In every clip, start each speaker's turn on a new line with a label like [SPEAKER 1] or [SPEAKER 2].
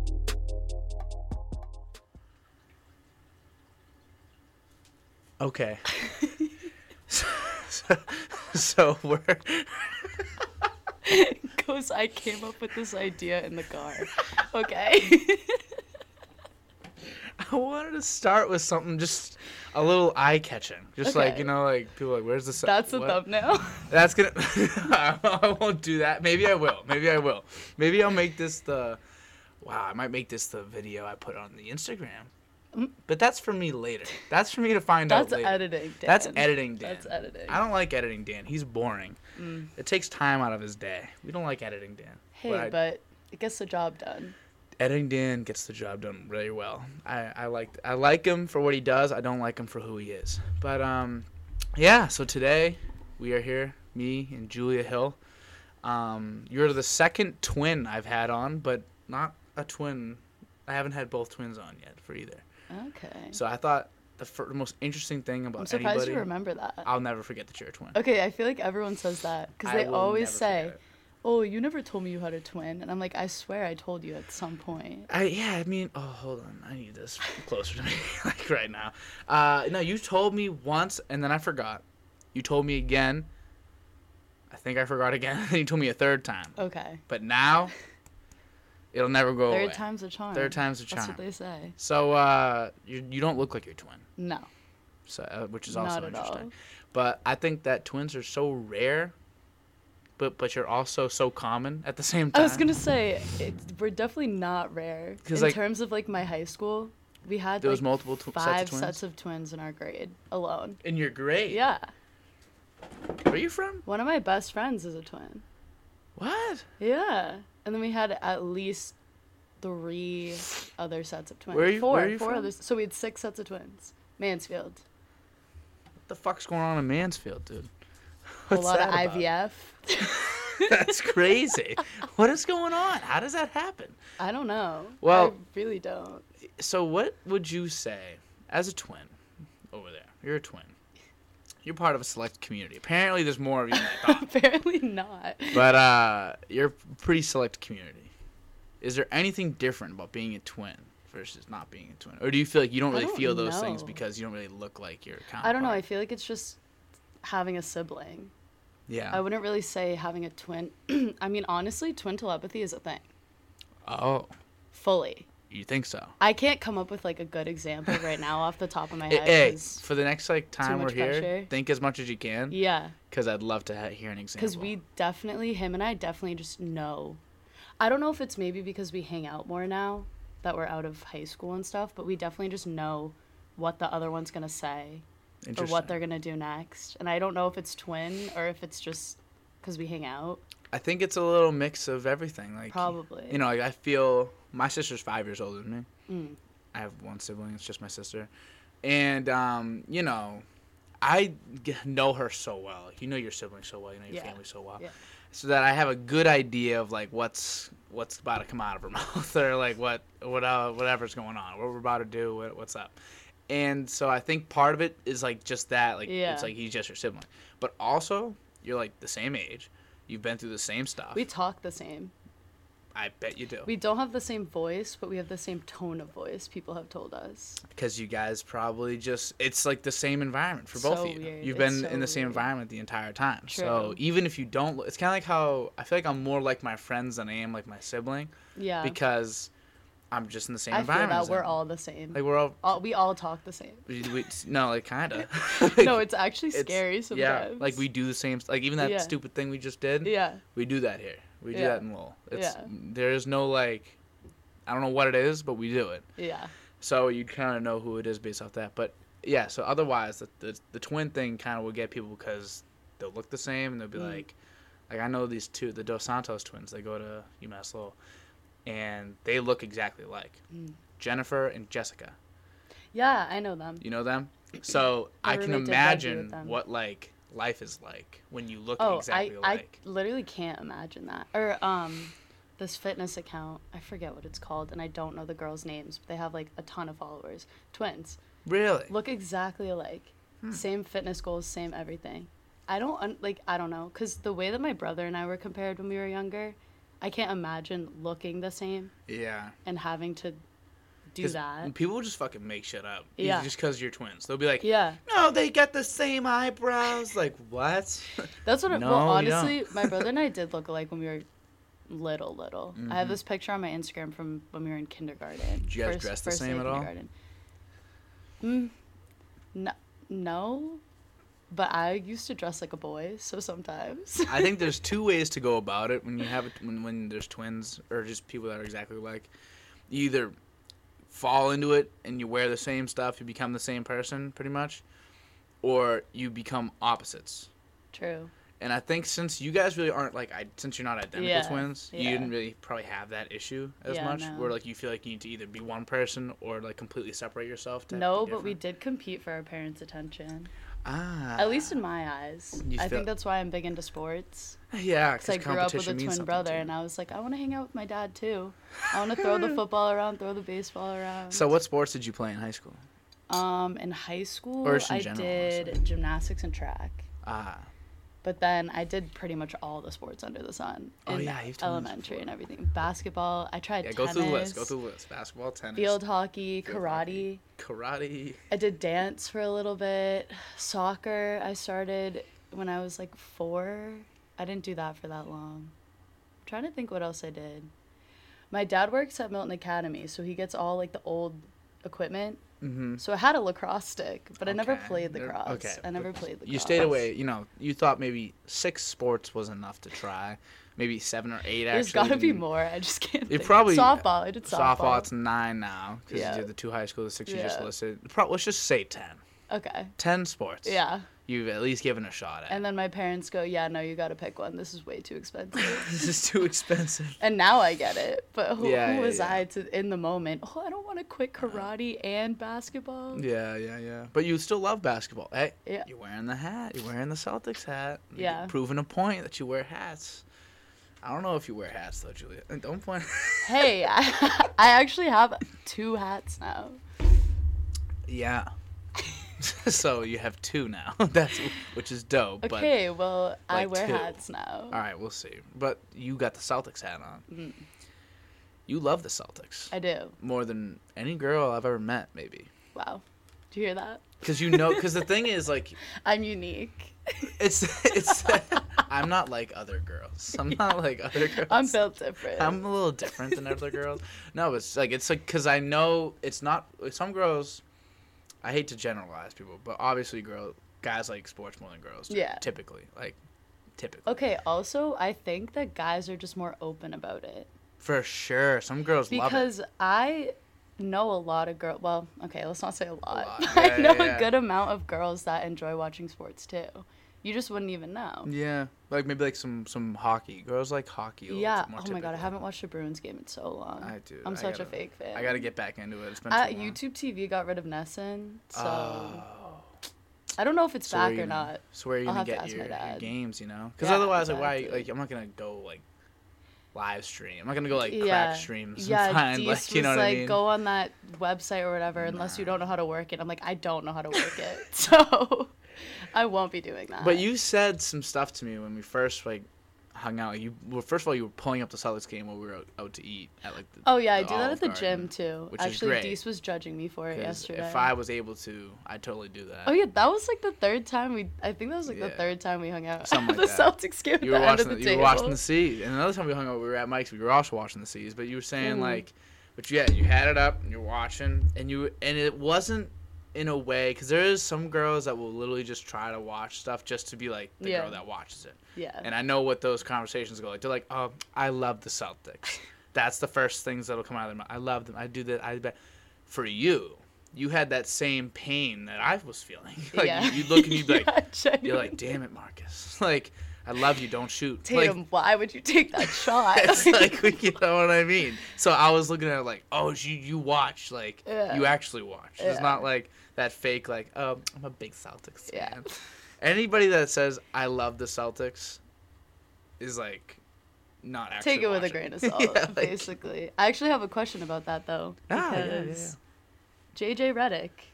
[SPEAKER 1] Okay. so, so, so we're
[SPEAKER 2] Because I came up with this idea in the car. Okay.
[SPEAKER 1] I wanted to start with something just a little eye catching, just like
[SPEAKER 2] Okay.
[SPEAKER 1] you know, like people are like, where's the sun?
[SPEAKER 2] That's the
[SPEAKER 1] what?"
[SPEAKER 2] thumbnail.
[SPEAKER 1] That's gonna. I won't do that. Maybe I will. Maybe I will. Maybe I'll make this the. Wow, I might make this the video I put on the Instagram. But that's for me later. That's for me to find
[SPEAKER 2] Mm. That's
[SPEAKER 1] out later.
[SPEAKER 2] editing. Dan.
[SPEAKER 1] That's editing, Dan.
[SPEAKER 2] That's editing. Mm.
[SPEAKER 1] I don't like editing Dan. He's boring. It takes time out of his day. We don't like editing Dan.
[SPEAKER 2] Hey,
[SPEAKER 1] I-
[SPEAKER 2] but it gets the job done.
[SPEAKER 1] editing Dan gets the job done really well. I, I like I like him for what he does. I don't like him for who he is. But um, yeah. So today we are here, me and Julia Hill. Um, you're the second twin I've had on, but not a twin. I haven't had both twins on yet for either.
[SPEAKER 2] Okay.
[SPEAKER 1] So I thought the, fir- the most interesting thing about
[SPEAKER 2] I'm surprised
[SPEAKER 1] anybody,
[SPEAKER 2] you remember that.
[SPEAKER 1] I'll never forget that you're a twin.
[SPEAKER 2] Okay, I feel like everyone says that because
[SPEAKER 1] I
[SPEAKER 2] they
[SPEAKER 1] will
[SPEAKER 2] always
[SPEAKER 1] never
[SPEAKER 2] say,
[SPEAKER 1] forget it.
[SPEAKER 2] "Oh, you never told me you had a twin," and I'm like, "I swear I told you at some point."
[SPEAKER 1] I yeah, I mean, oh hold on, I need this closer to me, like right now. Uh, no, you told me once, and then I forgot. You told me again. I think I forgot again. and you told me a third time.
[SPEAKER 2] Okay,
[SPEAKER 1] But now, it'll never go
[SPEAKER 2] third
[SPEAKER 1] away.
[SPEAKER 2] time's a charm.
[SPEAKER 1] Third time's a
[SPEAKER 2] That's what
[SPEAKER 1] charm.
[SPEAKER 2] they say.
[SPEAKER 1] So uh, you you don't look like your twin,
[SPEAKER 2] No,
[SPEAKER 1] so uh, which is also
[SPEAKER 2] not at
[SPEAKER 1] interesting.
[SPEAKER 2] all.
[SPEAKER 1] But I think that twins are so rare. But but you're also so common at the same time.
[SPEAKER 2] I was gonna say it, we're definitely not rare
[SPEAKER 1] 'Cause,
[SPEAKER 2] in
[SPEAKER 1] like,
[SPEAKER 2] terms of like my high school. We had
[SPEAKER 1] there was
[SPEAKER 2] like,
[SPEAKER 1] multiple tw- sets of
[SPEAKER 2] five
[SPEAKER 1] twins?
[SPEAKER 2] of twins in our grade alone.
[SPEAKER 1] And you're great.
[SPEAKER 2] Yeah,
[SPEAKER 1] Where are you from?
[SPEAKER 2] one of my best friends is a twin.
[SPEAKER 1] What?
[SPEAKER 2] Yeah, and then we had at least three other sets of twins.
[SPEAKER 1] Where are you-
[SPEAKER 2] four,
[SPEAKER 1] where are you
[SPEAKER 2] four
[SPEAKER 1] from?
[SPEAKER 2] others. So we had six sets of twins. Mansfield,
[SPEAKER 1] What the fuck's going on in Mansfield, dude?
[SPEAKER 2] a
[SPEAKER 1] What's
[SPEAKER 2] lot of
[SPEAKER 1] that about?
[SPEAKER 2] IVF.
[SPEAKER 1] That's crazy. what is going on? How does that happen?
[SPEAKER 2] I don't know. I
[SPEAKER 1] Well-
[SPEAKER 2] really don't.
[SPEAKER 1] So, what would you say as a twin over there? You're a twin. You're part of a select community. Apparently, there's more of you than I thought.
[SPEAKER 2] Apparently not.
[SPEAKER 1] but uh, you're a pretty select community. Is there anything different about being a twin versus not being a twin? Or do you feel like you don't
[SPEAKER 2] I
[SPEAKER 1] really
[SPEAKER 2] don't
[SPEAKER 1] feel those things
[SPEAKER 2] know.
[SPEAKER 1] because you don't really look like your counterpart?
[SPEAKER 2] I don't know. I feel like it's just having a sibling.
[SPEAKER 1] yeah.
[SPEAKER 2] I wouldn't really say having a twin. I mean, honestly, twin telepathy is a thing.
[SPEAKER 1] oh,
[SPEAKER 2] Fully.
[SPEAKER 1] you think so?
[SPEAKER 2] I can't come up with like a good example right now off the top of my
[SPEAKER 1] Hey,
[SPEAKER 2] head.
[SPEAKER 1] hey,
[SPEAKER 2] 'cause-
[SPEAKER 1] for the next like time we're
[SPEAKER 2] much
[SPEAKER 1] here,
[SPEAKER 2] pressure.
[SPEAKER 1] think as much as you can.
[SPEAKER 2] yeah.
[SPEAKER 1] Because I'd love to ha- hear an example.
[SPEAKER 2] Because we definitely, him and I definitely just know. I don't know if it's maybe because we hang out more now that we're out of high school and stuff, but we definitely just know what the other one's going to say or what
[SPEAKER 1] Interesting.
[SPEAKER 2] they're going to do next. And I don't know if it's twin or if it's just because we hang out.
[SPEAKER 1] I think it's a little mix of everything. Like
[SPEAKER 2] Probably.
[SPEAKER 1] You know, like I feel my sister's five years older than me.
[SPEAKER 2] Mm.
[SPEAKER 1] I have one sibling. It's just my sister, and um, you know, I g- know her so well. Like, you know your siblings so well. You know your
[SPEAKER 2] Yeah.
[SPEAKER 1] family so well.
[SPEAKER 2] Yeah.
[SPEAKER 1] So that I have a good idea of like what's what's about to come out of her mouth or like what what uh, whatever's going on, what we're about to do, what, what's up. And so I think part of it is like just that, like
[SPEAKER 2] Yeah.
[SPEAKER 1] it's like he's just your sibling, but also you're like the same age, you've been through the same stuff.
[SPEAKER 2] We talk the same.
[SPEAKER 1] I bet you do.
[SPEAKER 2] We don't have the same voice, but we have the same tone of voice, people have told us.
[SPEAKER 1] because you guys probably just it's like the same environment for both
[SPEAKER 2] So
[SPEAKER 1] of you.
[SPEAKER 2] weird.
[SPEAKER 1] You've
[SPEAKER 2] It's
[SPEAKER 1] been
[SPEAKER 2] so
[SPEAKER 1] in the same
[SPEAKER 2] weird.
[SPEAKER 1] environment the entire time. So
[SPEAKER 2] True.
[SPEAKER 1] even if you don't, lo- it's kind of like how I feel like I'm more like my friends than I am like my sibling
[SPEAKER 2] Yeah.
[SPEAKER 1] because I'm just in the same
[SPEAKER 2] I feel
[SPEAKER 1] environment.
[SPEAKER 2] that
[SPEAKER 1] as
[SPEAKER 2] we're
[SPEAKER 1] them.
[SPEAKER 2] all the same.
[SPEAKER 1] like we're all.
[SPEAKER 2] all, we all talk the same.
[SPEAKER 1] We, we- no, like kind of.
[SPEAKER 2] no, it's actually scary sometimes.
[SPEAKER 1] Yeah, like we do the same. st- Like even that
[SPEAKER 2] Yeah.
[SPEAKER 1] stupid thing we just did.
[SPEAKER 2] Yeah.
[SPEAKER 1] We do that here. We do
[SPEAKER 2] Yeah.
[SPEAKER 1] that in Lowell. It's,
[SPEAKER 2] Yeah.
[SPEAKER 1] There is no like, I don't know what it is, but we do it.
[SPEAKER 2] Yeah.
[SPEAKER 1] So you kind of know who it is based off that. But yeah, so otherwise, the the, the twin thing kind of will get people because they'll look the same and they'll be
[SPEAKER 2] Mm.
[SPEAKER 1] like, like I know these two, the Dos Santos twins. They go to UMass Lowell, and they look exactly like
[SPEAKER 2] Mm.
[SPEAKER 1] Jennifer and Jessica.
[SPEAKER 2] Yeah, I know them.
[SPEAKER 1] You know them, so
[SPEAKER 2] My
[SPEAKER 1] I can
[SPEAKER 2] roommate did graduate with
[SPEAKER 1] imagine
[SPEAKER 2] them.
[SPEAKER 1] what like life is like when you look
[SPEAKER 2] Oh,
[SPEAKER 1] exactly
[SPEAKER 2] I,
[SPEAKER 1] like.
[SPEAKER 2] I literally can't imagine that. Or um, this fitness account, I forget what it's called, and I don't know the girls' names, but they have like a ton of followers. Twins
[SPEAKER 1] really?
[SPEAKER 2] look exactly alike,
[SPEAKER 1] Hmm.
[SPEAKER 2] same fitness goals, same everything. I don't un- like. I don't know, cause the way that my brother and I were compared when we were younger, I can't imagine looking the same
[SPEAKER 1] yeah.
[SPEAKER 2] and having to do
[SPEAKER 1] 'Cause
[SPEAKER 2] that.
[SPEAKER 1] People will just fucking make shit up. e-
[SPEAKER 2] Yeah.
[SPEAKER 1] Just because you're twins. They'll be like,
[SPEAKER 2] Yeah,
[SPEAKER 1] no, they got the same eyebrows. Like, what?
[SPEAKER 2] that's what. I, well,
[SPEAKER 1] No, you don't.
[SPEAKER 2] honestly, my brother and I did look alike when we were little, little. I have
[SPEAKER 1] Mhm.
[SPEAKER 2] this picture on my Instagram from when we were in kindergarten.
[SPEAKER 1] Did you guys dress the same
[SPEAKER 2] day
[SPEAKER 1] at all?
[SPEAKER 2] kindergarten. Mm, no, no, but I used to dress like a boy, so sometimes.
[SPEAKER 1] I think there's two ways to go about it when you have it when, when there's twins or just people that are exactly alike. You either fall into it and you wear the same stuff, you become the same person pretty much, or you become opposites.
[SPEAKER 2] True.
[SPEAKER 1] And I think since you guys really aren't like I since you're not identical
[SPEAKER 2] Yeah,
[SPEAKER 1] twins, you
[SPEAKER 2] yeah.
[SPEAKER 1] didn't really probably have that issue as
[SPEAKER 2] Yeah,
[SPEAKER 1] much
[SPEAKER 2] no.
[SPEAKER 1] where like you feel like you need to either be one person or like completely separate yourself to
[SPEAKER 2] No,
[SPEAKER 1] be
[SPEAKER 2] but we
[SPEAKER 1] different.
[SPEAKER 2] did compete for our parents' attention.
[SPEAKER 1] ah
[SPEAKER 2] At least in my eyes.
[SPEAKER 1] You
[SPEAKER 2] I
[SPEAKER 1] feel-
[SPEAKER 2] think that's why I'm big into sports.
[SPEAKER 1] Ah, yeah,
[SPEAKER 2] Because I grew up with a twin brother, and I was like, I want to hang out with my dad too. I want to throw the football around, throw the baseball around.
[SPEAKER 1] So what sports did you play in high school?
[SPEAKER 2] um, in high school,
[SPEAKER 1] Or just in
[SPEAKER 2] I
[SPEAKER 1] general,
[SPEAKER 2] did
[SPEAKER 1] honestly.
[SPEAKER 2] gymnastics and track.
[SPEAKER 1] Ah,
[SPEAKER 2] But then I did pretty much all the sports under the sun.
[SPEAKER 1] Oh,
[SPEAKER 2] in
[SPEAKER 1] yeah, you've told me this
[SPEAKER 2] elementary
[SPEAKER 1] before.
[SPEAKER 2] and everything. Basketball. I tried
[SPEAKER 1] yeah, go
[SPEAKER 2] tennis.
[SPEAKER 1] through the list. Go through the list. Basketball, tennis,
[SPEAKER 2] Field hockey,
[SPEAKER 1] Field
[SPEAKER 2] karate.
[SPEAKER 1] hockey. karate.
[SPEAKER 2] I did dance for a little bit. Soccer, I started when I was like four. I didn't do that for that long. I'm trying to think what else I did. My dad works at Milton Academy, so he gets all like the old equipment.
[SPEAKER 1] Mm-hmm.
[SPEAKER 2] So I had a lacrosse stick, but I never
[SPEAKER 1] Okay.
[SPEAKER 2] played lacrosse.
[SPEAKER 1] Okay,
[SPEAKER 2] I never
[SPEAKER 1] but
[SPEAKER 2] played lacrosse.
[SPEAKER 1] You stayed away. You know, you thought maybe six sports was enough to try, maybe seven or eight.
[SPEAKER 2] There's
[SPEAKER 1] actually,
[SPEAKER 2] got to be
[SPEAKER 1] and
[SPEAKER 2] more. I just can't.
[SPEAKER 1] It
[SPEAKER 2] think.
[SPEAKER 1] probably-
[SPEAKER 2] softball. I did softball.
[SPEAKER 1] Softball, it's nine now because
[SPEAKER 2] Yeah.
[SPEAKER 1] you did the two high schools, the six you just
[SPEAKER 2] Yeah.
[SPEAKER 1] listed. Pro- let's just say ten.
[SPEAKER 2] Okay.
[SPEAKER 1] Ten sports.
[SPEAKER 2] Yeah.
[SPEAKER 1] You've at least given a shot at.
[SPEAKER 2] And then my parents go, "Yeah, no, you got to pick one. This is way too expensive."
[SPEAKER 1] this is too expensive.
[SPEAKER 2] And now I get it. But who,
[SPEAKER 1] Yeah,
[SPEAKER 2] who
[SPEAKER 1] yeah,
[SPEAKER 2] was
[SPEAKER 1] yeah.
[SPEAKER 2] I to in the moment? Oh, I don't want to quit karate and basketball.
[SPEAKER 1] Yeah, yeah, yeah. But you still love basketball. Hey,
[SPEAKER 2] Yeah.
[SPEAKER 1] you're wearing the hat. You're wearing the Celtics hat. You're
[SPEAKER 2] Yeah.
[SPEAKER 1] Proving a point that you wear hats. I don't know if you wear hats though, Julia. And Don't point.
[SPEAKER 2] Hey, I, I actually have two hats now.
[SPEAKER 1] yeah. so you have two now. That's which is dope.
[SPEAKER 2] Okay, well, I
[SPEAKER 1] like
[SPEAKER 2] wear
[SPEAKER 1] two.
[SPEAKER 2] hats now.
[SPEAKER 1] But all right, we'll see. But you got the Celtics hat on.
[SPEAKER 2] Mm.
[SPEAKER 1] You love the Celtics
[SPEAKER 2] I do.
[SPEAKER 1] more than any girl I've ever met, maybe.
[SPEAKER 2] Wow. Do you hear that?
[SPEAKER 1] Because you know, because the thing is, like,
[SPEAKER 2] I'm unique.
[SPEAKER 1] it's it's. I'm not like other girls. I'm not like other girls.
[SPEAKER 2] I'm built different.
[SPEAKER 1] I'm a little different than other girls. No, it's like it's like because I know it's not like, some girls. I hate to generalize people, but obviously, girl guys like sports more than girls. do,
[SPEAKER 2] Yeah.
[SPEAKER 1] typically, like typically.
[SPEAKER 2] okay, also, I think that guys are just more open about it.
[SPEAKER 1] For sure, some girls love it.
[SPEAKER 2] because I know a lot of girl. Well, okay, let's not say a lot.
[SPEAKER 1] lot,
[SPEAKER 2] but
[SPEAKER 1] yeah,
[SPEAKER 2] I know
[SPEAKER 1] yeah, yeah.
[SPEAKER 2] a good amount of girls that enjoy watching sports too. You just wouldn't even know.
[SPEAKER 1] Yeah, like maybe like some some hockey. Girls like hockey. A little
[SPEAKER 2] yeah.
[SPEAKER 1] bit
[SPEAKER 2] Oh
[SPEAKER 1] more
[SPEAKER 2] my god, I
[SPEAKER 1] typically.
[SPEAKER 2] haven't watched a Bruins game in so long.
[SPEAKER 1] I do.
[SPEAKER 2] I'm
[SPEAKER 1] I
[SPEAKER 2] such a
[SPEAKER 1] gotta-
[SPEAKER 2] fake fan.
[SPEAKER 1] I gotta get back into it. It's been
[SPEAKER 2] Uh,
[SPEAKER 1] too long.
[SPEAKER 2] YouTube TV got rid of Nesson, so
[SPEAKER 1] Oh.
[SPEAKER 2] I don't know if it's
[SPEAKER 1] So where
[SPEAKER 2] back
[SPEAKER 1] you
[SPEAKER 2] or
[SPEAKER 1] gonna-
[SPEAKER 2] not.
[SPEAKER 1] So where are you
[SPEAKER 2] I'll
[SPEAKER 1] gonna
[SPEAKER 2] have to
[SPEAKER 1] get
[SPEAKER 2] ask my
[SPEAKER 1] your, your
[SPEAKER 2] dad.
[SPEAKER 1] games? You know, because
[SPEAKER 2] Yeah,
[SPEAKER 1] otherwise, like, why?
[SPEAKER 2] exactly.
[SPEAKER 1] Like, I'm not gonna go like live stream. I'm not gonna go like
[SPEAKER 2] Yeah.
[SPEAKER 1] crack streams.
[SPEAKER 2] Yeah,
[SPEAKER 1] and find,
[SPEAKER 2] Dees
[SPEAKER 1] like, you know
[SPEAKER 2] was
[SPEAKER 1] what
[SPEAKER 2] like,
[SPEAKER 1] I mean?
[SPEAKER 2] go on that website or whatever, unless you
[SPEAKER 1] Nah.
[SPEAKER 2] don't know how to work it. I'm like, I don't know how to work it, so I won't be doing that.
[SPEAKER 1] But you said some stuff to me when we first like hung out. You well, first of all, you were pulling up the Celtics game while we were out, out to eat at like. The,
[SPEAKER 2] Oh yeah, I
[SPEAKER 1] the
[SPEAKER 2] do that
[SPEAKER 1] Olive
[SPEAKER 2] at the
[SPEAKER 1] Garden,
[SPEAKER 2] gym too.
[SPEAKER 1] which is
[SPEAKER 2] Actually,
[SPEAKER 1] great,
[SPEAKER 2] Dees was judging me for it
[SPEAKER 1] 'cause
[SPEAKER 2] yesterday.
[SPEAKER 1] If I was able to, I'd totally do that.
[SPEAKER 2] Oh yeah, that was like the third time we. I think that was like
[SPEAKER 1] Yeah.
[SPEAKER 2] the third time we hung out.
[SPEAKER 1] Something
[SPEAKER 2] Something
[SPEAKER 1] like
[SPEAKER 2] the
[SPEAKER 1] that.
[SPEAKER 2] Celtics game. at
[SPEAKER 1] You were
[SPEAKER 2] the end
[SPEAKER 1] watching.
[SPEAKER 2] of
[SPEAKER 1] The,
[SPEAKER 2] the,
[SPEAKER 1] you were
[SPEAKER 2] table.
[SPEAKER 1] watching the seas. And another time we hung out, we were at Mike's. We were also watching the seas. But you were saying
[SPEAKER 2] Mhm.
[SPEAKER 1] like, but yeah, you had it up and you're watching, and you and it wasn't in a way because there is some girls that will literally just try to watch stuff just to be like the
[SPEAKER 2] Yeah. Uh,
[SPEAKER 1] girl that watches it.
[SPEAKER 2] Yeah.
[SPEAKER 1] And I know what those conversations go like. They're like, oh, I love the Celtics. That's the first things that'll come out of their mouth. I love them. I do that. I bet. For you, you had that same pain that I was feeling. like
[SPEAKER 2] yeah.
[SPEAKER 1] you, you look and you'd be like,
[SPEAKER 2] Yeah,
[SPEAKER 1] you're like,
[SPEAKER 2] genuinely.
[SPEAKER 1] damn it, Marcus. Like, I love you. Don't shoot.
[SPEAKER 2] Tatum,
[SPEAKER 1] Like,
[SPEAKER 2] why would you take that shot?
[SPEAKER 1] it's like, you know what I mean? So I was looking at it like, oh, you, you watch. Like,
[SPEAKER 2] Yeah.
[SPEAKER 1] you actually watch. It's
[SPEAKER 2] Yeah.
[SPEAKER 1] not like that fake, like, oh, I'm a big Celtics fan.
[SPEAKER 2] Yeah.
[SPEAKER 1] Anybody that says, I love the Celtics is like, not actually.
[SPEAKER 2] Take it with a
[SPEAKER 1] watching.
[SPEAKER 2] grain of salt,
[SPEAKER 1] Yeah, like-
[SPEAKER 2] basically. I actually have a question about that though.
[SPEAKER 1] Ah, yeah, yeah,
[SPEAKER 2] because JJ Reddick.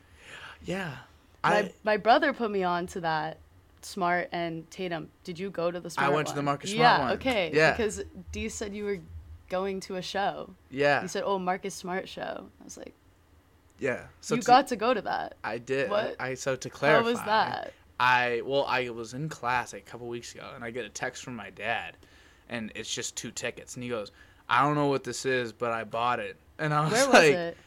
[SPEAKER 1] Yeah.
[SPEAKER 2] My,
[SPEAKER 1] I,
[SPEAKER 2] my brother put me on to that Smart and Tatum. Did you go to the Smart?
[SPEAKER 1] went to the
[SPEAKER 2] one?
[SPEAKER 1] Marcus Smart
[SPEAKER 2] yeah,
[SPEAKER 1] one.
[SPEAKER 2] Okay.
[SPEAKER 1] Yeah.
[SPEAKER 2] Because Dee said you were going to a show.
[SPEAKER 1] yeah.
[SPEAKER 2] He said, "Oh, Marcus Smart show." I was like,
[SPEAKER 1] yeah. So
[SPEAKER 2] you
[SPEAKER 1] to-
[SPEAKER 2] got to go to that.
[SPEAKER 1] I did.
[SPEAKER 2] What?
[SPEAKER 1] I so to clarify.
[SPEAKER 2] How was that?
[SPEAKER 1] I well, I was in class a couple weeks ago, and I get a text from my dad, and it's just two tickets, and he goes, "I don't know what this is, but I bought it," and I was
[SPEAKER 2] Where was
[SPEAKER 1] like,
[SPEAKER 2] it?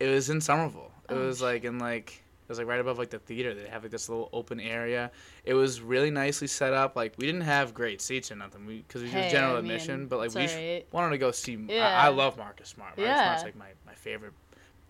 [SPEAKER 1] it was in Somerville. It
[SPEAKER 2] Oh,
[SPEAKER 1] was like in like it was like right above like the theater. They have like this little open area. It was really nicely set up. Like we didn't have great seats or nothing. We because it
[SPEAKER 2] Hey,
[SPEAKER 1] was general
[SPEAKER 2] I
[SPEAKER 1] admission,
[SPEAKER 2] mean,
[SPEAKER 1] but like
[SPEAKER 2] it's
[SPEAKER 1] we sh-
[SPEAKER 2] alright.
[SPEAKER 1] wanted to go see. I,
[SPEAKER 2] Yeah.
[SPEAKER 1] I love Marcus Smart. Marcus
[SPEAKER 2] Yeah.
[SPEAKER 1] Smart's like my my favorite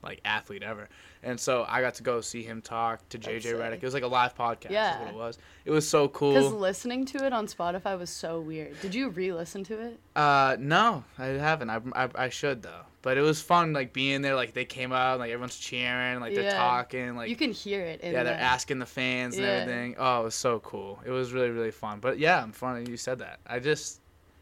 [SPEAKER 1] like athlete ever. And so I got to go see him talk to
[SPEAKER 2] That's
[SPEAKER 1] JJ Redick.
[SPEAKER 2] sick.
[SPEAKER 1] It was like a live podcast. Is
[SPEAKER 2] Yeah.
[SPEAKER 1] what it was. It was so
[SPEAKER 2] Because
[SPEAKER 1] cool.
[SPEAKER 2] listening to it on Spotify was so weird. Did you re-listen to it?
[SPEAKER 1] Uh, no, I haven't. I, I, I should though. But it was fun like being there. Like they came out, and, like everyone's cheering, like they're
[SPEAKER 2] Yeah.
[SPEAKER 1] talking, like
[SPEAKER 2] you can hear it. In
[SPEAKER 1] yeah, they're
[SPEAKER 2] the-
[SPEAKER 1] asking the fans and
[SPEAKER 2] Yeah.
[SPEAKER 1] everything. Oh, it was so cool. It was really really fun. But yeah, I'm funny you said that. I just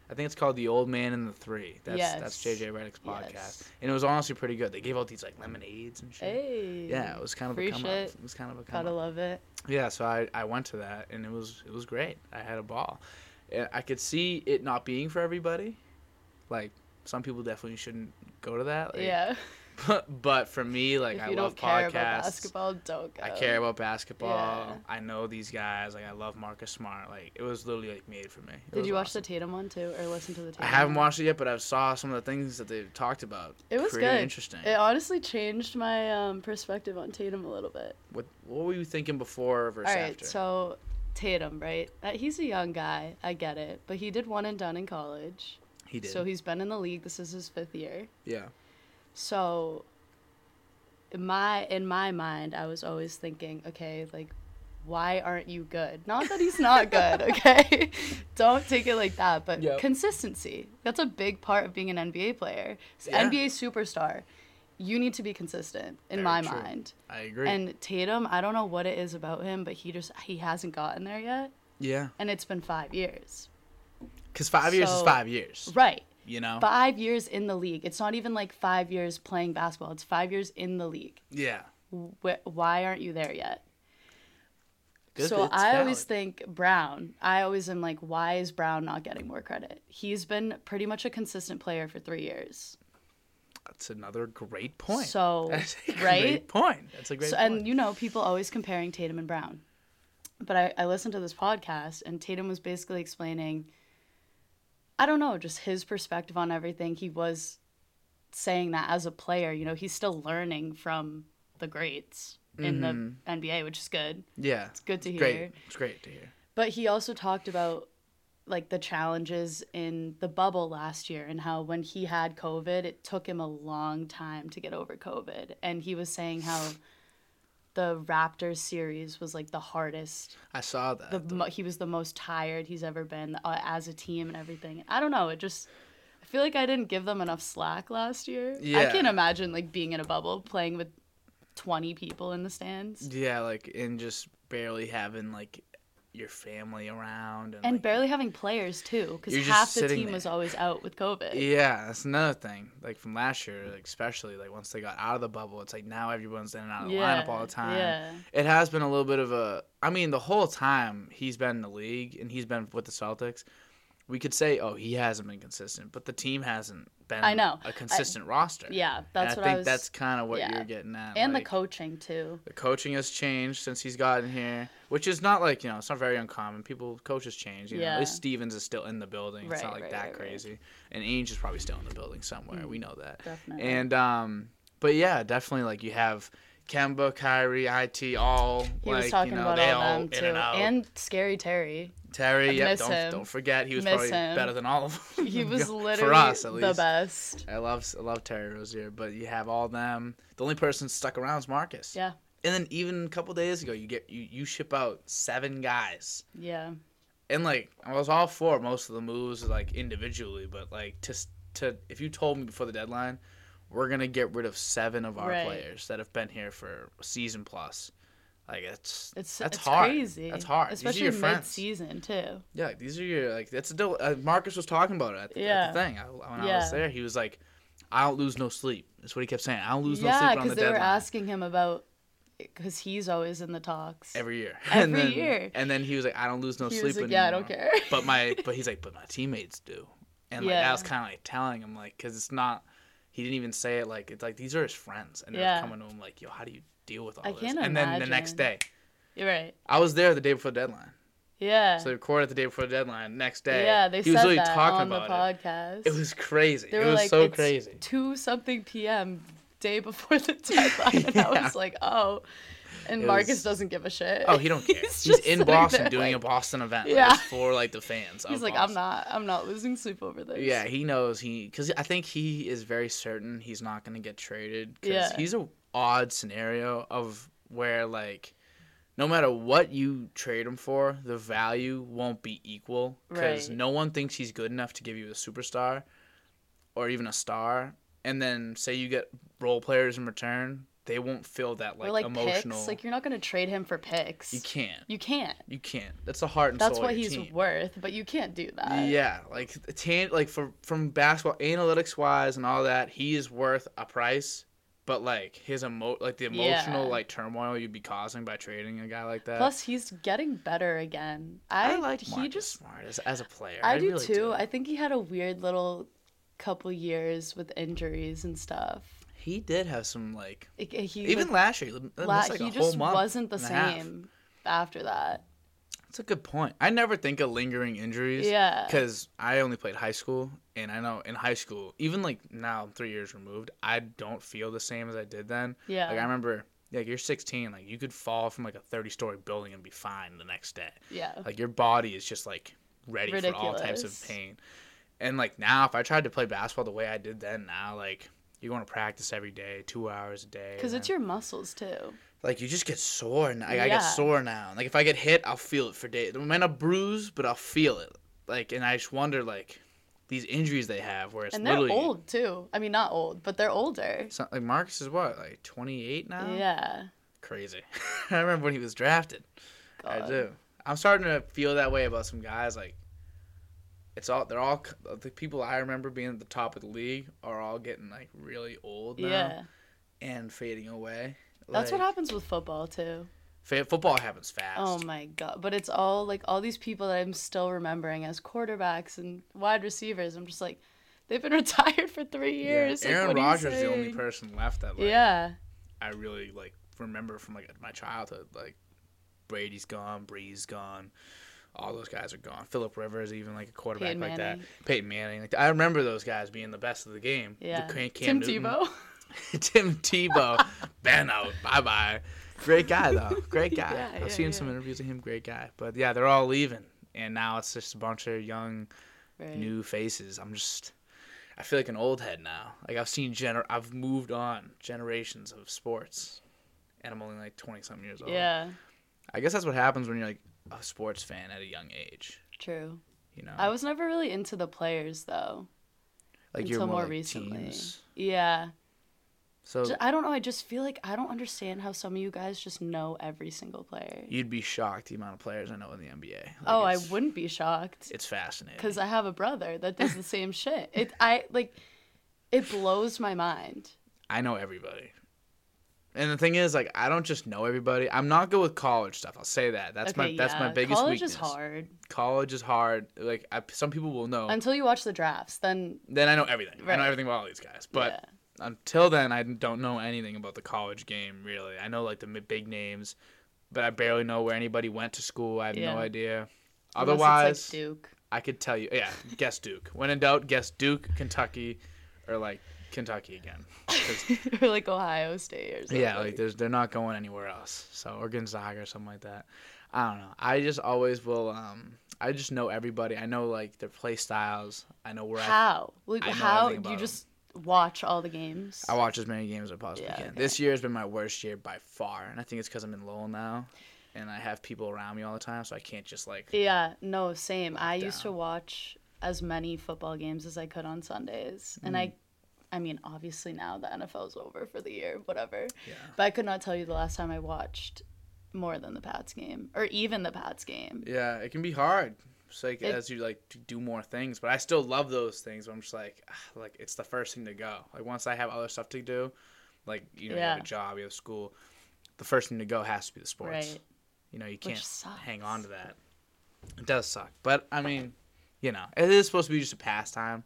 [SPEAKER 1] I think it's called The Old Man and the Three. That's that's
[SPEAKER 2] Yes.
[SPEAKER 1] JJ Reddick's podcast.
[SPEAKER 2] Yes.
[SPEAKER 1] And it was honestly pretty good. They gave out these like lemonades and shit.
[SPEAKER 2] Hey.
[SPEAKER 1] Yeah, it was kind of
[SPEAKER 2] Free
[SPEAKER 1] a come
[SPEAKER 2] shit.
[SPEAKER 1] up. It was kind of a come
[SPEAKER 2] Gotta
[SPEAKER 1] up.
[SPEAKER 2] love it.
[SPEAKER 1] Yeah, so I, I went to that and it was it was great. I had a ball. And I could see it not being for everybody. Like some people definitely shouldn't go to that. Like,
[SPEAKER 2] yeah.
[SPEAKER 1] But, but for me, like
[SPEAKER 2] if
[SPEAKER 1] I
[SPEAKER 2] you
[SPEAKER 1] love
[SPEAKER 2] don't care
[SPEAKER 1] podcasts.
[SPEAKER 2] about basketball, don't go.
[SPEAKER 1] I care about basketball.
[SPEAKER 2] Um, Yeah.
[SPEAKER 1] I know these guys. Like I love Marcus Smart. Like it was literally like made for me. It
[SPEAKER 2] Did
[SPEAKER 1] was
[SPEAKER 2] you watch
[SPEAKER 1] awesome.
[SPEAKER 2] the Tatum one too, or listen to the Tatum?
[SPEAKER 1] I haven't
[SPEAKER 2] one?
[SPEAKER 1] watched it yet, but I saw some of the things that they've talked about.
[SPEAKER 2] It was
[SPEAKER 1] Pretty
[SPEAKER 2] good.
[SPEAKER 1] interesting.
[SPEAKER 2] It honestly changed my um, perspective on Tatum a little bit.
[SPEAKER 1] what What were you thinking before versus
[SPEAKER 2] All right,
[SPEAKER 1] after?
[SPEAKER 2] so Tatum, right? Uh, he's a young guy. I get it, but he did one and done in college.
[SPEAKER 1] he did.
[SPEAKER 2] So he's been in the league. This is his fifth year.
[SPEAKER 1] yeah.
[SPEAKER 2] So in my in my mind, I was always thinking, okay, like why aren't you good? Not that he's not good, okay? Don't take it like that, but
[SPEAKER 1] Yep.
[SPEAKER 2] consistency. That's a big part of being an NBA player. S-
[SPEAKER 1] Yeah.
[SPEAKER 2] NBA superstar. You need to be consistent in
[SPEAKER 1] Very
[SPEAKER 2] my
[SPEAKER 1] true.
[SPEAKER 2] mind.
[SPEAKER 1] I agree.
[SPEAKER 2] And Tatum, I don't know what it is about him, but he just he hasn't gotten there yet,
[SPEAKER 1] yeah.
[SPEAKER 2] and it's been 5 years.
[SPEAKER 1] Because five years is
[SPEAKER 2] so-
[SPEAKER 1] five years.
[SPEAKER 2] Right.
[SPEAKER 1] You know.
[SPEAKER 2] Five years in the league. It's not even like five years playing basketball. It's five years in the league.
[SPEAKER 1] yeah.
[SPEAKER 2] Wh- why aren't you there yet?
[SPEAKER 1] Good,
[SPEAKER 2] so
[SPEAKER 1] it's
[SPEAKER 2] I always
[SPEAKER 1] valid.
[SPEAKER 2] think Brown. I always am like, why is Brown not getting more credit? He's been pretty much a consistent player for three years.
[SPEAKER 1] that's another great point.
[SPEAKER 2] So,
[SPEAKER 1] That's a
[SPEAKER 2] right?
[SPEAKER 1] Great point. That's a great
[SPEAKER 2] So,
[SPEAKER 1] point.
[SPEAKER 2] and you know, people always comparing Tatum and Brown. But I, I listened to this podcast, and Tatum was basically explaining, I don't know, just his perspective on everything. He was saying that as a player, you know, he's still learning from the greats in the NBA, which is good.
[SPEAKER 1] yeah. It's
[SPEAKER 2] good to hear.
[SPEAKER 1] Great. It's great to hear.
[SPEAKER 2] But he also talked about like the challenges in the bubble last year and how when he had COVID, it took him a long time to get over COVID. And he was saying how the Raptors series was like the hardest.
[SPEAKER 1] I saw that.
[SPEAKER 2] The mo- he was the most tired he's ever been uh, as a team and everything. I don't know. It just I feel like I didn't give them enough slack last year. I
[SPEAKER 1] Yeah.
[SPEAKER 2] can't imagine like being in a bubble playing with 20 people in the stands.
[SPEAKER 1] Yeah, like and just barely having like your family around and,
[SPEAKER 2] and
[SPEAKER 1] like,
[SPEAKER 2] barely having players too because
[SPEAKER 1] You're just
[SPEAKER 2] half the
[SPEAKER 1] sitting
[SPEAKER 2] team was
[SPEAKER 1] there.
[SPEAKER 2] always out with covid
[SPEAKER 1] yeah, that's another thing. Like from last year, like, especially like once they got out of the bubble, it's like now everyone's in and out of the lineup all the time.
[SPEAKER 2] yeah
[SPEAKER 1] It has been a little bit of a. I mean, the whole time he's been in the league and he's been with the Celtics, we could say, oh, he hasn't been consistent, but the team hasn't been.
[SPEAKER 2] I know.
[SPEAKER 1] a consistent roster.
[SPEAKER 2] yeah
[SPEAKER 1] And
[SPEAKER 2] that's
[SPEAKER 1] I
[SPEAKER 2] what
[SPEAKER 1] think
[SPEAKER 2] i was
[SPEAKER 1] that's kind of what
[SPEAKER 2] yeah.
[SPEAKER 1] you're getting at.
[SPEAKER 2] and
[SPEAKER 1] like,
[SPEAKER 2] the coaching too
[SPEAKER 1] The coaching has changed since he's gotten here, which is not like you know it's not very uncommon. People coaches change. You know,
[SPEAKER 2] Yeah.
[SPEAKER 1] at least Stevens is still in the building. it's
[SPEAKER 2] Right,
[SPEAKER 1] not like
[SPEAKER 2] right,
[SPEAKER 1] that
[SPEAKER 2] right, Mm-hmm. right.
[SPEAKER 1] crazy, and Ainge is probably still in the building somewhere. We know that.
[SPEAKER 2] definitely.
[SPEAKER 1] And um, but yeah, definitely like you have Kemba, Kyrie, it all
[SPEAKER 2] he
[SPEAKER 1] like
[SPEAKER 2] was talking
[SPEAKER 1] you know
[SPEAKER 2] about
[SPEAKER 1] they
[SPEAKER 2] all
[SPEAKER 1] all
[SPEAKER 2] them
[SPEAKER 1] in
[SPEAKER 2] too
[SPEAKER 1] and out.
[SPEAKER 2] and scary terry
[SPEAKER 1] Terry, yeah,
[SPEAKER 2] miss
[SPEAKER 1] don't
[SPEAKER 2] him.
[SPEAKER 1] don't forget he was
[SPEAKER 2] Miss
[SPEAKER 1] probably
[SPEAKER 2] him.
[SPEAKER 1] better than all of them.
[SPEAKER 2] he was literally
[SPEAKER 1] for us at
[SPEAKER 2] the
[SPEAKER 1] least.
[SPEAKER 2] best
[SPEAKER 1] I love I love Terry Rozier, but you have all them. The only person stuck around is Marcus.
[SPEAKER 2] yeah
[SPEAKER 1] And then even a couple days ago, you get you, you ship out seven guys,
[SPEAKER 2] yeah
[SPEAKER 1] and like I was all for most of the moves like individually, but like to s- to if you told me before the deadline, we're gonna get rid of seven of our
[SPEAKER 2] Right.
[SPEAKER 1] players that have been here for a season plus, like it's
[SPEAKER 2] it's
[SPEAKER 1] that's
[SPEAKER 2] it's
[SPEAKER 1] hard.
[SPEAKER 2] crazy
[SPEAKER 1] That's hard. These
[SPEAKER 2] especially
[SPEAKER 1] are your friends.
[SPEAKER 2] mid-season too
[SPEAKER 1] Yeah, like, these are your like that's a deal. Uh, Marcus was talking about it at the, at the
[SPEAKER 2] Yeah.
[SPEAKER 1] thing I, when I
[SPEAKER 2] Yeah.
[SPEAKER 1] was there. He was like, "I don't lose no sleep." That's what he kept saying. I don't lose no
[SPEAKER 2] yeah
[SPEAKER 1] sleep on
[SPEAKER 2] because
[SPEAKER 1] the
[SPEAKER 2] they were
[SPEAKER 1] deadline
[SPEAKER 2] asking him about because he's always in the talks
[SPEAKER 1] every year. and
[SPEAKER 2] Every
[SPEAKER 1] then,
[SPEAKER 2] year.
[SPEAKER 1] And then he was like, "I don't lose no
[SPEAKER 2] He
[SPEAKER 1] sleep
[SPEAKER 2] was like, "Yeah, I don't
[SPEAKER 1] anymore."
[SPEAKER 2] care.
[SPEAKER 1] but my but he's like, but my teammates do, and like
[SPEAKER 2] Yeah.
[SPEAKER 1] I was kind of like telling him like because it's not. he didn't even say it like it's like these are his friends and
[SPEAKER 2] Yeah.
[SPEAKER 1] they're coming to him like yo how do you deal with all
[SPEAKER 2] I
[SPEAKER 1] this
[SPEAKER 2] can't
[SPEAKER 1] and then the next day
[SPEAKER 2] imagine. You're right.
[SPEAKER 1] i was there the day before the deadline
[SPEAKER 2] Yeah.
[SPEAKER 1] so they recorded the day before the deadline next day
[SPEAKER 2] yeah, they
[SPEAKER 1] he was
[SPEAKER 2] said
[SPEAKER 1] literally
[SPEAKER 2] that
[SPEAKER 1] talking
[SPEAKER 2] on
[SPEAKER 1] about
[SPEAKER 2] the podcast.
[SPEAKER 1] it it was crazy
[SPEAKER 2] they
[SPEAKER 1] it
[SPEAKER 2] were
[SPEAKER 1] was
[SPEAKER 2] like,
[SPEAKER 1] so
[SPEAKER 2] it's
[SPEAKER 1] crazy
[SPEAKER 2] two something p.m. day before the deadline, and I
[SPEAKER 1] Yeah.
[SPEAKER 2] was like, oh. And
[SPEAKER 1] It
[SPEAKER 2] Marcus
[SPEAKER 1] was-
[SPEAKER 2] doesn't give a shit.
[SPEAKER 1] oh he don't care
[SPEAKER 2] He's,
[SPEAKER 1] he's,
[SPEAKER 2] just
[SPEAKER 1] in
[SPEAKER 2] sitting
[SPEAKER 1] boston
[SPEAKER 2] there,
[SPEAKER 1] doing
[SPEAKER 2] like,
[SPEAKER 1] a boston event
[SPEAKER 2] Yeah.
[SPEAKER 1] yeah. for like the fans
[SPEAKER 2] He's
[SPEAKER 1] of
[SPEAKER 2] like,
[SPEAKER 1] Boston.
[SPEAKER 2] I'm not, I'm not losing sleep over this.
[SPEAKER 1] Yeah, he knows he because I think he is very certain he's not going to get traded because
[SPEAKER 2] Yeah.
[SPEAKER 1] he's a odd scenario of where like no matter what you trade him for, the value won't be equal because
[SPEAKER 2] Right.
[SPEAKER 1] no one thinks he's good enough to give you a superstar or even a star, and then say you get role players in return, they won't feel that like,
[SPEAKER 2] or like
[SPEAKER 1] emotional.
[SPEAKER 2] picks. Like you're not gonna trade him for picks.
[SPEAKER 1] you can't.
[SPEAKER 2] You can't.
[SPEAKER 1] You can't. That's the heart and
[SPEAKER 2] That's
[SPEAKER 1] soul of
[SPEAKER 2] what
[SPEAKER 1] your
[SPEAKER 2] he's
[SPEAKER 1] team.
[SPEAKER 2] worth, but you can't do that.
[SPEAKER 1] yeah, like the tan- like for from basketball analytics wise and all that, he is worth a price. But like his emo, like the emotional
[SPEAKER 2] Yeah.
[SPEAKER 1] like turmoil you'd be causing by trading a guy like that.
[SPEAKER 2] Plus, he's getting better again. I,
[SPEAKER 1] I, like
[SPEAKER 2] he
[SPEAKER 1] Marcus
[SPEAKER 2] just.
[SPEAKER 1] Smart as, as a player.
[SPEAKER 2] I, do
[SPEAKER 1] really
[SPEAKER 2] too. I think he had a weird little couple years with injuries and stuff.
[SPEAKER 1] he did have some like
[SPEAKER 2] It- it- he
[SPEAKER 1] even
[SPEAKER 2] like,
[SPEAKER 1] last year. He, missed,
[SPEAKER 2] la-
[SPEAKER 1] like,
[SPEAKER 2] he
[SPEAKER 1] a
[SPEAKER 2] just
[SPEAKER 1] whole month
[SPEAKER 2] wasn't the
[SPEAKER 1] and a half.
[SPEAKER 2] same after that.
[SPEAKER 1] That's a good point. I never think of lingering injuries.
[SPEAKER 2] Yeah.
[SPEAKER 1] Because I only played high school, and I know in high school, even like now I'm three years removed, I don't feel the same as I did then.
[SPEAKER 2] Yeah.
[SPEAKER 1] Like I remember, like you're 16, like you could fall from like a 30 story building and be fine the next day.
[SPEAKER 2] Yeah.
[SPEAKER 1] Like your body is just like ready for all types of
[SPEAKER 2] Ridiculous.
[SPEAKER 1] pain. And like now, if I tried to play basketball the way I did then, now like you're going to practice every day, two hours a day.
[SPEAKER 2] Because
[SPEAKER 1] and
[SPEAKER 2] it's your muscles too.
[SPEAKER 1] like you just get sore and like, I
[SPEAKER 2] Yeah.
[SPEAKER 1] get sore now. Like if I get hit, I'll feel it for days. I might not bruise, but I'll feel it. Like and I just wonder like these injuries they have where it's
[SPEAKER 2] And they're
[SPEAKER 1] literally
[SPEAKER 2] old too. I mean, not old, but they're older.
[SPEAKER 1] It's not- like Marcus is what like 28 now.
[SPEAKER 2] Yeah.
[SPEAKER 1] crazy. I remember when he was drafted.
[SPEAKER 2] God.
[SPEAKER 1] I do. I'm starting to feel that way about some guys. Like it's all they're all c- the people I remember being at the top of the league are all getting like really old now
[SPEAKER 2] Yeah.
[SPEAKER 1] and fading away.
[SPEAKER 2] That's what
[SPEAKER 1] Like,
[SPEAKER 2] happens with football too.
[SPEAKER 1] fa- football happens fast.
[SPEAKER 2] Oh my god! But it's all like all these people that I'm still remembering as quarterbacks and wide receivers. I'm just like, they've been retired for three
[SPEAKER 1] Yeah,
[SPEAKER 2] years. like,
[SPEAKER 1] Aaron
[SPEAKER 2] what are you
[SPEAKER 1] Rodgers is the only
[SPEAKER 2] saying?
[SPEAKER 1] person left that like
[SPEAKER 2] Yeah,
[SPEAKER 1] I really like remember from like my childhood. Like Brady's gone, Bree's gone, all those guys are gone. Philip Rivers, even like a quarterback
[SPEAKER 2] Peyton
[SPEAKER 1] like that.
[SPEAKER 2] Manning.
[SPEAKER 1] Peyton Manning. Like I remember those guys being the best of the game. The
[SPEAKER 2] yeah.
[SPEAKER 1] Cam- Cam
[SPEAKER 2] Tim
[SPEAKER 1] Newton,
[SPEAKER 2] Tebow.
[SPEAKER 1] Tim Tebow. Ben out. Bye bye. Great guy though. Great guy.
[SPEAKER 2] Yeah,
[SPEAKER 1] I've
[SPEAKER 2] yeah,
[SPEAKER 1] seen some
[SPEAKER 2] yeah.
[SPEAKER 1] interviews of him. Great guy. But yeah, they're all leaving, and now it's just a bunch of young
[SPEAKER 2] Right.
[SPEAKER 1] new faces. I'm just I feel like an old head now. Like I've seen gener I've moved on generations of sports. And I'm only like 20 something years old.
[SPEAKER 2] Yeah,
[SPEAKER 1] I guess that's what happens when you're like a sports fan at a young age,
[SPEAKER 2] true.
[SPEAKER 1] you know.
[SPEAKER 2] I was never really into the players though.
[SPEAKER 1] like
[SPEAKER 2] until more recently. Yeah.
[SPEAKER 1] So
[SPEAKER 2] Ju- I don't know. I just feel like I don't understand how some of you guys just know every single player.
[SPEAKER 1] you'd be shocked the amount of players I know in the NBA. Like,
[SPEAKER 2] oh, I
[SPEAKER 1] it's-
[SPEAKER 2] wouldn't be shocked
[SPEAKER 1] It's fascinating.
[SPEAKER 2] because I have a brother that does the same shit. It I like, it blows my mind.
[SPEAKER 1] I know everybody. And the thing is, like, I don't just know everybody. I'm not good with college stuff. I'll say that. That's my that's my
[SPEAKER 2] yeah,
[SPEAKER 1] biggest
[SPEAKER 2] College
[SPEAKER 1] weakness. Oh.
[SPEAKER 2] is hard
[SPEAKER 1] College is hard. Like, I, some people will know.
[SPEAKER 2] until you watch the drafts. Then
[SPEAKER 1] then I know everything. I
[SPEAKER 2] Right.
[SPEAKER 1] know everything about all these guys. But
[SPEAKER 2] yeah.
[SPEAKER 1] until then, I don't know anything about the college game really. I know like the mi- big names, but I barely know where anybody went to school. I have
[SPEAKER 2] Yeah.
[SPEAKER 1] no idea.
[SPEAKER 2] Unless it's,
[SPEAKER 1] Otherwise,
[SPEAKER 2] like Duke.
[SPEAKER 1] I could tell you. Yeah, guess Duke. When in doubt, guess Duke, Kentucky, or like Kentucky again. 'Cause-
[SPEAKER 2] or like Ohio State or something.
[SPEAKER 1] yeah, like there's they're not going anywhere else. So or Gonzaga or something like that. I don't know. I just always will. um I just know everybody. I know like their play styles. I know where I
[SPEAKER 2] how? Like,
[SPEAKER 1] I know
[SPEAKER 2] how
[SPEAKER 1] everything
[SPEAKER 2] do you
[SPEAKER 1] about 'em.
[SPEAKER 2] just watch all the games?
[SPEAKER 1] I watch as many games as I possibly
[SPEAKER 2] Yeah,
[SPEAKER 1] can.
[SPEAKER 2] okay.
[SPEAKER 1] This year has been my worst year by far, and I think it's because I'm in Lowell now, and I have people around me all the time, so I can't just like.
[SPEAKER 2] Yeah, no, same. I used to
[SPEAKER 1] down.
[SPEAKER 2] watch as many football games as I could on Sundays, and
[SPEAKER 1] Mm.
[SPEAKER 2] I, I mean, obviously now the NFL's over for the year, whatever.
[SPEAKER 1] Yeah.
[SPEAKER 2] But I could not tell you the last time I watched more than the Pats game, or even the Pats game.
[SPEAKER 1] Yeah, it can be hard. It's like
[SPEAKER 2] It-
[SPEAKER 1] as you like to do more things, but I still love those things. But I'm just like, ah, like it's the first thing to go. Like once I have other stuff to do, like you know, you have
[SPEAKER 2] Yeah.
[SPEAKER 1] a job, you have school, the first thing to go has to be the sports.
[SPEAKER 2] Right.
[SPEAKER 1] You know, you can't
[SPEAKER 2] sucks.
[SPEAKER 1] hang on to that. It does suck, but I mean, you know, it is supposed to be just a pastime.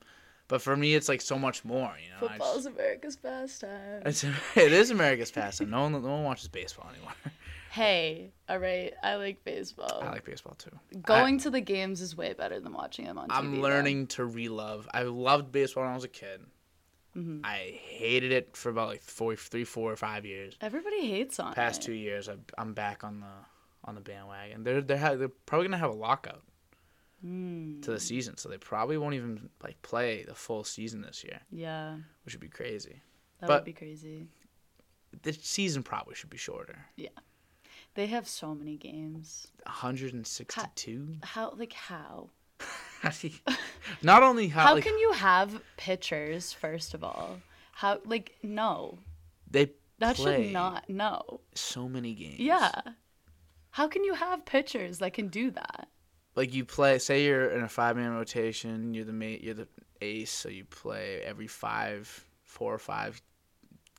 [SPEAKER 1] But for me, it's like so much more. You know, I
[SPEAKER 2] Football's America's pastime.
[SPEAKER 1] just- it's, it is America's pastime. No one, no one watches baseball anymore.
[SPEAKER 2] Hey, all right, I like baseball.
[SPEAKER 1] I like baseball too.
[SPEAKER 2] Going to the games is way better than watching them on TV.
[SPEAKER 1] I'm
[SPEAKER 2] though.
[SPEAKER 1] learning to relove. I loved baseball when I was a kid.
[SPEAKER 2] Mhm.
[SPEAKER 1] I hated it for about like four, three, four or five years.
[SPEAKER 2] Everybody hates on
[SPEAKER 1] Past
[SPEAKER 2] it.
[SPEAKER 1] two years, I, I'm back on the on the bandwagon. They're they're, ha- they're probably gonna have a lockout
[SPEAKER 2] Mm,
[SPEAKER 1] to the season, so they probably won't even like play the full season this year,
[SPEAKER 2] yeah,
[SPEAKER 1] which would be crazy.
[SPEAKER 2] that
[SPEAKER 1] But-
[SPEAKER 2] would be crazy.
[SPEAKER 1] The season probably should be shorter.
[SPEAKER 2] They have so many games.
[SPEAKER 1] 162.
[SPEAKER 2] How like how?
[SPEAKER 1] Not only how,
[SPEAKER 2] How
[SPEAKER 1] like,
[SPEAKER 2] can you have pitchers first of all? How like no.
[SPEAKER 1] they
[SPEAKER 2] That
[SPEAKER 1] play
[SPEAKER 2] should not no.
[SPEAKER 1] so many games.
[SPEAKER 2] Yeah. How can you have pitchers that can do that?
[SPEAKER 1] like you play say you're in a five man rotation you're the mate you're the ace so you play every five four or five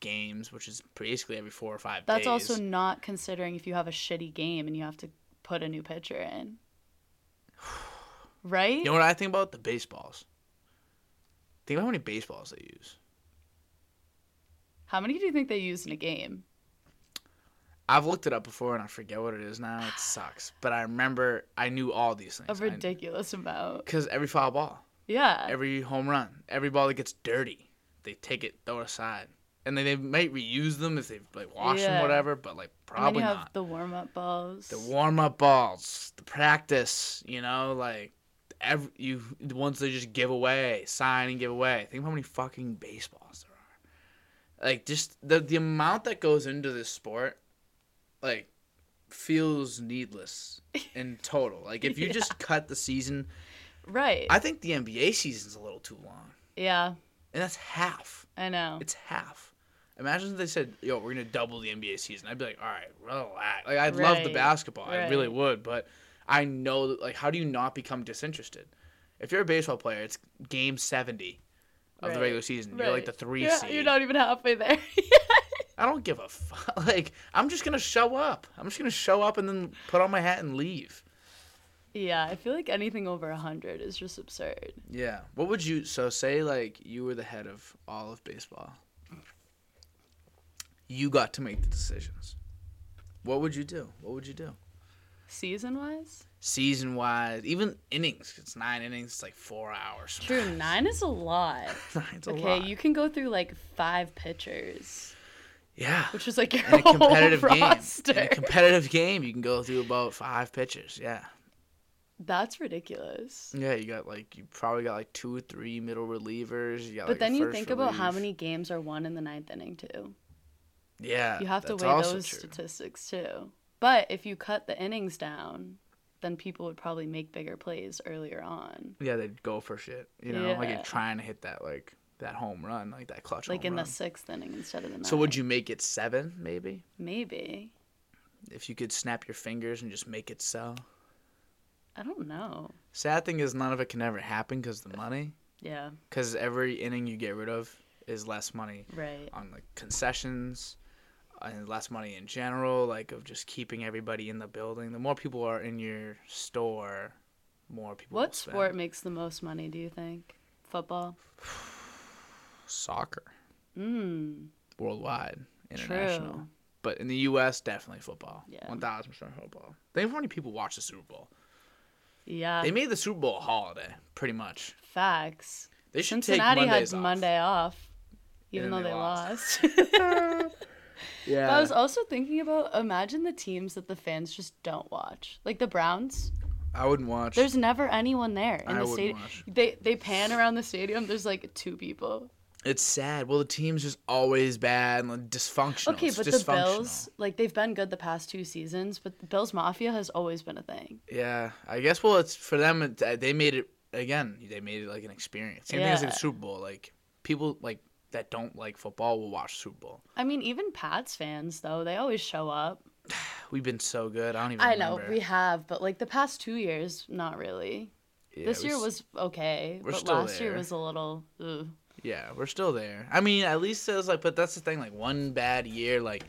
[SPEAKER 1] games which is basically every four or five
[SPEAKER 2] That's
[SPEAKER 1] days.
[SPEAKER 2] also not considering if you have a shitty game and you have to put a new pitcher in. Right?
[SPEAKER 1] you know what i think about the baseballs think about how many baseballs they use
[SPEAKER 2] How many do you think they use in a game?
[SPEAKER 1] i've looked it up before and i forget what it is now it sucks but i remember i knew all these
[SPEAKER 2] A
[SPEAKER 1] things
[SPEAKER 2] ridiculous amount.
[SPEAKER 1] because every foul ball
[SPEAKER 2] Yeah.
[SPEAKER 1] every home run every ball that gets dirty they take it throw it aside and then they might reuse them if they've like washed them
[SPEAKER 2] Yeah.
[SPEAKER 1] whatever but like
[SPEAKER 2] and
[SPEAKER 1] probably
[SPEAKER 2] then you have
[SPEAKER 1] not
[SPEAKER 2] the warm up balls.
[SPEAKER 1] the warm up balls, the practice, you know, like every you the ones they just give away, sign and give away. Think of how many fucking baseballs there are. Like just the the amount that goes into this sport, like feels needless in total. Like if you just cut the season,
[SPEAKER 2] right.
[SPEAKER 1] I think the NBA season's a little too long,
[SPEAKER 2] yeah,
[SPEAKER 1] and that's half.
[SPEAKER 2] I know.
[SPEAKER 1] It's half. Imagine if they said, "Yo, we're gonna double the NBA season." I'd be like, "All right, relax." Like I love the
[SPEAKER 2] Right,
[SPEAKER 1] basketball, I really
[SPEAKER 2] right.
[SPEAKER 1] would, but I know that. Like, how do you not become disinterested? If you're a baseball player, it's game seventy of the
[SPEAKER 2] Right,
[SPEAKER 1] regular season. You're like the three
[SPEAKER 2] yeah,
[SPEAKER 1] seed.
[SPEAKER 2] You're not even halfway there.
[SPEAKER 1] I don't give a fuck. Like I'm just gonna show up. I'm just gonna show up and then put on my hat and leave.
[SPEAKER 2] yeah, I feel like anything over a hundred is just absurd.
[SPEAKER 1] Yeah. What would you? So say like you were the head of all of baseball. You got to make the decisions. What would you do? What would you do?
[SPEAKER 2] Season wise,
[SPEAKER 1] Season wise, even innings. It's nine innings. It's like four hours.
[SPEAKER 2] true. Nine is a lot.
[SPEAKER 1] Nine's a
[SPEAKER 2] okay,
[SPEAKER 1] lot.
[SPEAKER 2] you can go through like five pitchers,
[SPEAKER 1] yeah.
[SPEAKER 2] which is like your
[SPEAKER 1] In a
[SPEAKER 2] whole
[SPEAKER 1] competitive game,
[SPEAKER 2] roster.
[SPEAKER 1] in a competitive game, you can go through about five pitchers. Yeah,
[SPEAKER 2] That's ridiculous.
[SPEAKER 1] yeah. You got like you probably got like two or three middle relievers. You got,
[SPEAKER 2] But
[SPEAKER 1] like, a
[SPEAKER 2] then you
[SPEAKER 1] Oh, first
[SPEAKER 2] think about how
[SPEAKER 1] relief.
[SPEAKER 2] many games are won in the ninth inning too.
[SPEAKER 1] Yeah,
[SPEAKER 2] You have to
[SPEAKER 1] that's
[SPEAKER 2] weigh
[SPEAKER 1] also
[SPEAKER 2] those
[SPEAKER 1] true.
[SPEAKER 2] statistics too. But if you cut the innings down, then people would probably make bigger plays earlier on.
[SPEAKER 1] Yeah, they'd go for shit. You know, like
[SPEAKER 2] Yeah.
[SPEAKER 1] you're trying to hit that like that home run, like that clutch.
[SPEAKER 2] Like
[SPEAKER 1] home
[SPEAKER 2] in
[SPEAKER 1] run.
[SPEAKER 2] the sixth inning instead of the ninth.
[SPEAKER 1] Oh, So would you make it seven, maybe?
[SPEAKER 2] Maybe.
[SPEAKER 1] If you could snap your fingers and just make it so.
[SPEAKER 2] I don't know.
[SPEAKER 1] Sad thing is, none of it can ever happen because the money.
[SPEAKER 2] Yeah,
[SPEAKER 1] Because every inning you get rid of is less money
[SPEAKER 2] right.
[SPEAKER 1] on like concessions, uh, and less money in general. Like of just keeping everybody in the building. The more people are in your store, more people. will
[SPEAKER 2] What
[SPEAKER 1] spend.
[SPEAKER 2] sport makes the most money, do you think? Football?
[SPEAKER 1] Soccer,
[SPEAKER 2] Mm,
[SPEAKER 1] worldwide, international.
[SPEAKER 2] true.
[SPEAKER 1] But in the U.S., definitely football.
[SPEAKER 2] Yeah.
[SPEAKER 1] One thousand percent football. Think of how many people watch the Super Bowl.
[SPEAKER 2] Yeah,
[SPEAKER 1] They made the Super Bowl a holiday, pretty much.
[SPEAKER 2] facts.
[SPEAKER 1] They should
[SPEAKER 2] Cincinnati
[SPEAKER 1] take
[SPEAKER 2] had
[SPEAKER 1] Mondays off.
[SPEAKER 2] Monday off,
[SPEAKER 1] And
[SPEAKER 2] even though
[SPEAKER 1] then
[SPEAKER 2] they,
[SPEAKER 1] they
[SPEAKER 2] lost.
[SPEAKER 1] Yeah.
[SPEAKER 2] But I was also thinking about imagine the teams that the fans just don't watch. Like the Browns.
[SPEAKER 1] I wouldn't watch.
[SPEAKER 2] There's never anyone there in
[SPEAKER 1] I
[SPEAKER 2] the
[SPEAKER 1] wouldn't
[SPEAKER 2] stadium.
[SPEAKER 1] watch.
[SPEAKER 2] They they pan around the stadium. There's like two people.
[SPEAKER 1] It's sad. Well, the team's just always bad and like, dysfunctional.
[SPEAKER 2] okay,
[SPEAKER 1] It's
[SPEAKER 2] but the
[SPEAKER 1] dysfunctional.
[SPEAKER 2] Bills, like they've been good the past two seasons, but the Bills Mafia has always been a thing.
[SPEAKER 1] Yeah, I guess. Well, it's for them. It, uh, they made it again. They made it like an experience. Same thing as like,
[SPEAKER 2] Yeah.
[SPEAKER 1] the Super Bowl. Like people like that don't like football will watch Super Bowl.
[SPEAKER 2] I mean, even Pats fans though, they always show up.
[SPEAKER 1] We've been so good. I don't even.
[SPEAKER 2] I know
[SPEAKER 1] remember.
[SPEAKER 2] we have, but like the past two years, not really.
[SPEAKER 1] Yeah,
[SPEAKER 2] this
[SPEAKER 1] we
[SPEAKER 2] year
[SPEAKER 1] s-
[SPEAKER 2] was okay,
[SPEAKER 1] we're
[SPEAKER 2] but
[SPEAKER 1] still
[SPEAKER 2] last year
[SPEAKER 1] there.
[SPEAKER 2] was a little. Ugh.
[SPEAKER 1] Yeah, we're still there. I mean, at least it was like, but that's the thing. Like one bad year, like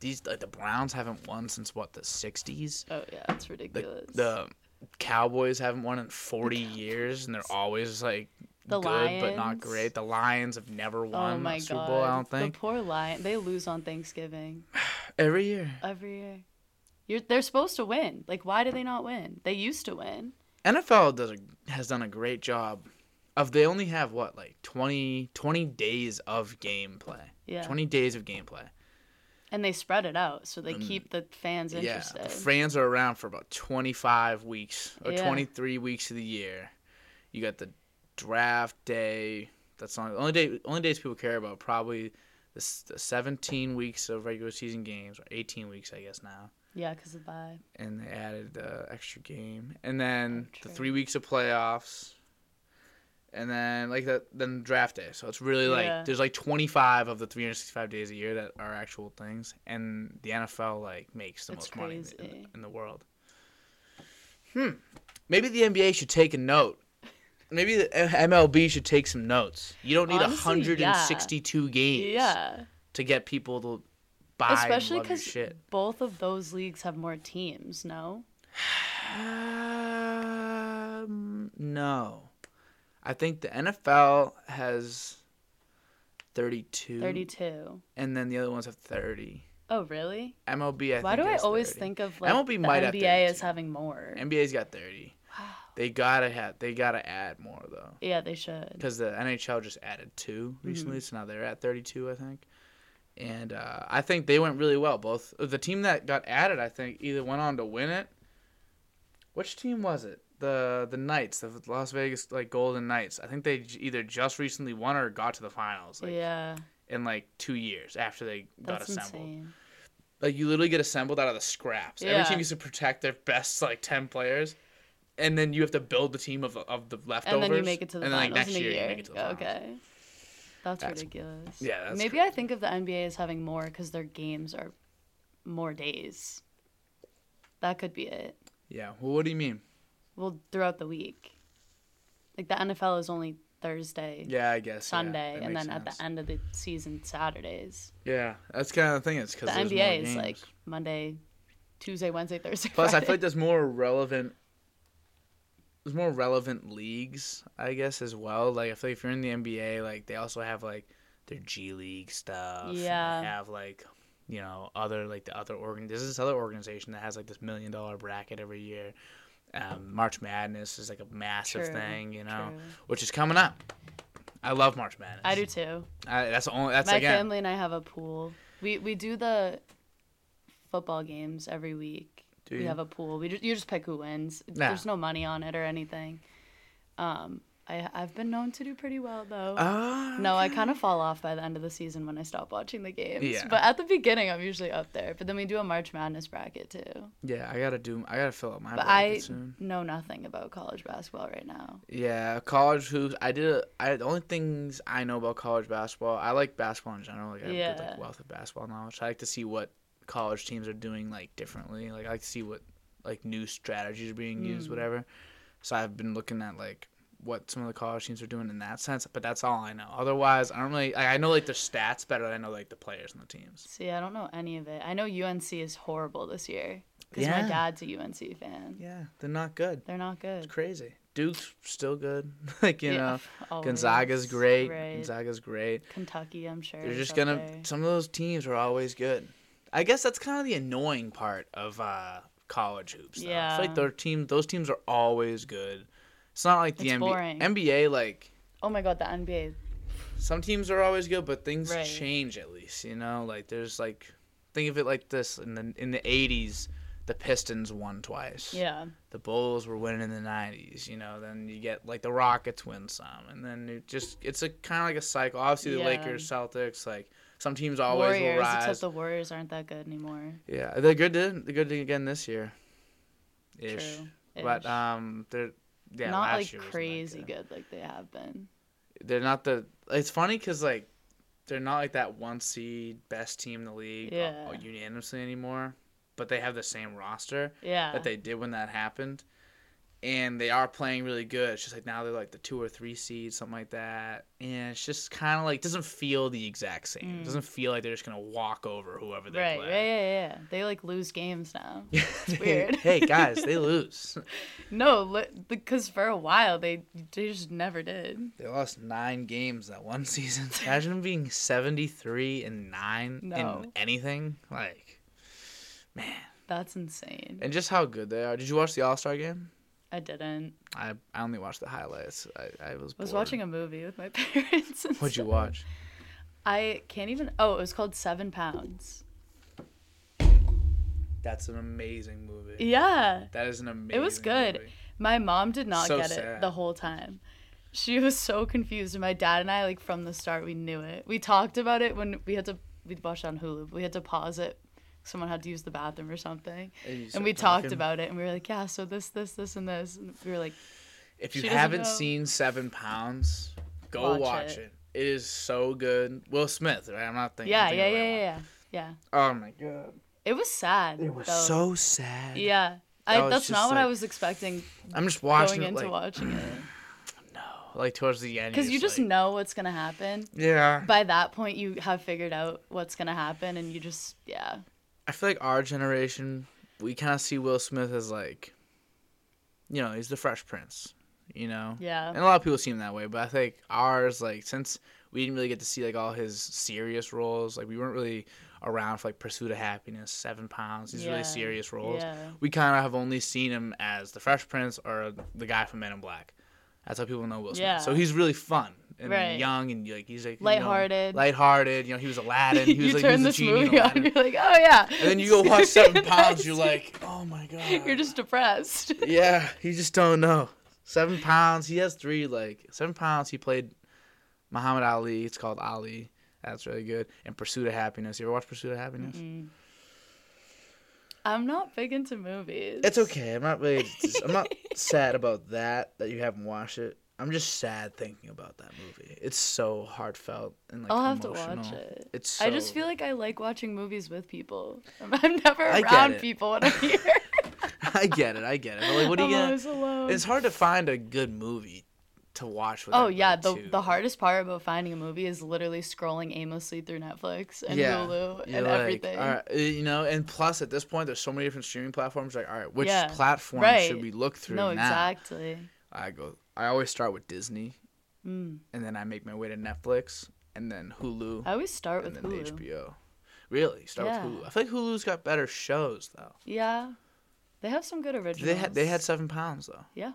[SPEAKER 1] these, like the Browns haven't won since what the '60s.
[SPEAKER 2] Oh yeah, it's
[SPEAKER 1] The,
[SPEAKER 2] ridiculous.
[SPEAKER 1] the Cowboys haven't won in 40 years, and they're always like
[SPEAKER 2] The
[SPEAKER 1] good but not
[SPEAKER 2] Lions?
[SPEAKER 1] great. The Lions have never won
[SPEAKER 2] oh my
[SPEAKER 1] a Super
[SPEAKER 2] god.
[SPEAKER 1] Bowl. I don't think
[SPEAKER 2] The poor lion. They lose on Thanksgiving
[SPEAKER 1] every year.
[SPEAKER 2] every year. You're, they're supposed to win. Like, why do they not win? They used to win.
[SPEAKER 1] NFL does a, has done a great job of they only have what like 20, 20 days of gameplay.
[SPEAKER 2] Yeah.
[SPEAKER 1] 20 days of gameplay.
[SPEAKER 2] And they spread it out so they keep the fans
[SPEAKER 1] Mm. Yeah.
[SPEAKER 2] interested.
[SPEAKER 1] The fans are around for about 25 weeks or
[SPEAKER 2] Yeah.
[SPEAKER 1] 23 weeks of the year. You got the draft day. That's not the only day only days people care about probably the, s- the 17 weeks of regular season games or 18 weeks I guess now.
[SPEAKER 2] yeah, because of the bye.
[SPEAKER 1] and they added the extra game, and then
[SPEAKER 2] Oh,
[SPEAKER 1] the
[SPEAKER 2] true.
[SPEAKER 1] three weeks of playoffs, and then like that, then draft day. So it's really like
[SPEAKER 2] Yeah.
[SPEAKER 1] there's like 25 of the 365 days a year that are actual things, and the NFL like makes the
[SPEAKER 2] That's
[SPEAKER 1] most money in the- in,
[SPEAKER 2] crazy.
[SPEAKER 1] the- in the world. Hmm. Maybe the NBA should take a note. Maybe the uh, MLB should take some notes. You don't need
[SPEAKER 2] Honestly, yeah.
[SPEAKER 1] 162 games
[SPEAKER 2] Yeah.
[SPEAKER 1] to get people to buy
[SPEAKER 2] Especially
[SPEAKER 1] and love your
[SPEAKER 2] because
[SPEAKER 1] shit.
[SPEAKER 2] both of those leagues have more teams, no?
[SPEAKER 1] Um, no. I think the NFL has 32,
[SPEAKER 2] 32.
[SPEAKER 1] and then the other ones have 30.
[SPEAKER 2] Oh, really?
[SPEAKER 1] MLB, I
[SPEAKER 2] Why
[SPEAKER 1] think
[SPEAKER 2] do I
[SPEAKER 1] has
[SPEAKER 2] always
[SPEAKER 1] 30.
[SPEAKER 2] think of like
[SPEAKER 1] MLB
[SPEAKER 2] the
[SPEAKER 1] might have
[SPEAKER 2] NBA as
[SPEAKER 1] 32.
[SPEAKER 2] having more?
[SPEAKER 1] NBA's got 30.
[SPEAKER 2] Wow.
[SPEAKER 1] They gotta have. They gotta add more though,
[SPEAKER 2] Yeah, they should.
[SPEAKER 1] because the NHL just added two
[SPEAKER 2] Mm-hmm.
[SPEAKER 1] recently, so now they're at 32, I think. And uh, I think they went really well. Both uh, the team that got added, I think, either went on to win it. Which team was it? The the Knights, the Las Vegas like Golden Knights. I think they j- either just recently won or got to the finals, like
[SPEAKER 2] yeah,
[SPEAKER 1] in like two years after they got
[SPEAKER 2] that's
[SPEAKER 1] assembled.
[SPEAKER 2] insane.
[SPEAKER 1] Like you literally get assembled out of the scraps. Every
[SPEAKER 2] Yeah.
[SPEAKER 1] team used to protect their best like ten players, and then you have to build the team of of the leftovers.
[SPEAKER 2] And then you make it to the
[SPEAKER 1] and then,
[SPEAKER 2] finals
[SPEAKER 1] like, next
[SPEAKER 2] in a
[SPEAKER 1] year,
[SPEAKER 2] year.
[SPEAKER 1] you make it to the finals.
[SPEAKER 2] Okay, that's,
[SPEAKER 1] That's-
[SPEAKER 2] ridiculous.
[SPEAKER 1] yeah, that's
[SPEAKER 2] maybe I think of the NBA as having more because their games are more days. That could be it.
[SPEAKER 1] Yeah. Well, what do you mean?
[SPEAKER 2] Well, throughout the week, like the NFL is only Thursday,
[SPEAKER 1] Yeah, I guess. yeah,
[SPEAKER 2] Sunday,
[SPEAKER 1] that
[SPEAKER 2] and
[SPEAKER 1] makes
[SPEAKER 2] then at
[SPEAKER 1] sense.
[SPEAKER 2] the end of the season, Saturdays.
[SPEAKER 1] Yeah, that's kind of the thing. It's because
[SPEAKER 2] The NBA is like Monday, Tuesday, Wednesday, Thursday.
[SPEAKER 1] Plus, I
[SPEAKER 2] Friday.
[SPEAKER 1] feel like there's more relevant. There's more relevant leagues, I guess, as well. Like I feel like if you're in the NBA, like they also have like their G League stuff. and
[SPEAKER 2] Yeah.
[SPEAKER 1] They have like, you know, other like the other organ. There's this other organization that has like this million dollar bracket every year. Um, March Madness is like a massive
[SPEAKER 2] True,
[SPEAKER 1] thing, you know,
[SPEAKER 2] true.
[SPEAKER 1] which is coming up. I love March Madness.
[SPEAKER 2] I do too.
[SPEAKER 1] I, that's the only. That's
[SPEAKER 2] My
[SPEAKER 1] again.
[SPEAKER 2] family and I have a pool. We we do the football games every week.
[SPEAKER 1] Do
[SPEAKER 2] we
[SPEAKER 1] you?
[SPEAKER 2] have a pool. We just, you just pick who wins.
[SPEAKER 1] Nah.
[SPEAKER 2] There's no money on it or anything. Um, I I've been known to do pretty well though.
[SPEAKER 1] Ah,
[SPEAKER 2] no, I kind of fall off by the end of the season when I stop watching the games.
[SPEAKER 1] Yeah.
[SPEAKER 2] But at the beginning, I'm usually up there. But then we do a March Madness bracket too.
[SPEAKER 1] Yeah, I gotta do. I gotta fill up my
[SPEAKER 2] But
[SPEAKER 1] bracket
[SPEAKER 2] I
[SPEAKER 1] soon.
[SPEAKER 2] know nothing about college basketball right now.
[SPEAKER 1] Yeah, college hoops. I did. A, I the only things I know about college basketball. I like basketball in general. Like I have a good,
[SPEAKER 2] Yeah.
[SPEAKER 1] like wealth of basketball knowledge. I like to see what college teams are doing like differently. Like I like to see what like new strategies are being
[SPEAKER 2] Mm.
[SPEAKER 1] used, whatever. So I've been looking at like what some of the college teams are doing in that sense. But that's all I know. Otherwise, I don't really. Like, I know like their stats better than I know like the players and the teams.
[SPEAKER 2] See, I don't know any of it. I know UNC is horrible this year because
[SPEAKER 1] Yeah.
[SPEAKER 2] my dad's a UNC fan.
[SPEAKER 1] Yeah, they're not good.
[SPEAKER 2] They're not good.
[SPEAKER 1] It's crazy. Duke's still good. like you
[SPEAKER 2] Yeah,
[SPEAKER 1] know.
[SPEAKER 2] always.
[SPEAKER 1] Gonzaga's great.
[SPEAKER 2] Right.
[SPEAKER 1] Gonzaga's great.
[SPEAKER 2] Kentucky, I'm sure.
[SPEAKER 1] They're
[SPEAKER 2] is
[SPEAKER 1] just
[SPEAKER 2] up
[SPEAKER 1] gonna.
[SPEAKER 2] there.
[SPEAKER 1] Some of those teams are always good. I guess that's kind of the annoying part of uh, college hoops. Though. Yeah,
[SPEAKER 2] Yeah.
[SPEAKER 1] it's like their team. Those teams are always good. It's not like the
[SPEAKER 2] It's
[SPEAKER 1] NBA.
[SPEAKER 2] boring.
[SPEAKER 1] NBA like
[SPEAKER 2] Oh my god, the NBA.
[SPEAKER 1] some teams are always good, but things
[SPEAKER 2] Right.
[SPEAKER 1] change at least. You know, like there's like think of it like this in the in the '80s. The Pistons won twice.
[SPEAKER 2] Yeah.
[SPEAKER 1] The Bulls were winning in the '90s, you know. Then you get like the Rockets win some, and then it just—it's a kind of like a cycle. Obviously, the
[SPEAKER 2] Yeah.
[SPEAKER 1] Lakers, Celtics, like some teams always
[SPEAKER 2] Warriors,
[SPEAKER 1] will rise.
[SPEAKER 2] except the Warriors aren't that good anymore.
[SPEAKER 1] Yeah, they're good. To, they're good again this year. Ish.
[SPEAKER 2] True.
[SPEAKER 1] But
[SPEAKER 2] Ish.
[SPEAKER 1] um, they're yeah,
[SPEAKER 2] not
[SPEAKER 1] last
[SPEAKER 2] like
[SPEAKER 1] year wasn't that
[SPEAKER 2] crazy
[SPEAKER 1] good.
[SPEAKER 2] good. like they have been.
[SPEAKER 1] They're not the. It's funny because like, they're not like that one seed best team in the league uh,
[SPEAKER 2] Yeah.
[SPEAKER 1] unanimously anymore. But they have the same roster
[SPEAKER 2] Yeah.
[SPEAKER 1] that they did when that happened, and they are playing really good. It's just like now they're like the two or three seed, something like that. And it's just kind of like doesn't feel the exact same. It doesn't feel like they're just gonna walk over whoever they
[SPEAKER 2] Mm. Right,
[SPEAKER 1] play.
[SPEAKER 2] right, yeah, yeah, yeah. They like lose games now.
[SPEAKER 1] They-
[SPEAKER 2] weird.
[SPEAKER 1] hey guys, they lose.
[SPEAKER 2] No, li- because for a while they they just never did.
[SPEAKER 1] They lost nine games that one season. Imagine being seventy three and nine
[SPEAKER 2] No.
[SPEAKER 1] in anything. Like
[SPEAKER 2] That's insane.
[SPEAKER 1] and just how good they are. Did you watch the All Star game?
[SPEAKER 2] I didn't.
[SPEAKER 1] I, I only watched the highlights. I, I was
[SPEAKER 2] I was
[SPEAKER 1] bored.
[SPEAKER 2] watching a movie with my parents. and
[SPEAKER 1] What'd you
[SPEAKER 2] stuff.
[SPEAKER 1] watch?
[SPEAKER 2] I can't even. Oh, it was called Seven Pounds.
[SPEAKER 1] That's an amazing movie.
[SPEAKER 2] Yeah.
[SPEAKER 1] That is an amazing.
[SPEAKER 2] It was good.
[SPEAKER 1] movie.
[SPEAKER 2] My mom did not
[SPEAKER 1] So
[SPEAKER 2] get it
[SPEAKER 1] sad.
[SPEAKER 2] the whole time. She was so confused, and my dad and I, like from the start, we knew it. We talked about it when we had to we watched it on Hulu. We had to pause it. Someone had to use the bathroom or something,
[SPEAKER 1] And, you
[SPEAKER 2] and
[SPEAKER 1] start
[SPEAKER 2] we talked
[SPEAKER 1] talking.
[SPEAKER 2] about it, and we were like, "Yeah, so this, this, this, and this." And we were like,
[SPEAKER 1] If you
[SPEAKER 2] She doesn't
[SPEAKER 1] haven't
[SPEAKER 2] know.
[SPEAKER 1] seen Seven Pounds, go
[SPEAKER 2] Watch
[SPEAKER 1] watch,
[SPEAKER 2] it.
[SPEAKER 1] it. It is so good. Will Smith, right? I'm not thinking.
[SPEAKER 2] "Yeah,
[SPEAKER 1] thinking
[SPEAKER 2] yeah,
[SPEAKER 1] of the
[SPEAKER 2] yeah,
[SPEAKER 1] right
[SPEAKER 2] yeah,
[SPEAKER 1] one.
[SPEAKER 2] yeah, yeah."
[SPEAKER 1] Oh my god.
[SPEAKER 2] It was sad.
[SPEAKER 1] It was
[SPEAKER 2] though.
[SPEAKER 1] so sad.
[SPEAKER 2] Yeah,
[SPEAKER 1] I
[SPEAKER 2] I,
[SPEAKER 1] was
[SPEAKER 2] that's
[SPEAKER 1] just
[SPEAKER 2] not what I
[SPEAKER 1] like,
[SPEAKER 2] was expecting
[SPEAKER 1] I'm just watching
[SPEAKER 2] going
[SPEAKER 1] it like,
[SPEAKER 2] into watching it,
[SPEAKER 1] like towards the end.
[SPEAKER 2] because
[SPEAKER 1] you're
[SPEAKER 2] you just
[SPEAKER 1] like,
[SPEAKER 2] know what's gonna happen.
[SPEAKER 1] yeah.
[SPEAKER 2] By that point, you have figured out what's gonna happen, and you just yeah.
[SPEAKER 1] I feel like our generation, we kind of see Will Smith as like, you know, he's the Fresh Prince, you know.
[SPEAKER 2] Yeah.
[SPEAKER 1] And a lot of people see him that way, but I think ours, like, since we didn't really get to see like all his serious roles, like we weren't really around for like Pursuit of Happiness, Seven Pounds, these
[SPEAKER 2] Yeah.
[SPEAKER 1] really serious roles.
[SPEAKER 2] Yeah.
[SPEAKER 1] We kind of have only seen him as the Fresh Prince or the guy from Men in Black. That's how people know Will Smith.
[SPEAKER 2] Yeah.
[SPEAKER 1] So he's really fun and
[SPEAKER 2] Right.
[SPEAKER 1] young and like he's like you know,
[SPEAKER 2] Lighthearted.
[SPEAKER 1] lighthearted. You know, he was Aladdin. He was
[SPEAKER 2] you
[SPEAKER 1] like he
[SPEAKER 2] turn
[SPEAKER 1] was
[SPEAKER 2] this
[SPEAKER 1] a genie in
[SPEAKER 2] movie on,
[SPEAKER 1] Aladdin.
[SPEAKER 2] you're like, oh yeah.
[SPEAKER 1] And then you go watch Seven Pounds, you're like, oh my god.
[SPEAKER 2] you're just depressed.
[SPEAKER 1] yeah. You just don't know. Seven Pounds. He has three like Seven Pounds. He played Muhammad Ali. It's called Ali. That's really good. And Pursuit of Happiness. You ever watch Pursuit of Happiness?
[SPEAKER 2] Mm. I'm not big into movies.
[SPEAKER 1] It's okay. I'm not really. I'm not sad about that that you haven't watched it. I'm just sad thinking about that movie. It's so heartfelt and like
[SPEAKER 2] I'll have to
[SPEAKER 1] emotional.
[SPEAKER 2] watch it.
[SPEAKER 1] It's.
[SPEAKER 2] I just
[SPEAKER 1] so-
[SPEAKER 2] feel like I like watching movies with people. I'm, I'm never
[SPEAKER 1] I get
[SPEAKER 2] around
[SPEAKER 1] it.
[SPEAKER 2] people when I'm here.
[SPEAKER 1] I get it. I get it. But like, what are
[SPEAKER 2] I'm
[SPEAKER 1] you gonna?
[SPEAKER 2] always alone.
[SPEAKER 1] It's hard to find a good movie to watch with.
[SPEAKER 2] Oh yeah, the
[SPEAKER 1] everybody, too.
[SPEAKER 2] the hardest part about finding a movie is literally scrolling aimlessly through Netflix and Hulu
[SPEAKER 1] You're
[SPEAKER 2] and
[SPEAKER 1] like,
[SPEAKER 2] everything.
[SPEAKER 1] all right, uh, you know, and plus at this point, there's so many different streaming platforms. Like, all right, which
[SPEAKER 2] Yeah,
[SPEAKER 1] platform
[SPEAKER 2] right.
[SPEAKER 1] should we look through
[SPEAKER 2] no,
[SPEAKER 1] now?
[SPEAKER 2] exactly.
[SPEAKER 1] I go. I always start with Disney, and then I make my way to Netflix, and then Hulu,
[SPEAKER 2] Mm. I always start
[SPEAKER 1] and
[SPEAKER 2] with
[SPEAKER 1] then
[SPEAKER 2] Hulu.
[SPEAKER 1] HBO. Really, start
[SPEAKER 2] Yeah.
[SPEAKER 1] with Hulu. I feel like Hulu's got better shows though.
[SPEAKER 2] Yeah, they have some good originals.
[SPEAKER 1] They had they had Seven Pounds though.
[SPEAKER 2] yeah.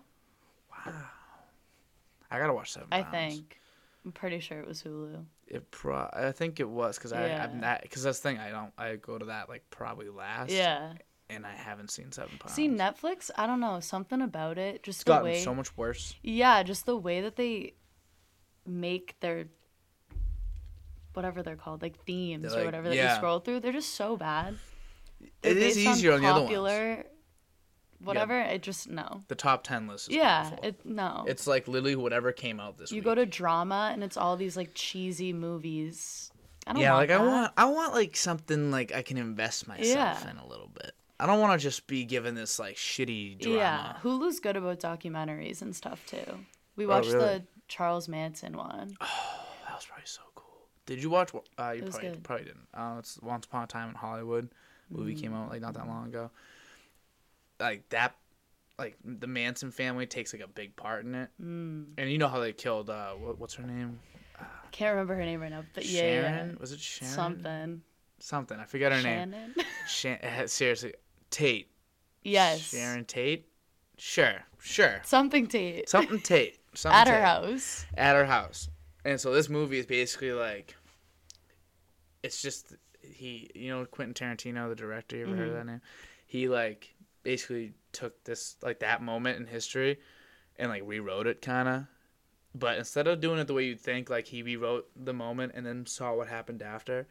[SPEAKER 1] I gotta watch Seven.
[SPEAKER 2] I
[SPEAKER 1] Pounds.
[SPEAKER 2] think. I'm pretty sure it was Hulu.
[SPEAKER 1] it. Pro- I think it was because I
[SPEAKER 2] Yeah.
[SPEAKER 1] I'm that because that's the thing I don't I go to that like probably last.
[SPEAKER 2] Yeah.
[SPEAKER 1] And I haven't seen Seven Pounds.
[SPEAKER 2] See Netflix, I don't know, something about it, just
[SPEAKER 1] it's
[SPEAKER 2] the
[SPEAKER 1] gotten
[SPEAKER 2] way
[SPEAKER 1] so much worse.
[SPEAKER 2] Yeah, just the way that they make their whatever they're called, like themes
[SPEAKER 1] They're
[SPEAKER 2] or
[SPEAKER 1] like-
[SPEAKER 2] whatever that you
[SPEAKER 1] yeah.
[SPEAKER 2] scroll through, they're just so bad. They're
[SPEAKER 1] It is
[SPEAKER 2] based on
[SPEAKER 1] easier on, the other ones.
[SPEAKER 2] popular whatever, it just no.
[SPEAKER 1] The top ten list is
[SPEAKER 2] Yeah,
[SPEAKER 1] awful.
[SPEAKER 2] it no.
[SPEAKER 1] it's like literally whatever came out this
[SPEAKER 2] you
[SPEAKER 1] week.
[SPEAKER 2] go to drama and it's all these like cheesy movies. I don't
[SPEAKER 1] yeah,
[SPEAKER 2] want
[SPEAKER 1] like
[SPEAKER 2] that.
[SPEAKER 1] I want I want like something like I can invest myself
[SPEAKER 2] Yeah.
[SPEAKER 1] in a little bit. I don't want to just be given this like shitty drama.
[SPEAKER 2] Yeah, Hulu's good about documentaries and stuff too. We watched
[SPEAKER 1] Oh, really? Ah.
[SPEAKER 2] the Charles Manson one.
[SPEAKER 1] Oh, That was probably so cool. Did you watch? Uh, you
[SPEAKER 2] was
[SPEAKER 1] probably,
[SPEAKER 2] good.
[SPEAKER 1] probably didn't. Uh, it's Once Upon a Time in Hollywood. Movie
[SPEAKER 2] Mm.
[SPEAKER 1] came out like not that long ago. Like that, like the Manson family takes like a big part in it. Mm. And you know how they killed uh, what, what's her name?
[SPEAKER 2] Can't remember her name right now, but yeah, yeah, yeah.
[SPEAKER 1] Sharon? Was it Sharon?
[SPEAKER 2] something.
[SPEAKER 1] Something. I forget her name.
[SPEAKER 2] Shannon.
[SPEAKER 1] Shan- seriously, Tate.
[SPEAKER 2] yes.
[SPEAKER 1] Sharon Tate. Sure. Sure.
[SPEAKER 2] Something Tate
[SPEAKER 1] Something Tate. Something
[SPEAKER 2] at her
[SPEAKER 1] Tate.
[SPEAKER 2] house.
[SPEAKER 1] at her house. And so this movie is basically like it's just he you know Quentin Tarantino, the director, you ever heard of that name? He like basically took this like that moment in history and like rewrote it kinda. But instead of doing it the way you'd think, like he rewrote the moment and then saw what happened after,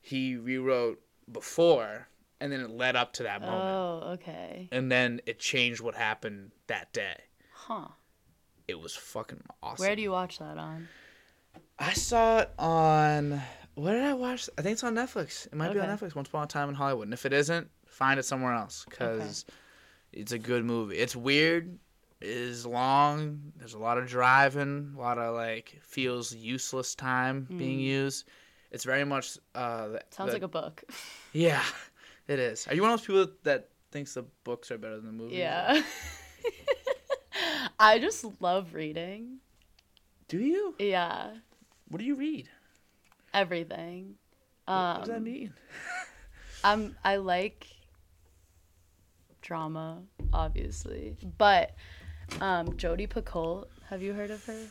[SPEAKER 1] he rewrote before and then it led up to that moment.
[SPEAKER 2] Oh, okay.
[SPEAKER 1] And then it changed what happened that day.
[SPEAKER 2] Huh.
[SPEAKER 1] It was fucking awesome.
[SPEAKER 2] Where do you watch that on?
[SPEAKER 1] I saw it on. Where did I watch? I think it's on Netflix. It might be on
[SPEAKER 2] Okay.
[SPEAKER 1] Netflix. Once upon a time in Hollywood. And if it isn't, find it somewhere else because it's a good movie. It's weird, is long. There's a lot of driving, a lot of like feels useless time being used. It's very much uh the,
[SPEAKER 2] Hmm. Sounds
[SPEAKER 1] the-
[SPEAKER 2] like a book.
[SPEAKER 1] yeah, it is. Are you one of those people that thinks the books are better than the movies?
[SPEAKER 2] Yeah. I just love reading.
[SPEAKER 1] Do you?
[SPEAKER 2] Yeah.
[SPEAKER 1] What do you read?
[SPEAKER 2] Everything.
[SPEAKER 1] what does that
[SPEAKER 2] Um,
[SPEAKER 1] mean?
[SPEAKER 2] I'm Um, I like drama, obviously, but um, Jodi Picoult. Have you heard of her?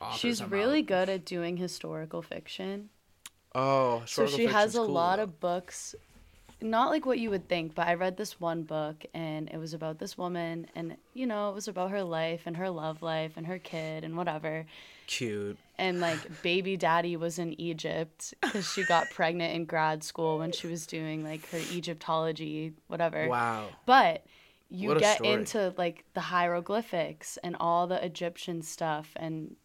[SPEAKER 1] Authors,
[SPEAKER 2] She's
[SPEAKER 1] I'm
[SPEAKER 2] really
[SPEAKER 1] out.
[SPEAKER 2] good at doing historical fiction.
[SPEAKER 1] Oh,
[SPEAKER 2] So
[SPEAKER 1] historical
[SPEAKER 2] she has a
[SPEAKER 1] fiction's cool,
[SPEAKER 2] lot
[SPEAKER 1] though.
[SPEAKER 2] of books, not like what you would think, but I read this one book and it was about this woman and, you know, it was about her life and her love life and her kid and whatever.
[SPEAKER 1] cute.
[SPEAKER 2] And like baby daddy was in Egypt because she got pregnant in grad school when she was doing like her Egyptology, whatever.
[SPEAKER 1] Wow.
[SPEAKER 2] But you
[SPEAKER 1] What a
[SPEAKER 2] get
[SPEAKER 1] story.
[SPEAKER 2] into like the hieroglyphics and all the Egyptian stuff and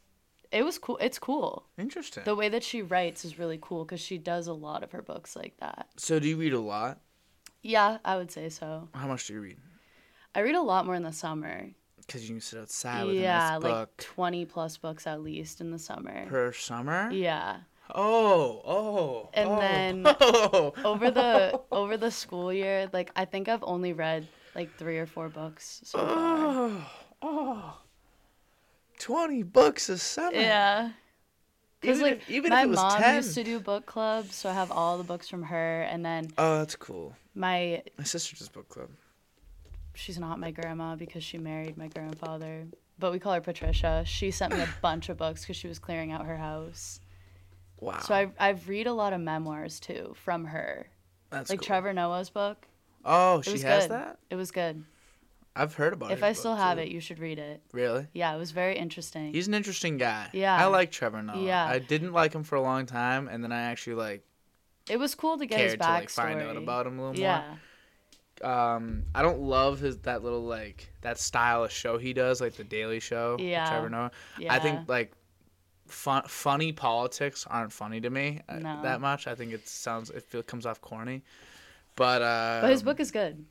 [SPEAKER 2] it was cool. It's cool.
[SPEAKER 1] Interesting.
[SPEAKER 2] The way that she writes is really cool because she does a lot of her books like that.
[SPEAKER 1] so do you read a lot?
[SPEAKER 2] Yeah, I would say so.
[SPEAKER 1] How much do you read?
[SPEAKER 2] I read a lot more in the summer.
[SPEAKER 1] Because you can sit outside with
[SPEAKER 2] yeah,
[SPEAKER 1] a nice
[SPEAKER 2] like
[SPEAKER 1] book
[SPEAKER 2] 20 plus books at least in the summer.
[SPEAKER 1] per summer.
[SPEAKER 2] yeah.
[SPEAKER 1] Oh, oh.
[SPEAKER 2] And
[SPEAKER 1] oh,
[SPEAKER 2] then-
[SPEAKER 1] oh.
[SPEAKER 2] Over the over the school year, like I think I've only read like 3 or 4 books so far.
[SPEAKER 1] Oh, oh. 20 bucks a summer.
[SPEAKER 2] Yeah. Because
[SPEAKER 1] Even
[SPEAKER 2] like
[SPEAKER 1] if- even if
[SPEAKER 2] my
[SPEAKER 1] it was
[SPEAKER 2] mom
[SPEAKER 1] 10.
[SPEAKER 2] used to do book clubs, so I have all the books from her, and then
[SPEAKER 1] Oh, that's cool.
[SPEAKER 2] my
[SPEAKER 1] My sister does book club.
[SPEAKER 2] she's not my grandma because she married my grandfather, but we call her Patricia. She sent me a bunch of books because she was clearing out her house.
[SPEAKER 1] Wow.
[SPEAKER 2] So I I've read a lot of memoirs too from her,
[SPEAKER 1] that's
[SPEAKER 2] like
[SPEAKER 1] cool.
[SPEAKER 2] Trevor Noah's book.
[SPEAKER 1] Oh,
[SPEAKER 2] It
[SPEAKER 1] she
[SPEAKER 2] was
[SPEAKER 1] has
[SPEAKER 2] good.
[SPEAKER 1] that? Oh,
[SPEAKER 2] It was good.
[SPEAKER 1] I've heard about it.
[SPEAKER 2] if I still have it, you should read it.
[SPEAKER 1] Really?
[SPEAKER 2] Yeah, it was very interesting.
[SPEAKER 1] He's an interesting guy.
[SPEAKER 2] Yeah.
[SPEAKER 1] I like Trevor Noah.
[SPEAKER 2] Yeah.
[SPEAKER 1] I didn't like him for a long time, and then I actually like
[SPEAKER 2] it was cool to get his
[SPEAKER 1] cared to like
[SPEAKER 2] backstory.
[SPEAKER 1] find out about him a little more.
[SPEAKER 2] yeah,
[SPEAKER 1] um I don't love his that little like that style of show he does, like the Daily Show. with
[SPEAKER 2] Yeah.
[SPEAKER 1] Trevor Noah.
[SPEAKER 2] yeah.
[SPEAKER 1] I think like fun, funny politics aren't funny to me uh,
[SPEAKER 2] No.
[SPEAKER 1] that much. I think it sounds it feel, comes off corny. But uh
[SPEAKER 2] but his book is good.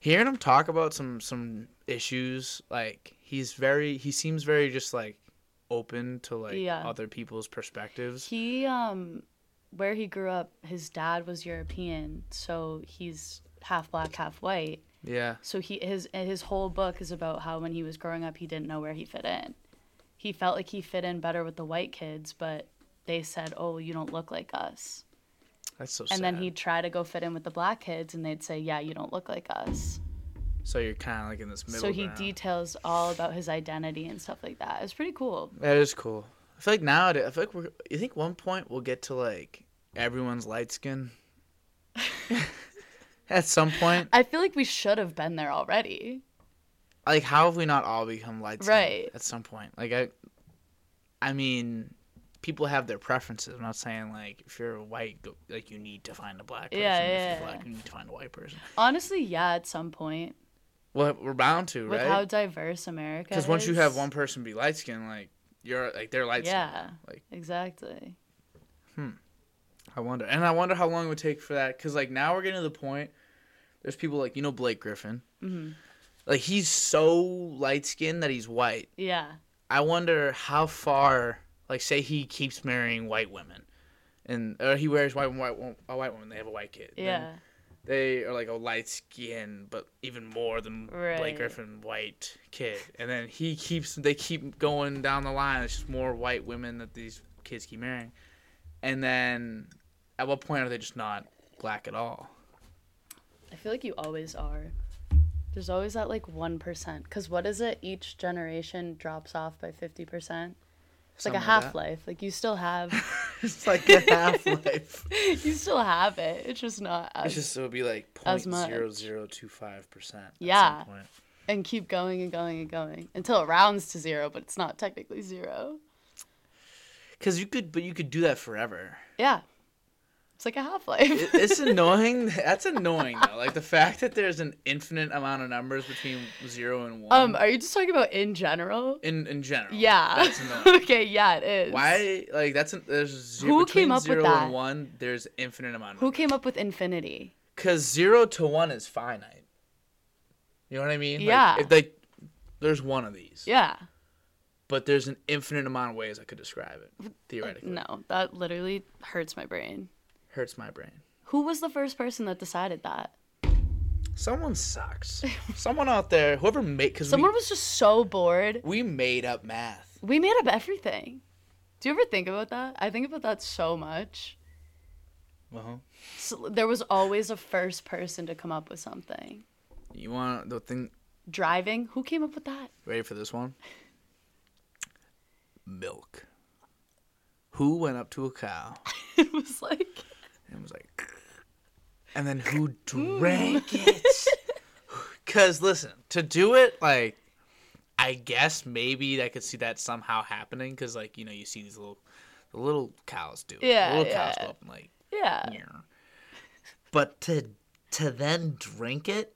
[SPEAKER 1] hearing him talk about some some issues, like he's very he seems very just like open to like
[SPEAKER 2] Yeah.
[SPEAKER 1] other people's perspectives.
[SPEAKER 2] He um, where he grew up, his dad was European, so he's half black, half white.
[SPEAKER 1] yeah.
[SPEAKER 2] So he his his whole book is about how when he was growing up he didn't know where he fit in. He felt like he fit in better with the white kids, but they said, "Oh, you don't look like us."
[SPEAKER 1] That's so
[SPEAKER 2] And then
[SPEAKER 1] sad.
[SPEAKER 2] he'd try to go fit in with the black kids and they'd say, "Yeah, you don't look like us."
[SPEAKER 1] so you're kind of like in this middle
[SPEAKER 2] so he
[SPEAKER 1] ground.
[SPEAKER 2] details all about his identity and stuff like that. It's pretty cool.
[SPEAKER 1] That is cool. I feel like nowadays, I feel like we're. You think one point we'll get to like everyone's light skin. At some point,
[SPEAKER 2] I feel like we should have been there already.
[SPEAKER 1] like how have we not all become light skin?
[SPEAKER 2] Right.
[SPEAKER 1] At some point, like I, I mean, people have their preferences. I'm not saying like if you're white, go, like you need to find a black person.
[SPEAKER 2] Yeah,
[SPEAKER 1] if
[SPEAKER 2] yeah,
[SPEAKER 1] you're black,
[SPEAKER 2] yeah.
[SPEAKER 1] you need to find a white person.
[SPEAKER 2] Honestly, yeah, at some point
[SPEAKER 1] Well, we're bound to,
[SPEAKER 2] with how
[SPEAKER 1] right?
[SPEAKER 2] diverse America
[SPEAKER 1] Because once you have
[SPEAKER 2] is.
[SPEAKER 1] one person be light skinned like you're like they're light skinned
[SPEAKER 2] Yeah.
[SPEAKER 1] Like
[SPEAKER 2] Exactly.
[SPEAKER 1] I wonder, and I wonder how long it would take for that. Cause like now we're getting to the point. There's people like you know Blake Griffin.
[SPEAKER 2] Mhm.
[SPEAKER 1] Like he's so light skinned that he's white.
[SPEAKER 2] Yeah.
[SPEAKER 1] I wonder how far. Like say he keeps marrying white women, and or he wears white white wo- a white woman. They have a white kid. Then
[SPEAKER 2] Yeah.
[SPEAKER 1] they are like a light skin, but even more than
[SPEAKER 2] Right.
[SPEAKER 1] Blake Griffin white kid. And then he keeps they keep going down the line. It's just more white women that these kids keep marrying. And then at what point are they just not black at all?
[SPEAKER 2] I feel like you always are. There's always that like 1%. Because what is it? Each generation drops off by 50%. It's like a half life. Like you still have,
[SPEAKER 1] it's like a half life.
[SPEAKER 2] you still have it. It's just not
[SPEAKER 1] It's
[SPEAKER 2] as.
[SPEAKER 1] just it would be like point
[SPEAKER 2] As much.
[SPEAKER 1] zero zero two five percent.
[SPEAKER 2] Yeah. and keep going and going and going until it rounds to zero, but it's not technically zero.
[SPEAKER 1] Because you could, but you could do that forever.
[SPEAKER 2] Yeah. It's like a half life.
[SPEAKER 1] It- it's annoying. That's annoying though. Like the fact that there's an infinite amount of numbers between zero and one.
[SPEAKER 2] um, are you just talking about in general?
[SPEAKER 1] in in general.
[SPEAKER 2] Yeah.
[SPEAKER 1] That's annoying.
[SPEAKER 2] okay, yeah, it is.
[SPEAKER 1] Why? Like that's an, there's zero,
[SPEAKER 2] Who
[SPEAKER 1] between
[SPEAKER 2] came up with
[SPEAKER 1] zero
[SPEAKER 2] that?
[SPEAKER 1] and one. There's infinite amount.
[SPEAKER 2] Who came up with infinity?
[SPEAKER 1] Because zero to one is finite. You know what I mean?
[SPEAKER 2] Yeah.
[SPEAKER 1] Like, if, like there's one of these.
[SPEAKER 2] Yeah.
[SPEAKER 1] But there's an infinite amount of ways I could describe it theoretically.
[SPEAKER 2] No, that literally hurts my brain.
[SPEAKER 1] Hurts my brain.
[SPEAKER 2] Who was the first person that decided that?
[SPEAKER 1] Someone sucks. Someone out there, whoever made, because
[SPEAKER 2] Someone was just so bored.
[SPEAKER 1] we, we made up math.
[SPEAKER 2] We made up everything. Do you ever think about that? I think about that so much.
[SPEAKER 1] Well,
[SPEAKER 2] So, there was always a first person to come up with something.
[SPEAKER 1] you want the thing
[SPEAKER 2] Driving, who came up with that?
[SPEAKER 1] ready for this one? Milk. Who went up to a cow
[SPEAKER 2] It was like
[SPEAKER 1] and was like, and then who
[SPEAKER 2] Mm.
[SPEAKER 1] drank it? Because listen, to do it like, I guess maybe I could see that somehow happening. Because like you know you see these little, the little cows do it. The
[SPEAKER 2] Yeah,
[SPEAKER 1] little cows
[SPEAKER 2] yeah. Uh,
[SPEAKER 1] go up and like
[SPEAKER 2] Yeah.
[SPEAKER 1] But to to then drink it,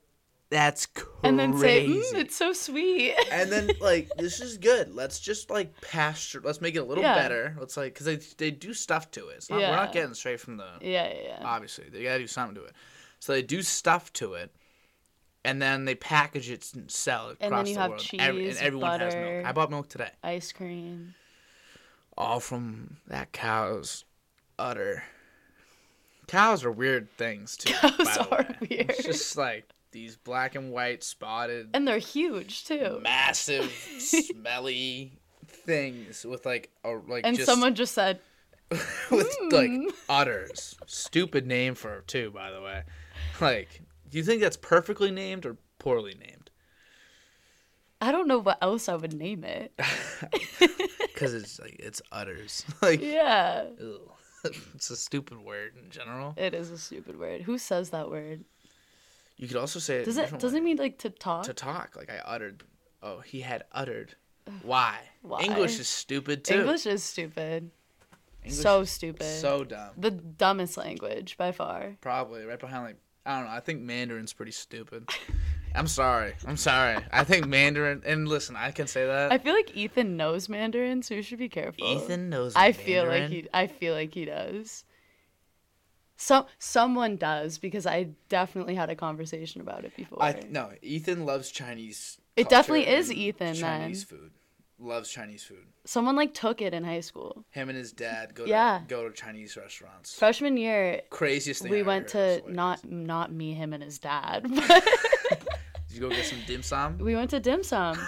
[SPEAKER 1] that's crazy.
[SPEAKER 2] And then say, mm, it's so sweet.
[SPEAKER 1] And then like this is good. Let's just like pasture. Let's make it a little
[SPEAKER 2] Yeah.
[SPEAKER 1] better. Let's like because they they do stuff to it. It's not, We're
[SPEAKER 2] Yeah.
[SPEAKER 1] not getting straight from the
[SPEAKER 2] yeah, yeah, yeah.
[SPEAKER 1] obviously they gotta do something to it. So they do stuff to it, and then they package it and sell it
[SPEAKER 2] And then
[SPEAKER 1] across
[SPEAKER 2] you
[SPEAKER 1] the
[SPEAKER 2] have
[SPEAKER 1] world. Every-
[SPEAKER 2] cheese,
[SPEAKER 1] and everyone has milk.
[SPEAKER 2] butter.
[SPEAKER 1] I bought milk today,
[SPEAKER 2] Ice cream.
[SPEAKER 1] all from that cow's udder. Cows are weird things too. by
[SPEAKER 2] Cows
[SPEAKER 1] the
[SPEAKER 2] are
[SPEAKER 1] way.
[SPEAKER 2] weird.
[SPEAKER 1] It's just like these black and white spotted
[SPEAKER 2] And they're huge too.
[SPEAKER 1] massive, smelly things with like a like
[SPEAKER 2] and
[SPEAKER 1] just
[SPEAKER 2] someone just said,
[SPEAKER 1] with like
[SPEAKER 2] Mm.
[SPEAKER 1] udders. Stupid name for it too, by the way. Like, do you think that's perfectly named or poorly named?
[SPEAKER 2] I don't know what else I would name it.
[SPEAKER 1] Because it's like it's udders. Like,
[SPEAKER 2] yeah.
[SPEAKER 1] ew. it's a stupid word in general.
[SPEAKER 2] It is a stupid word. Who says that word?
[SPEAKER 1] You could also say it
[SPEAKER 2] Does it
[SPEAKER 1] different
[SPEAKER 2] does
[SPEAKER 1] way.
[SPEAKER 2] it mean like to talk?
[SPEAKER 1] to talk. Like I uttered. Oh, he had uttered. Why?
[SPEAKER 2] Why?
[SPEAKER 1] English is stupid too.
[SPEAKER 2] English is stupid.
[SPEAKER 1] English
[SPEAKER 2] so
[SPEAKER 1] is
[SPEAKER 2] stupid.
[SPEAKER 1] So dumb.
[SPEAKER 2] the dumbest language by far.
[SPEAKER 1] Probably right behind like I don't know. I think Mandarin's pretty stupid. I'm sorry. I'm sorry. I think Mandarin. And listen, I can say that.
[SPEAKER 2] I feel like Ethan knows Mandarin, so you should be careful.
[SPEAKER 1] Ethan knows.
[SPEAKER 2] I feel like
[SPEAKER 1] Mandarin.
[SPEAKER 2] he I feel like he does. Some someone does because I definitely had a conversation about it before.
[SPEAKER 1] I no. Ethan loves Chinese.
[SPEAKER 2] It
[SPEAKER 1] culture
[SPEAKER 2] definitely is
[SPEAKER 1] and
[SPEAKER 2] Ethan, then.
[SPEAKER 1] Chinese food. Loves Chinese food.
[SPEAKER 2] Someone like took it in high school.
[SPEAKER 1] Him and his dad go
[SPEAKER 2] Yeah.
[SPEAKER 1] to go to Chinese restaurants.
[SPEAKER 2] Freshman year
[SPEAKER 1] Craziest thing.
[SPEAKER 2] we
[SPEAKER 1] I
[SPEAKER 2] went
[SPEAKER 1] ever heard,
[SPEAKER 2] to
[SPEAKER 1] so, like,
[SPEAKER 2] not not me, him and his dad,
[SPEAKER 1] Did
[SPEAKER 2] but
[SPEAKER 1] you go get some dim sum?
[SPEAKER 2] we went to dim sum.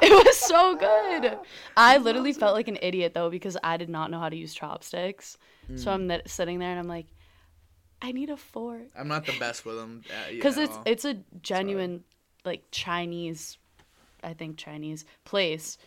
[SPEAKER 2] it was so good. I literally felt like an idiot though because I did not know how to use chopsticks. So
[SPEAKER 1] Hmm.
[SPEAKER 2] I'm that sitting there and I'm like, I need a fork
[SPEAKER 1] I'm not the best with them. uh, you
[SPEAKER 2] because it's
[SPEAKER 1] know.
[SPEAKER 2] it's a genuine like Chinese, I think Chinese place.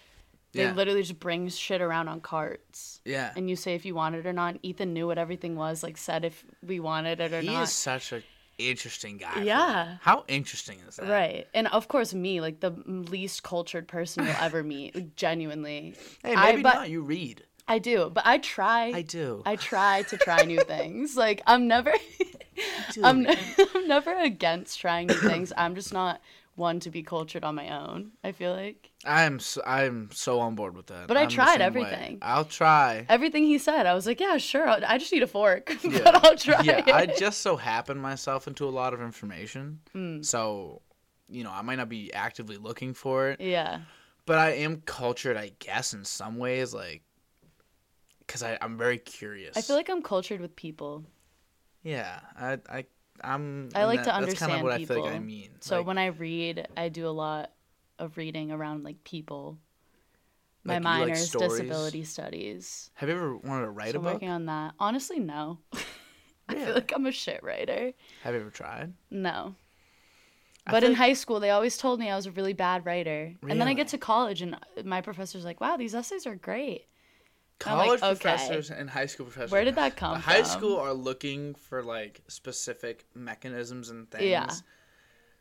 [SPEAKER 2] They
[SPEAKER 1] Yeah.
[SPEAKER 2] literally just bring shit around on carts.
[SPEAKER 1] yeah.
[SPEAKER 2] And you say if you want it or not. Ethan knew what everything was, like said if we wanted it or
[SPEAKER 1] He
[SPEAKER 2] not.
[SPEAKER 1] is such a interesting guy. for
[SPEAKER 2] Yeah.
[SPEAKER 1] that. How interesting is that?
[SPEAKER 2] Right. And of course, me, like the least cultured person you'll ever meet, like, genuinely.
[SPEAKER 1] Hey,
[SPEAKER 2] I,
[SPEAKER 1] maybe
[SPEAKER 2] but
[SPEAKER 1] not. You read.
[SPEAKER 2] I do, but I try.
[SPEAKER 1] I do.
[SPEAKER 2] I try to try new things. Like, I'm never, I'm, ne- I'm never against trying new things. I'm just not one to be cultured on my own, I feel like.
[SPEAKER 1] I'm so, I'm so on board with that.
[SPEAKER 2] But I
[SPEAKER 1] I'm the
[SPEAKER 2] tried
[SPEAKER 1] same way.
[SPEAKER 2] everything.
[SPEAKER 1] I'll try.
[SPEAKER 2] Everything he said, I was like, yeah, sure. I'll, I just need a fork,
[SPEAKER 1] Yeah.
[SPEAKER 2] but I'll try.
[SPEAKER 1] Yeah,
[SPEAKER 2] it.
[SPEAKER 1] I just so happen myself into a lot of information.
[SPEAKER 2] Hmm,
[SPEAKER 1] So, you know, I might not be actively looking for it,
[SPEAKER 2] yeah.
[SPEAKER 1] but I am cultured, I guess, in some ways, like, because I'm very curious.
[SPEAKER 2] I feel like I'm cultured with people.
[SPEAKER 1] yeah, I I I'm.
[SPEAKER 2] I
[SPEAKER 1] and
[SPEAKER 2] like
[SPEAKER 1] That's
[SPEAKER 2] to
[SPEAKER 1] kind
[SPEAKER 2] understand
[SPEAKER 1] of what I feel like I
[SPEAKER 2] people.
[SPEAKER 1] mean.
[SPEAKER 2] So
[SPEAKER 1] Like-
[SPEAKER 2] when I read, I do a lot of reading around like people. My
[SPEAKER 1] Like, you like
[SPEAKER 2] minor is
[SPEAKER 1] stories?
[SPEAKER 2] disability studies.
[SPEAKER 1] have you ever wanted to write
[SPEAKER 2] So
[SPEAKER 1] a
[SPEAKER 2] I'm
[SPEAKER 1] book?
[SPEAKER 2] working on that. Honestly, no. I
[SPEAKER 1] Really?
[SPEAKER 2] feel like I'm a shit writer.
[SPEAKER 1] Have you ever tried?
[SPEAKER 2] No.
[SPEAKER 1] I
[SPEAKER 2] But
[SPEAKER 1] feel
[SPEAKER 2] in
[SPEAKER 1] like-
[SPEAKER 2] high school, they always told me I was a really bad writer. And then I
[SPEAKER 1] Really?
[SPEAKER 2] get to college, and uh, my professor's like, wow, these essays are great. I'm like,
[SPEAKER 1] College
[SPEAKER 2] okay.
[SPEAKER 1] professors and high school professors.
[SPEAKER 2] Where did that come
[SPEAKER 1] The high
[SPEAKER 2] from?
[SPEAKER 1] school are looking for like specific mechanisms and things.
[SPEAKER 2] Yeah.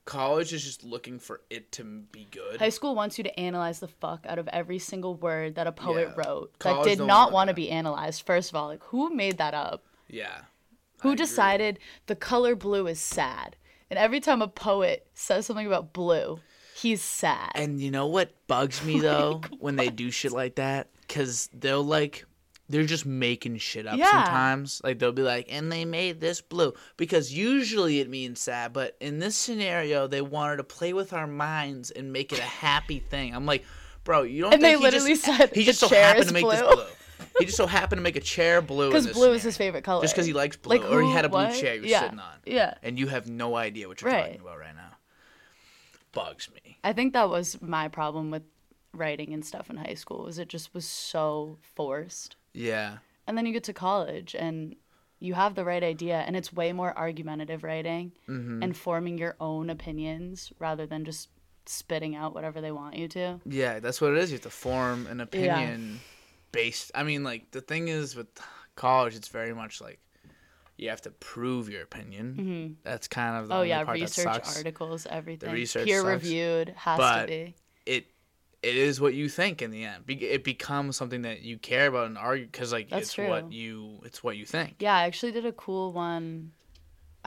[SPEAKER 1] College is just looking for it to be good.
[SPEAKER 2] High school wants you to analyze the fuck out of every single word that a poet
[SPEAKER 1] Yeah.
[SPEAKER 2] wrote
[SPEAKER 1] College
[SPEAKER 2] that did
[SPEAKER 1] don't
[SPEAKER 2] not
[SPEAKER 1] want
[SPEAKER 2] want to
[SPEAKER 1] that.
[SPEAKER 2] be analyzed, first of all. Like, who made that up?
[SPEAKER 1] yeah. I
[SPEAKER 2] who
[SPEAKER 1] agree.
[SPEAKER 2] decided the color blue is sad. And every time a poet says something about blue, he's sad.
[SPEAKER 1] And you know what bugs me though when they do shit like that? Because they'll like they're just making shit up
[SPEAKER 2] Yeah.
[SPEAKER 1] sometimes. Like they'll be like, and they made this blue because usually it means sad, but in this scenario, they wanted to play with our minds and make it a happy thing. I'm like, bro, you don't.
[SPEAKER 2] And
[SPEAKER 1] think
[SPEAKER 2] they
[SPEAKER 1] he
[SPEAKER 2] literally
[SPEAKER 1] just,
[SPEAKER 2] said
[SPEAKER 1] he
[SPEAKER 2] the
[SPEAKER 1] just so
[SPEAKER 2] chair
[SPEAKER 1] happened
[SPEAKER 2] is
[SPEAKER 1] to make this
[SPEAKER 2] blue.
[SPEAKER 1] blue. He just so happened to make a chair blue.
[SPEAKER 2] because
[SPEAKER 1] Because
[SPEAKER 2] blue is his favorite color.
[SPEAKER 1] Just because he likes blue, or he
[SPEAKER 2] who-
[SPEAKER 1] had a blue
[SPEAKER 2] what?
[SPEAKER 1] chair he was
[SPEAKER 2] yeah.
[SPEAKER 1] sitting on,
[SPEAKER 2] Yeah,
[SPEAKER 1] and you have no idea what you're
[SPEAKER 2] Right.
[SPEAKER 1] talking about right now. Bugs me.
[SPEAKER 2] I think that was my problem with writing and stuff in high school. Was it just was so forced,
[SPEAKER 1] Yeah.
[SPEAKER 2] and then you get to college and you have the right idea, and it's way more argumentative writing
[SPEAKER 1] Mm-hmm.
[SPEAKER 2] and forming your own opinions rather than just spitting out whatever they want you to.
[SPEAKER 1] Yeah, that's what it is. You have to form an opinion based. I mean, like the thing is with college, it's very much like you have to prove your opinion. That's kind of the
[SPEAKER 2] Oh
[SPEAKER 1] only
[SPEAKER 2] yeah,
[SPEAKER 1] part
[SPEAKER 2] research
[SPEAKER 1] that sucks.
[SPEAKER 2] articles, everything.
[SPEAKER 1] research
[SPEAKER 2] peer
[SPEAKER 1] sucks,
[SPEAKER 2] reviewed has
[SPEAKER 1] but-
[SPEAKER 2] to be.
[SPEAKER 1] It it is what you think in the end. Be- it becomes something that you care about and argue because like
[SPEAKER 2] That's
[SPEAKER 1] it's what
[SPEAKER 2] true.
[SPEAKER 1] you it's what you think.
[SPEAKER 2] Yeah, I actually did a cool one.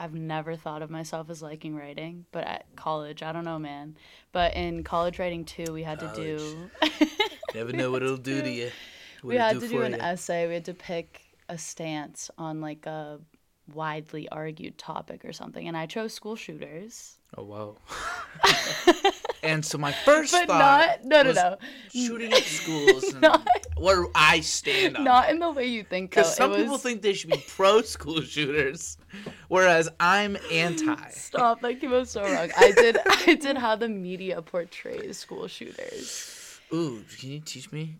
[SPEAKER 2] I've never thought of myself as liking writing, but at college, I don't know, man. But in college writing too, we had to do
[SPEAKER 1] Never know what it'll do to you. What
[SPEAKER 2] we
[SPEAKER 1] it'll
[SPEAKER 2] had to do
[SPEAKER 1] for
[SPEAKER 2] an
[SPEAKER 1] you.
[SPEAKER 2] essay. We had to pick a stance on like a widely argued topic or something, and I chose school shooters.
[SPEAKER 1] Oh whoa. and so my first
[SPEAKER 2] But
[SPEAKER 1] thought
[SPEAKER 2] not no no
[SPEAKER 1] was
[SPEAKER 2] no.
[SPEAKER 1] shooting at schools and where I stand on
[SPEAKER 2] Not in the way you think though.
[SPEAKER 1] Because some
[SPEAKER 2] it was,
[SPEAKER 1] people think they should be pro school shooters, whereas I'm anti.
[SPEAKER 2] Stop! That came out so wrong. I did. I did how the media portrays school shooters.
[SPEAKER 1] Ooh, can you teach me?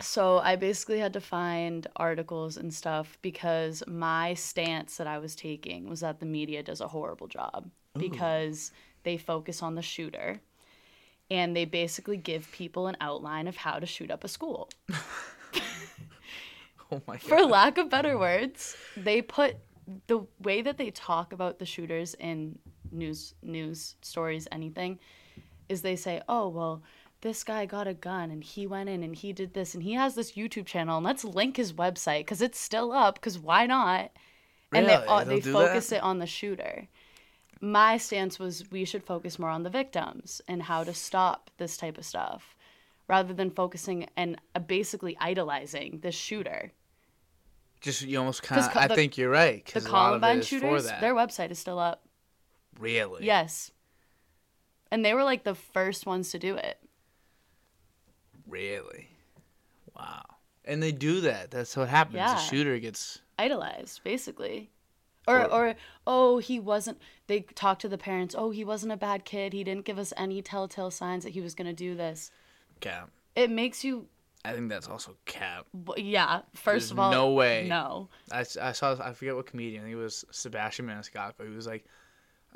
[SPEAKER 2] So I basically had to find articles and stuff because my stance that I was taking was that the media does a horrible job because they focus on the shooter, and they basically give people an outline of how to shoot up a school.
[SPEAKER 1] Oh my
[SPEAKER 2] for
[SPEAKER 1] god.
[SPEAKER 2] lack of better words, they put the way that they talk about the shooters in news news stories anything is they say, "Oh, well, this guy got a gun and he went in and he did this and he has this YouTube channel and let's link his website cuz it's still up cuz why not?"
[SPEAKER 1] Really?
[SPEAKER 2] And they all,
[SPEAKER 1] They'll
[SPEAKER 2] they
[SPEAKER 1] do
[SPEAKER 2] focus
[SPEAKER 1] that?
[SPEAKER 2] it on the shooter. My stance was we should focus more on the victims and how to stop this type of stuff rather than focusing and uh, basically idolizing the shooter
[SPEAKER 1] Just you almost kind of.
[SPEAKER 2] co-
[SPEAKER 1] I
[SPEAKER 2] the-
[SPEAKER 1] think you're right.
[SPEAKER 2] the
[SPEAKER 1] 'cause a lot of it
[SPEAKER 2] Columbine
[SPEAKER 1] is for
[SPEAKER 2] shooters,
[SPEAKER 1] that.
[SPEAKER 2] their website is still up.
[SPEAKER 1] really.
[SPEAKER 2] Yes. And they were like the first ones to do it.
[SPEAKER 1] Really. Wow. And they do that. That's what happens.
[SPEAKER 2] Yeah.
[SPEAKER 1] The shooter gets.
[SPEAKER 2] Idolized, basically. Or,
[SPEAKER 1] Or-
[SPEAKER 2] or, oh, he wasn't. They talked to the parents. Oh, he wasn't a bad kid. He didn't give us any telltale signs that he was going to do this.
[SPEAKER 1] Cap.
[SPEAKER 2] It makes you,
[SPEAKER 1] I think that's also cap.
[SPEAKER 2] w- yeah. First
[SPEAKER 1] There's
[SPEAKER 2] of all,
[SPEAKER 1] no way.
[SPEAKER 2] No.
[SPEAKER 1] I, s- I saw I forget what comedian he was Sebastian Maniscalco. He was like,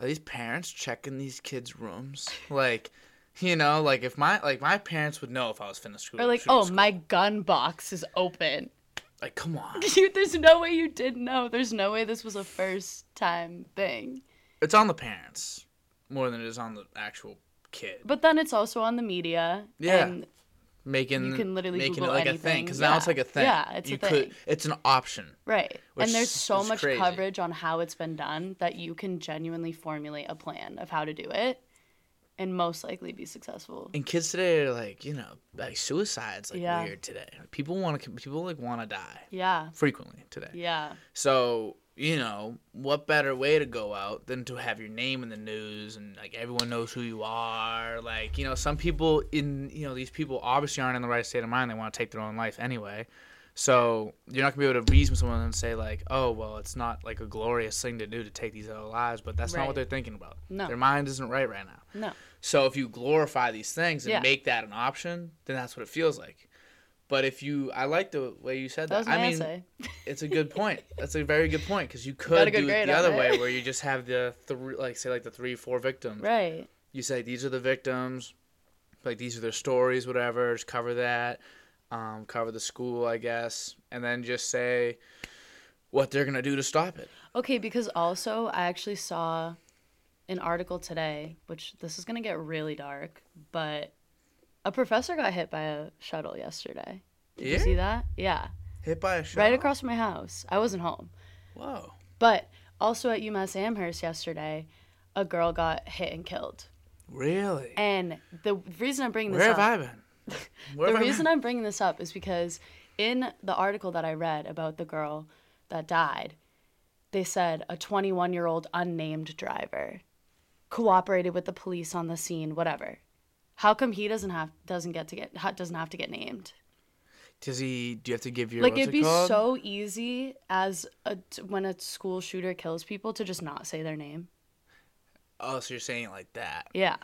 [SPEAKER 1] "Are these parents checking these kids' rooms? Like, you know, like if my like my parents would know if I was finna school.
[SPEAKER 2] Or like,
[SPEAKER 1] shoot
[SPEAKER 2] oh,
[SPEAKER 1] school.
[SPEAKER 2] my gun box is open.
[SPEAKER 1] like come on,
[SPEAKER 2] You, there's no way you didn't know. There's no way this was a first time thing.
[SPEAKER 1] it's on the parents more than it is on the actual kid
[SPEAKER 2] But then it's also on the media.
[SPEAKER 1] Yeah.
[SPEAKER 2] And
[SPEAKER 1] making
[SPEAKER 2] You can literally
[SPEAKER 1] making
[SPEAKER 2] Google
[SPEAKER 1] it like a thing
[SPEAKER 2] anything.
[SPEAKER 1] because now it's
[SPEAKER 2] Yeah.
[SPEAKER 1] like a thing.
[SPEAKER 2] Yeah, it's a
[SPEAKER 1] You
[SPEAKER 2] thing.
[SPEAKER 1] it's an option.
[SPEAKER 2] Right.
[SPEAKER 1] Which
[SPEAKER 2] and there's so
[SPEAKER 1] is
[SPEAKER 2] much
[SPEAKER 1] crazy.
[SPEAKER 2] coverage on how it's been done that you can genuinely formulate a plan of how to do it and most likely be successful.
[SPEAKER 1] And kids today are like you know like suicides like
[SPEAKER 2] Yeah.
[SPEAKER 1] weird today. People want to people like want to die
[SPEAKER 2] Yeah.
[SPEAKER 1] frequently today.
[SPEAKER 2] Yeah.
[SPEAKER 1] So, you know, what better way to go out than to have your name in the news and like everyone knows who you are? Like, you know, some people in, you know, these people obviously aren't in the right state of mind. They want to take their own life anyway. So, you're not going to be able to reason with someone and say, like, oh, well, it's not like a glorious thing to do to take these other lives, but that's not what
[SPEAKER 2] Right.
[SPEAKER 1] they're thinking about.
[SPEAKER 2] No.
[SPEAKER 1] Their mind isn't right right now.
[SPEAKER 2] No.
[SPEAKER 1] So if you glorify these things and
[SPEAKER 2] Yeah.
[SPEAKER 1] make that an option, then that's what it feels like. But if you, I like the way you said
[SPEAKER 2] That
[SPEAKER 1] that.
[SPEAKER 2] was my
[SPEAKER 1] I mean,
[SPEAKER 2] essay.
[SPEAKER 1] it's a good point. That's a very good point because you
[SPEAKER 2] got
[SPEAKER 1] could
[SPEAKER 2] a good
[SPEAKER 1] do it
[SPEAKER 2] grade
[SPEAKER 1] the
[SPEAKER 2] on
[SPEAKER 1] other
[SPEAKER 2] it.
[SPEAKER 1] way, where you just have the three, like say like the three, four victims.
[SPEAKER 2] Right.
[SPEAKER 1] You say these are the victims, like these are their stories, whatever. Just cover that, um, cover the school, I guess, and then just say what they're gonna do to stop it.
[SPEAKER 2] Okay, because also I actually saw an article today, which this is going to get really dark, but a professor got hit by a shuttle yesterday. Did you
[SPEAKER 1] Yeah?
[SPEAKER 2] see that? Yeah.
[SPEAKER 1] Hit by a shot.
[SPEAKER 2] Right across from my house. I wasn't home.
[SPEAKER 1] Whoa.
[SPEAKER 2] But also at UMass Amherst yesterday, a girl got hit and killed.
[SPEAKER 1] Really?
[SPEAKER 2] And the reason I'm bringing this
[SPEAKER 1] Where
[SPEAKER 2] up,
[SPEAKER 1] have I been? Where
[SPEAKER 2] the
[SPEAKER 1] have I been?
[SPEAKER 2] reason I'm bringing this up is because in the article that I read about the girl that died, they said a 21 year old unnamed driver cooperated with the police on the scene, whatever. How come he doesn't have doesn't get to get ha- doesn't have to get named?
[SPEAKER 1] Does he? Do you have to give your
[SPEAKER 2] like
[SPEAKER 1] what's
[SPEAKER 2] it'd be
[SPEAKER 1] called?
[SPEAKER 2] so easy as a, t- when a school shooter kills people to just not say their name.
[SPEAKER 1] Oh, so you're saying it like that?
[SPEAKER 2] Yeah,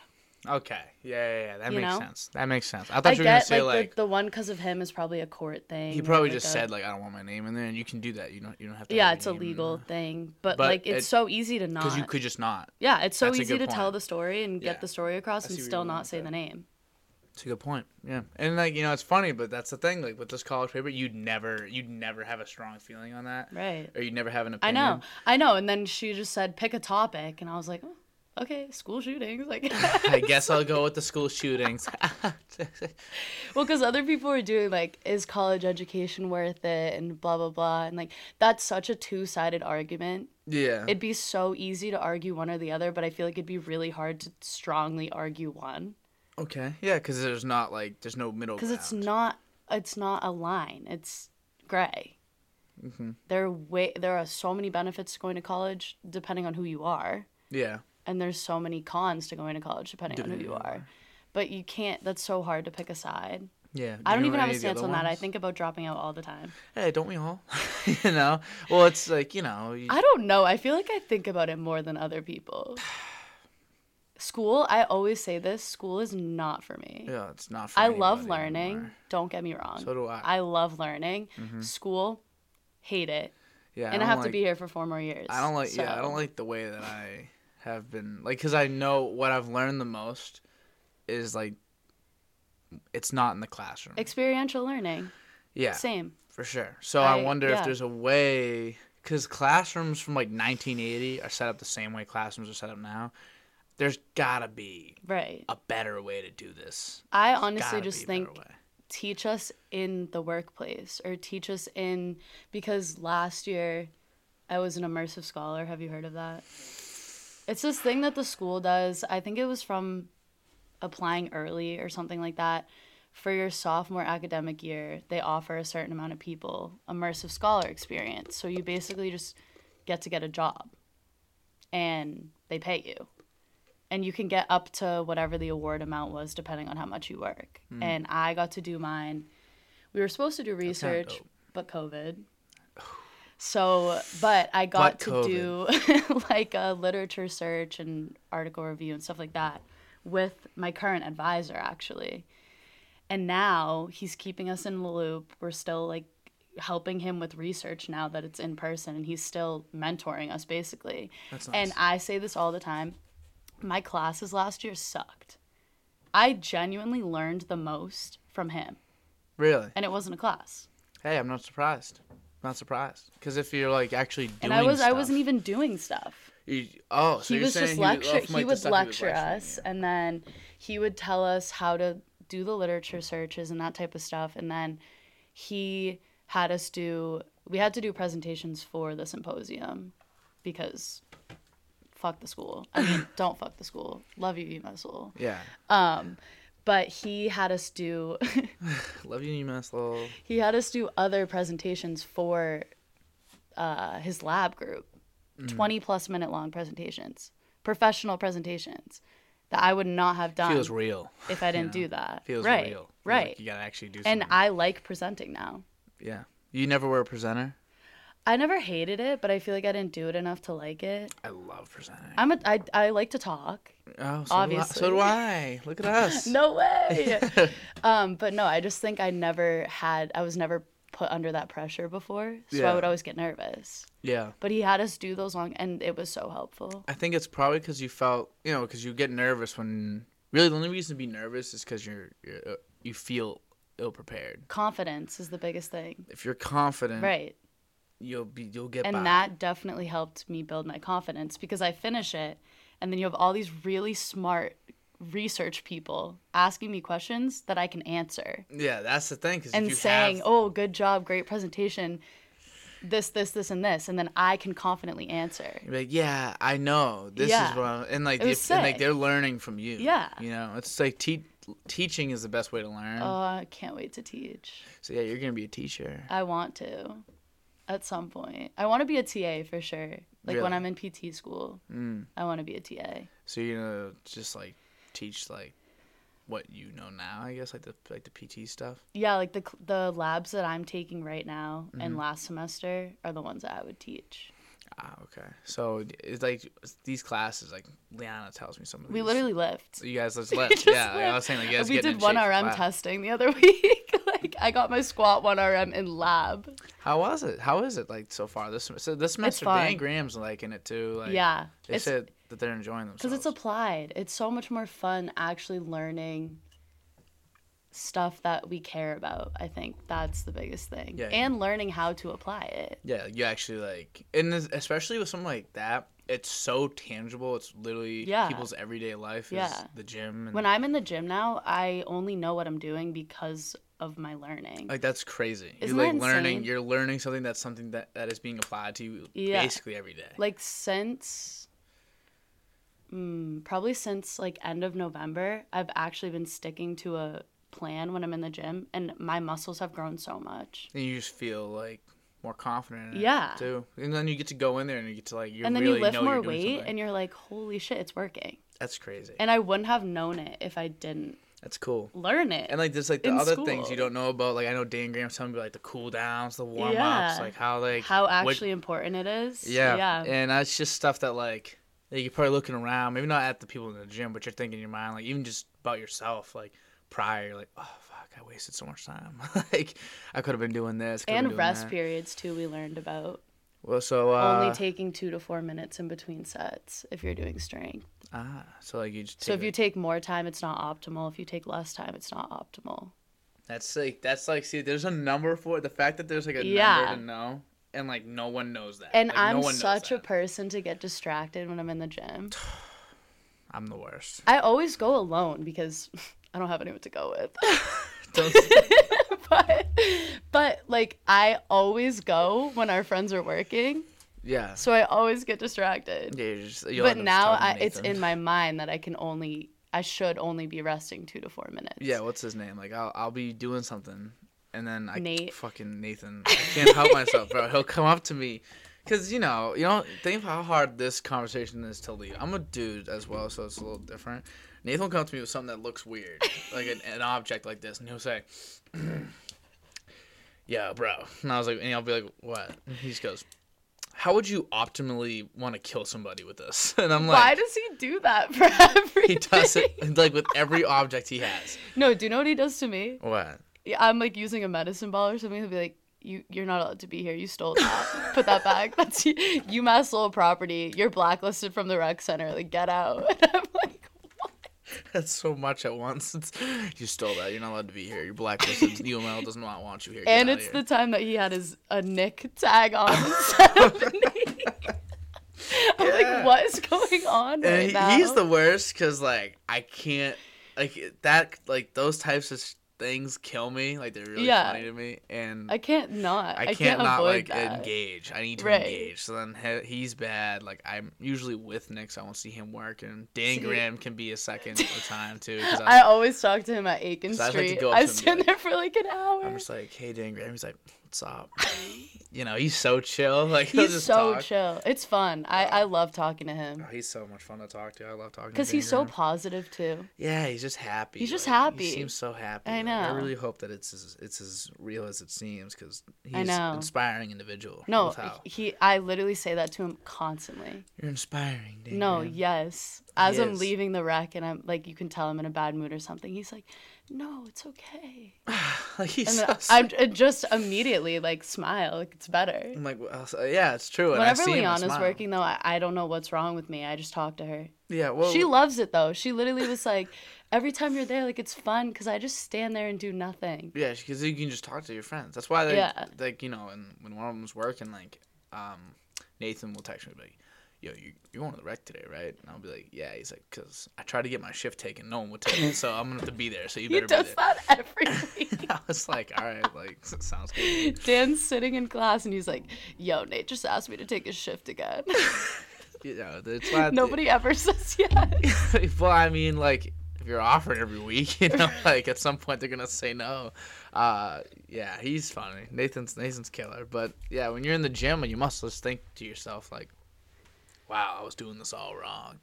[SPEAKER 1] Okay. Yeah, yeah, yeah. That
[SPEAKER 2] You
[SPEAKER 1] makes
[SPEAKER 2] know?
[SPEAKER 1] sense. That makes sense. I thought
[SPEAKER 2] I
[SPEAKER 1] you were gonna
[SPEAKER 2] get
[SPEAKER 1] say
[SPEAKER 2] like,
[SPEAKER 1] like,
[SPEAKER 2] the, the one because of him is probably a court thing.
[SPEAKER 1] he
[SPEAKER 2] or,
[SPEAKER 1] probably
[SPEAKER 2] like,
[SPEAKER 1] just
[SPEAKER 2] a-
[SPEAKER 1] said like I don't want my name in there, and you can do that. You don't. You don't have to.
[SPEAKER 2] yeah,
[SPEAKER 1] have
[SPEAKER 2] it's a legal thing, but,
[SPEAKER 1] But
[SPEAKER 2] like it's
[SPEAKER 1] it-
[SPEAKER 2] so easy to not.
[SPEAKER 1] Because you could just not.
[SPEAKER 2] yeah, it's so
[SPEAKER 1] That's a
[SPEAKER 2] easy
[SPEAKER 1] good
[SPEAKER 2] to tell
[SPEAKER 1] point.
[SPEAKER 2] the story and
[SPEAKER 1] Yeah.
[SPEAKER 2] get the story across and
[SPEAKER 1] see where you're
[SPEAKER 2] still
[SPEAKER 1] going
[SPEAKER 2] not
[SPEAKER 1] with
[SPEAKER 2] say
[SPEAKER 1] that.
[SPEAKER 2] the name.
[SPEAKER 1] It's a good point. Yeah, and like you know, it's funny, but that's the thing. Like with this college paper, you'd never, you'd never have a strong feeling on that,
[SPEAKER 2] Right.
[SPEAKER 1] or you'd never have an
[SPEAKER 2] I
[SPEAKER 1] opinion.
[SPEAKER 2] know, I know. And then she just said pick a topic, and I was like, oh, okay, school shootings. Like,
[SPEAKER 1] I guess I'll go with the school shootings.
[SPEAKER 2] Well, because other people are doing like, is college education worth it, and blah blah blah, and like that's such a two-sided argument.
[SPEAKER 1] yeah.
[SPEAKER 2] It'd be so easy to argue one or the other, but I feel like it'd be really hard to strongly argue one
[SPEAKER 1] okay. Yeah, because there's not like there's no middle.
[SPEAKER 2] because
[SPEAKER 1] Because
[SPEAKER 2] it's not it's not a line. It's gray.
[SPEAKER 1] Mm-hmm.
[SPEAKER 2] There are way there are so many benefits to going to college depending on who you are,
[SPEAKER 1] Yeah.
[SPEAKER 2] and there's so many cons to going to college depending on who you are. But you can't. That's so hard to pick a side.
[SPEAKER 1] Yeah. Do
[SPEAKER 2] I
[SPEAKER 1] you
[SPEAKER 2] don't
[SPEAKER 1] know
[SPEAKER 2] even have
[SPEAKER 1] any
[SPEAKER 2] a
[SPEAKER 1] of the
[SPEAKER 2] stance
[SPEAKER 1] other
[SPEAKER 2] on that. I
[SPEAKER 1] ones?
[SPEAKER 2] think about dropping out all the time.
[SPEAKER 1] Hey, don't we all? you know. Well, it's like you know. You,
[SPEAKER 2] I don't know. I feel like I think about it more than other people. School, I always say this school is not for me.
[SPEAKER 1] yeah, it's not. For
[SPEAKER 2] I love
[SPEAKER 1] anybody
[SPEAKER 2] learning.
[SPEAKER 1] anymore.
[SPEAKER 2] Don't get me wrong.
[SPEAKER 1] So do I. Mm-hmm.
[SPEAKER 2] I love learning. School, hate it.
[SPEAKER 1] Yeah.
[SPEAKER 2] and I
[SPEAKER 1] don't
[SPEAKER 2] have to
[SPEAKER 1] like-
[SPEAKER 2] be here for four more years.
[SPEAKER 1] I don't like yeah, I
[SPEAKER 2] so-
[SPEAKER 1] don't like the way that I have been like cuz I know what I've learned the most is like it's not in the classroom.
[SPEAKER 2] experiential learning.
[SPEAKER 1] yeah,
[SPEAKER 2] Same.
[SPEAKER 1] for sure. So I,
[SPEAKER 2] I-
[SPEAKER 1] wonder
[SPEAKER 2] yeah.
[SPEAKER 1] if there's a way cuz classrooms from like 1980 are set up the same way classrooms are set up now. There's got to be
[SPEAKER 2] Right.
[SPEAKER 1] a better way to do this.
[SPEAKER 2] I
[SPEAKER 1] There's
[SPEAKER 2] honestly
[SPEAKER 1] Uh, gotta
[SPEAKER 2] just
[SPEAKER 1] be a better
[SPEAKER 2] think
[SPEAKER 1] way.
[SPEAKER 2] teach us in the workplace or teach us in because last year I was an immersive scholar. Have you heard of that? It's this thing that the school does. I think it was from applying early or something like that. For your sophomore academic year, they offer a certain amount of people immersive scholar experience. So you basically just get to get a job and they pay you and you can get up to whatever the award amount was depending on how much you work. And I got to do mine. We were supposed to do
[SPEAKER 1] Hmm. kinda
[SPEAKER 2] research,
[SPEAKER 1] dope.
[SPEAKER 2] but COVID. So, but I got to
[SPEAKER 1] But
[SPEAKER 2] do like a literature search and article review and stuff like that with my current advisor actually. And now he's keeping us in the loop. We're still like helping him with research now that it's in person and he's still mentoring us basically.
[SPEAKER 1] That's
[SPEAKER 2] And
[SPEAKER 1] nice.
[SPEAKER 2] I say this all the time my classes last year sucked. I genuinely learned the most from him,
[SPEAKER 1] Really?
[SPEAKER 2] and it wasn't a class.
[SPEAKER 1] Hey, I'm not surprised. Not surprised. Cuz if you're like actually doing
[SPEAKER 2] And I was I
[SPEAKER 1] stuff,
[SPEAKER 2] wasn't even doing stuff.
[SPEAKER 1] you- oh, so
[SPEAKER 2] he
[SPEAKER 1] you're
[SPEAKER 2] was
[SPEAKER 1] saying
[SPEAKER 2] just
[SPEAKER 1] he was
[SPEAKER 2] lecture.
[SPEAKER 1] off
[SPEAKER 2] He,
[SPEAKER 1] mic, the stuff
[SPEAKER 2] would
[SPEAKER 1] he was
[SPEAKER 2] lecture
[SPEAKER 1] lecturing
[SPEAKER 2] us,
[SPEAKER 1] you.
[SPEAKER 2] and then he would tell us how to do the literature searches and that type of stuff. And then he had us do. We had to do presentations for the symposium because fuck the school. I mean, don't fuck the school. Love you, UMass
[SPEAKER 1] Yeah.
[SPEAKER 2] But he had us do
[SPEAKER 1] Love you, UMass Lowell.
[SPEAKER 2] he had us do other presentations for uh, his lab group
[SPEAKER 1] Mm.
[SPEAKER 2] 20 plus minute long presentations professional presentations that i would not have done
[SPEAKER 1] Feels real.
[SPEAKER 2] if i didn't do that
[SPEAKER 1] Feels
[SPEAKER 2] right
[SPEAKER 1] real. Like,
[SPEAKER 2] right
[SPEAKER 1] you gotta actually do
[SPEAKER 2] and
[SPEAKER 1] something.
[SPEAKER 2] i like presenting now
[SPEAKER 1] yeah. You never were a presenter?
[SPEAKER 2] i never hated it but i feel like i didn't do it enough to like it
[SPEAKER 1] I love presenting.
[SPEAKER 2] i'm a i, I like to talk
[SPEAKER 1] oh, so
[SPEAKER 2] obviously.
[SPEAKER 1] Do I, so do I. Look at us.
[SPEAKER 2] no way um but no i just think i never had i was never put under that pressure before so i
[SPEAKER 1] Yeah.
[SPEAKER 2] would always get nervous
[SPEAKER 1] Yeah.
[SPEAKER 2] but he had us do those long and it was so helpful
[SPEAKER 1] I think it's probably because you felt, you know, because you get nervous when. Really, the only reason to be nervous is because you're, you're uh, you feel ill prepared.
[SPEAKER 2] confidence is the biggest thing
[SPEAKER 1] If you're confident,
[SPEAKER 2] right
[SPEAKER 1] you'll be you'll get
[SPEAKER 2] and
[SPEAKER 1] by.
[SPEAKER 2] that definitely helped me build my confidence because i finish it and then you have all these really smart research people asking me questions that i can answer
[SPEAKER 1] yeah, that's the thing. Cause if
[SPEAKER 2] and
[SPEAKER 1] you
[SPEAKER 2] saying
[SPEAKER 1] have,
[SPEAKER 2] oh good job great presentation this, this, this, and this, and then I can confidently answer.
[SPEAKER 1] You're like, yeah, I know. This
[SPEAKER 2] Yeah.
[SPEAKER 1] is what I'm, and like,
[SPEAKER 2] It
[SPEAKER 1] the,
[SPEAKER 2] was
[SPEAKER 1] and like
[SPEAKER 2] sick.
[SPEAKER 1] they're learning from you.
[SPEAKER 2] Yeah.
[SPEAKER 1] You know, it's like te- teaching is the best way to learn.
[SPEAKER 2] Oh, I can't wait to teach.
[SPEAKER 1] so yeah, you're gonna be a teacher.
[SPEAKER 2] I want to at some point. I want to be a TA for sure. Like when
[SPEAKER 1] Really?
[SPEAKER 2] I'm in PT school,
[SPEAKER 1] Mm.
[SPEAKER 2] I want to be a TA.
[SPEAKER 1] So you're gonna just like teach like what you know now, I guess, like the like the PT stuff.
[SPEAKER 2] Yeah, like the cl- the labs that I'm taking right now
[SPEAKER 1] Mm-hmm.
[SPEAKER 2] and last semester are the ones that I would teach.
[SPEAKER 1] Ah, okay. So it's like these classes, like Liana tells me some of
[SPEAKER 2] We
[SPEAKER 1] these.
[SPEAKER 2] literally lift.
[SPEAKER 1] So you guys just
[SPEAKER 2] We
[SPEAKER 1] left.
[SPEAKER 2] just
[SPEAKER 1] yeah, like, I
[SPEAKER 2] lift.
[SPEAKER 1] was saying like you guys
[SPEAKER 2] we
[SPEAKER 1] getting
[SPEAKER 2] did
[SPEAKER 1] in
[SPEAKER 2] one
[SPEAKER 1] shape for
[SPEAKER 2] RM
[SPEAKER 1] class.
[SPEAKER 2] testing the other week. like I got my squat one RM in lab.
[SPEAKER 1] How was it? How is it like so far this sem- so this semester?
[SPEAKER 2] fun.
[SPEAKER 1] Dan Graham's liking it too. Like,
[SPEAKER 2] yeah,
[SPEAKER 1] they said that they're enjoying themselves.
[SPEAKER 2] because it's applied. It's so much more fun actually learning stuff that we care about. I think that's the biggest thing,
[SPEAKER 1] Yeah, yeah.
[SPEAKER 2] and learning how to apply it.
[SPEAKER 1] yeah, you actually like, and this- especially with something like that, it's so tangible. It's literally
[SPEAKER 2] Yeah.
[SPEAKER 1] people's everyday life. Is
[SPEAKER 2] Yeah.
[SPEAKER 1] the gym and
[SPEAKER 2] When I'm in the gym now, I only know what I'm doing because of my learning.
[SPEAKER 1] like that's crazy.
[SPEAKER 2] Isn't
[SPEAKER 1] you're
[SPEAKER 2] that
[SPEAKER 1] like learning.
[SPEAKER 2] insane?
[SPEAKER 1] You're learning something that's something that that is being applied to you
[SPEAKER 2] Yeah.
[SPEAKER 1] basically every day.
[SPEAKER 2] like since mm, probably since like end of november i've actually been sticking to a plan when i'm in the gym and my muscles have grown so much
[SPEAKER 1] and you just feel like more confident. In it,
[SPEAKER 2] Yeah.
[SPEAKER 1] too, and then you get to go in there and you get to like you
[SPEAKER 2] and then
[SPEAKER 1] really
[SPEAKER 2] you lift
[SPEAKER 1] know
[SPEAKER 2] more
[SPEAKER 1] you're doing
[SPEAKER 2] weight
[SPEAKER 1] something.
[SPEAKER 2] and you're like holy shit it's working
[SPEAKER 1] that's crazy.
[SPEAKER 2] and i wouldn't have known it if i didn't
[SPEAKER 1] that's cool.
[SPEAKER 2] learn it
[SPEAKER 1] And like there's like the
[SPEAKER 2] in
[SPEAKER 1] other things you
[SPEAKER 2] school.
[SPEAKER 1] don't know about. Like I know Dan Graham's telling me like the cool downs, the warm ups,
[SPEAKER 2] Yeah.
[SPEAKER 1] like how like
[SPEAKER 2] how
[SPEAKER 1] what-
[SPEAKER 2] actually important it is
[SPEAKER 1] yeah,
[SPEAKER 2] yeah
[SPEAKER 1] And that's just stuff that like that you're probably looking around, maybe not at the people in the gym, but you're thinking in your mind like even just about yourself, like prior, you're like oh fuck, I wasted so much time. like I could have been doing this. could've been
[SPEAKER 2] and
[SPEAKER 1] doing
[SPEAKER 2] rest
[SPEAKER 1] that.
[SPEAKER 2] periods too we learned about
[SPEAKER 1] Well, so uh,
[SPEAKER 2] only taking two to four minutes in between sets if you're doing strength
[SPEAKER 1] ah, so like you just
[SPEAKER 2] So
[SPEAKER 1] take
[SPEAKER 2] if
[SPEAKER 1] a-
[SPEAKER 2] you take more time, it's not optimal. If you take less time, it's not optimal.
[SPEAKER 1] That's like that's like see, there's a number for it. The fact that there's like a
[SPEAKER 2] Yeah.
[SPEAKER 1] number to know, and like no one knows that.
[SPEAKER 2] And
[SPEAKER 1] Like, no
[SPEAKER 2] I'm
[SPEAKER 1] one knows
[SPEAKER 2] such a
[SPEAKER 1] that.
[SPEAKER 2] person to get distracted when I'm in the gym.
[SPEAKER 1] I'm the worst.
[SPEAKER 2] I always go alone because I don't have anyone to go with.
[SPEAKER 1] Don't-
[SPEAKER 2] but but like I always go when our friends are working,
[SPEAKER 1] yeah.
[SPEAKER 2] so I always get distracted.
[SPEAKER 1] Yeah, you're just, you'll
[SPEAKER 2] but
[SPEAKER 1] end up
[SPEAKER 2] now
[SPEAKER 1] talking
[SPEAKER 2] I,
[SPEAKER 1] to
[SPEAKER 2] it's
[SPEAKER 1] Nathan.
[SPEAKER 2] in my mind that I can only I should only be resting 2 to 4 minutes.
[SPEAKER 1] Yeah, what's his name? Like I'll I'll be doing something, and then I
[SPEAKER 2] Nate.
[SPEAKER 1] fucking Nathan. I can't help myself, bro. He'll come up to me, cause you know you know think of how hard this conversation is to lead. I'm a dude as well, so it's a little different. Nathan will come up to me with something that looks weird, like an, an object like this, and he'll say. Yeah, bro. And I was like, and I'll be like, what? And he just goes, how would you optimally want to kill somebody with this? And I'm
[SPEAKER 2] Why
[SPEAKER 1] like,
[SPEAKER 2] does he do that for everything?
[SPEAKER 1] he does it like with every object he has.
[SPEAKER 2] No, do you know what he does to me?
[SPEAKER 1] What?
[SPEAKER 2] Yeah, I'm like using a medicine ball or something. He'll be like, "You, you're not allowed to be here. You stole that. Put that back. That's UMass Lowell property. You're blacklisted from the rec center. Like, get out." And I'm like, "What?"
[SPEAKER 1] That's so much at once. It's, you stole that. You're not allowed to be here. You're blacklisted. UML does not want you here. Get
[SPEAKER 2] And
[SPEAKER 1] outta
[SPEAKER 2] it's
[SPEAKER 1] here.
[SPEAKER 2] the time that he had his a Nick tag on instead of an E. I'm
[SPEAKER 1] Yeah.
[SPEAKER 2] like, what is going on right
[SPEAKER 1] And he-
[SPEAKER 2] now?
[SPEAKER 1] he's the worst because like I can't like that like those types of s- things kill me. Like they're really
[SPEAKER 2] Yeah.
[SPEAKER 1] funny to me. And
[SPEAKER 2] I can't not.
[SPEAKER 1] I
[SPEAKER 2] I
[SPEAKER 1] can't, not
[SPEAKER 2] avoid
[SPEAKER 1] like
[SPEAKER 2] that.
[SPEAKER 1] engage. I need to
[SPEAKER 2] Right.
[SPEAKER 1] engage. So then he- he's bad. Like I'm usually with Nick, so I won't see him work. And Dan
[SPEAKER 2] See-
[SPEAKER 1] Graham can be a second at a time too. 'cause I'm,
[SPEAKER 2] I always talk to him at Aiken
[SPEAKER 1] So I just like to
[SPEAKER 2] Street.
[SPEAKER 1] go up to
[SPEAKER 2] I
[SPEAKER 1] him and be
[SPEAKER 2] stand
[SPEAKER 1] like-
[SPEAKER 2] there for like an hour.
[SPEAKER 1] I'm just like, hey Dan Graham. He's like, what's up? you know, he's so chill. Like he'll
[SPEAKER 2] He's
[SPEAKER 1] just
[SPEAKER 2] so
[SPEAKER 1] talk.
[SPEAKER 2] chill. It's fun. I, I love talking to him.
[SPEAKER 1] Oh, he's so much fun to talk to. I love talking to
[SPEAKER 2] Because he's so
[SPEAKER 1] Daniel.
[SPEAKER 2] positive too.
[SPEAKER 1] yeah, he's just happy.
[SPEAKER 2] He's just happy.
[SPEAKER 1] He seems so happy.
[SPEAKER 2] I
[SPEAKER 1] Like, I
[SPEAKER 2] know.
[SPEAKER 1] really hope that it's as, it's as real as it seems because he's
[SPEAKER 2] know.
[SPEAKER 1] an inspiring individual.
[SPEAKER 2] No,
[SPEAKER 1] with how-
[SPEAKER 2] he. I literally say that to him constantly.
[SPEAKER 1] you're inspiring. Dan
[SPEAKER 2] No,
[SPEAKER 1] Graham.
[SPEAKER 2] yes. As I'm
[SPEAKER 1] Yes.
[SPEAKER 2] leaving the wreck, and I'm like, you can tell I'm in a bad mood or something. He's like, "No, it's okay."
[SPEAKER 1] like he's
[SPEAKER 2] And
[SPEAKER 1] so.
[SPEAKER 2] then I'm I just immediately like smile. Like it's better.
[SPEAKER 1] I'm like, well, so- yeah, it's true. and I
[SPEAKER 2] Whenever
[SPEAKER 1] see him, I
[SPEAKER 2] Liana's
[SPEAKER 1] smile.
[SPEAKER 2] working, though, I, I don't know what's wrong with me. I just talk to her.
[SPEAKER 1] yeah, well,
[SPEAKER 2] she loves it though. She literally was like, "Every time you're there, like it's fun because I just stand there and do nothing."
[SPEAKER 1] Yeah, because you can just talk to your friends. That's why, like,
[SPEAKER 2] Yeah.
[SPEAKER 1] like you know, and when one of them's working, like, um, Nathan will text me like, "Yo, you you're going to the rec today, right?" And I'll be like, "Yeah." He's like, "Cause I tried to get my shift taken, no one would take it, so I'm gonna have to be there. So you
[SPEAKER 2] He
[SPEAKER 1] better be
[SPEAKER 2] does
[SPEAKER 1] there."
[SPEAKER 2] that every week.
[SPEAKER 1] I was like, all right, like sounds good.
[SPEAKER 2] Dan's sitting in class and he's like, "Yo, Nate just asked me to take a shift again."
[SPEAKER 1] You know, it's not
[SPEAKER 2] Nobody ever says yes.
[SPEAKER 1] well, I mean, like if you're offered every week, you know, like at some point they're gonna say no. Uh, yeah, he's funny. Nathan's Nathan's killer. But yeah, when you're in the gym, you must just think to yourself like, "Wow, I was doing this all wrong."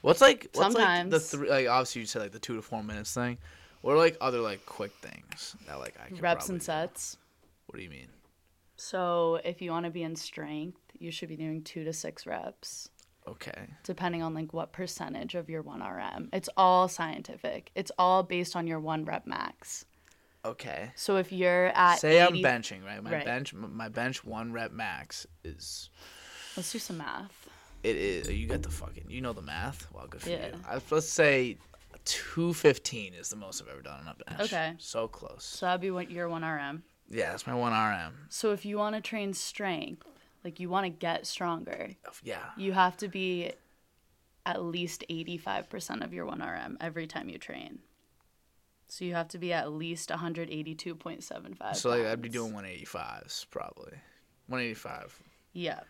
[SPEAKER 1] What's like? What's like the
[SPEAKER 2] Sometimes.
[SPEAKER 1] three? Like obviously you said like the two to four minutes thing. What are like other like quick things that like I could
[SPEAKER 2] Reps and
[SPEAKER 1] probably do?
[SPEAKER 2] sets.
[SPEAKER 1] What do you mean?
[SPEAKER 2] So if you want to be in strength, you should be doing two to six reps,
[SPEAKER 1] Okay.
[SPEAKER 2] depending on like what percentage of your one RM. It's all scientific. It's all based on your one rep max.
[SPEAKER 1] Okay.
[SPEAKER 2] So if you're at
[SPEAKER 1] Say
[SPEAKER 2] 80
[SPEAKER 1] I'm benching, right? My
[SPEAKER 2] Right.
[SPEAKER 1] bench, my bench one rep max is
[SPEAKER 2] let's do some math.
[SPEAKER 1] It is. You got the fucking. You know the math. Well, good for
[SPEAKER 2] Yeah.
[SPEAKER 1] you. I, let's say, two fifteen is the most I've ever done on a bench.
[SPEAKER 2] Okay.
[SPEAKER 1] So close.
[SPEAKER 2] So that'd be what your one RM.
[SPEAKER 1] Yeah, that's my one RM.
[SPEAKER 2] So if you want to train strength, like you want to get stronger,
[SPEAKER 1] Yeah.
[SPEAKER 2] you have to be at least 85% of your 1RM every time you train. So you have to be at least 182.75.
[SPEAKER 1] So like, I'd be
[SPEAKER 2] pounds.
[SPEAKER 1] doing one eighty fives probably. One eighty five.
[SPEAKER 2] Yeah.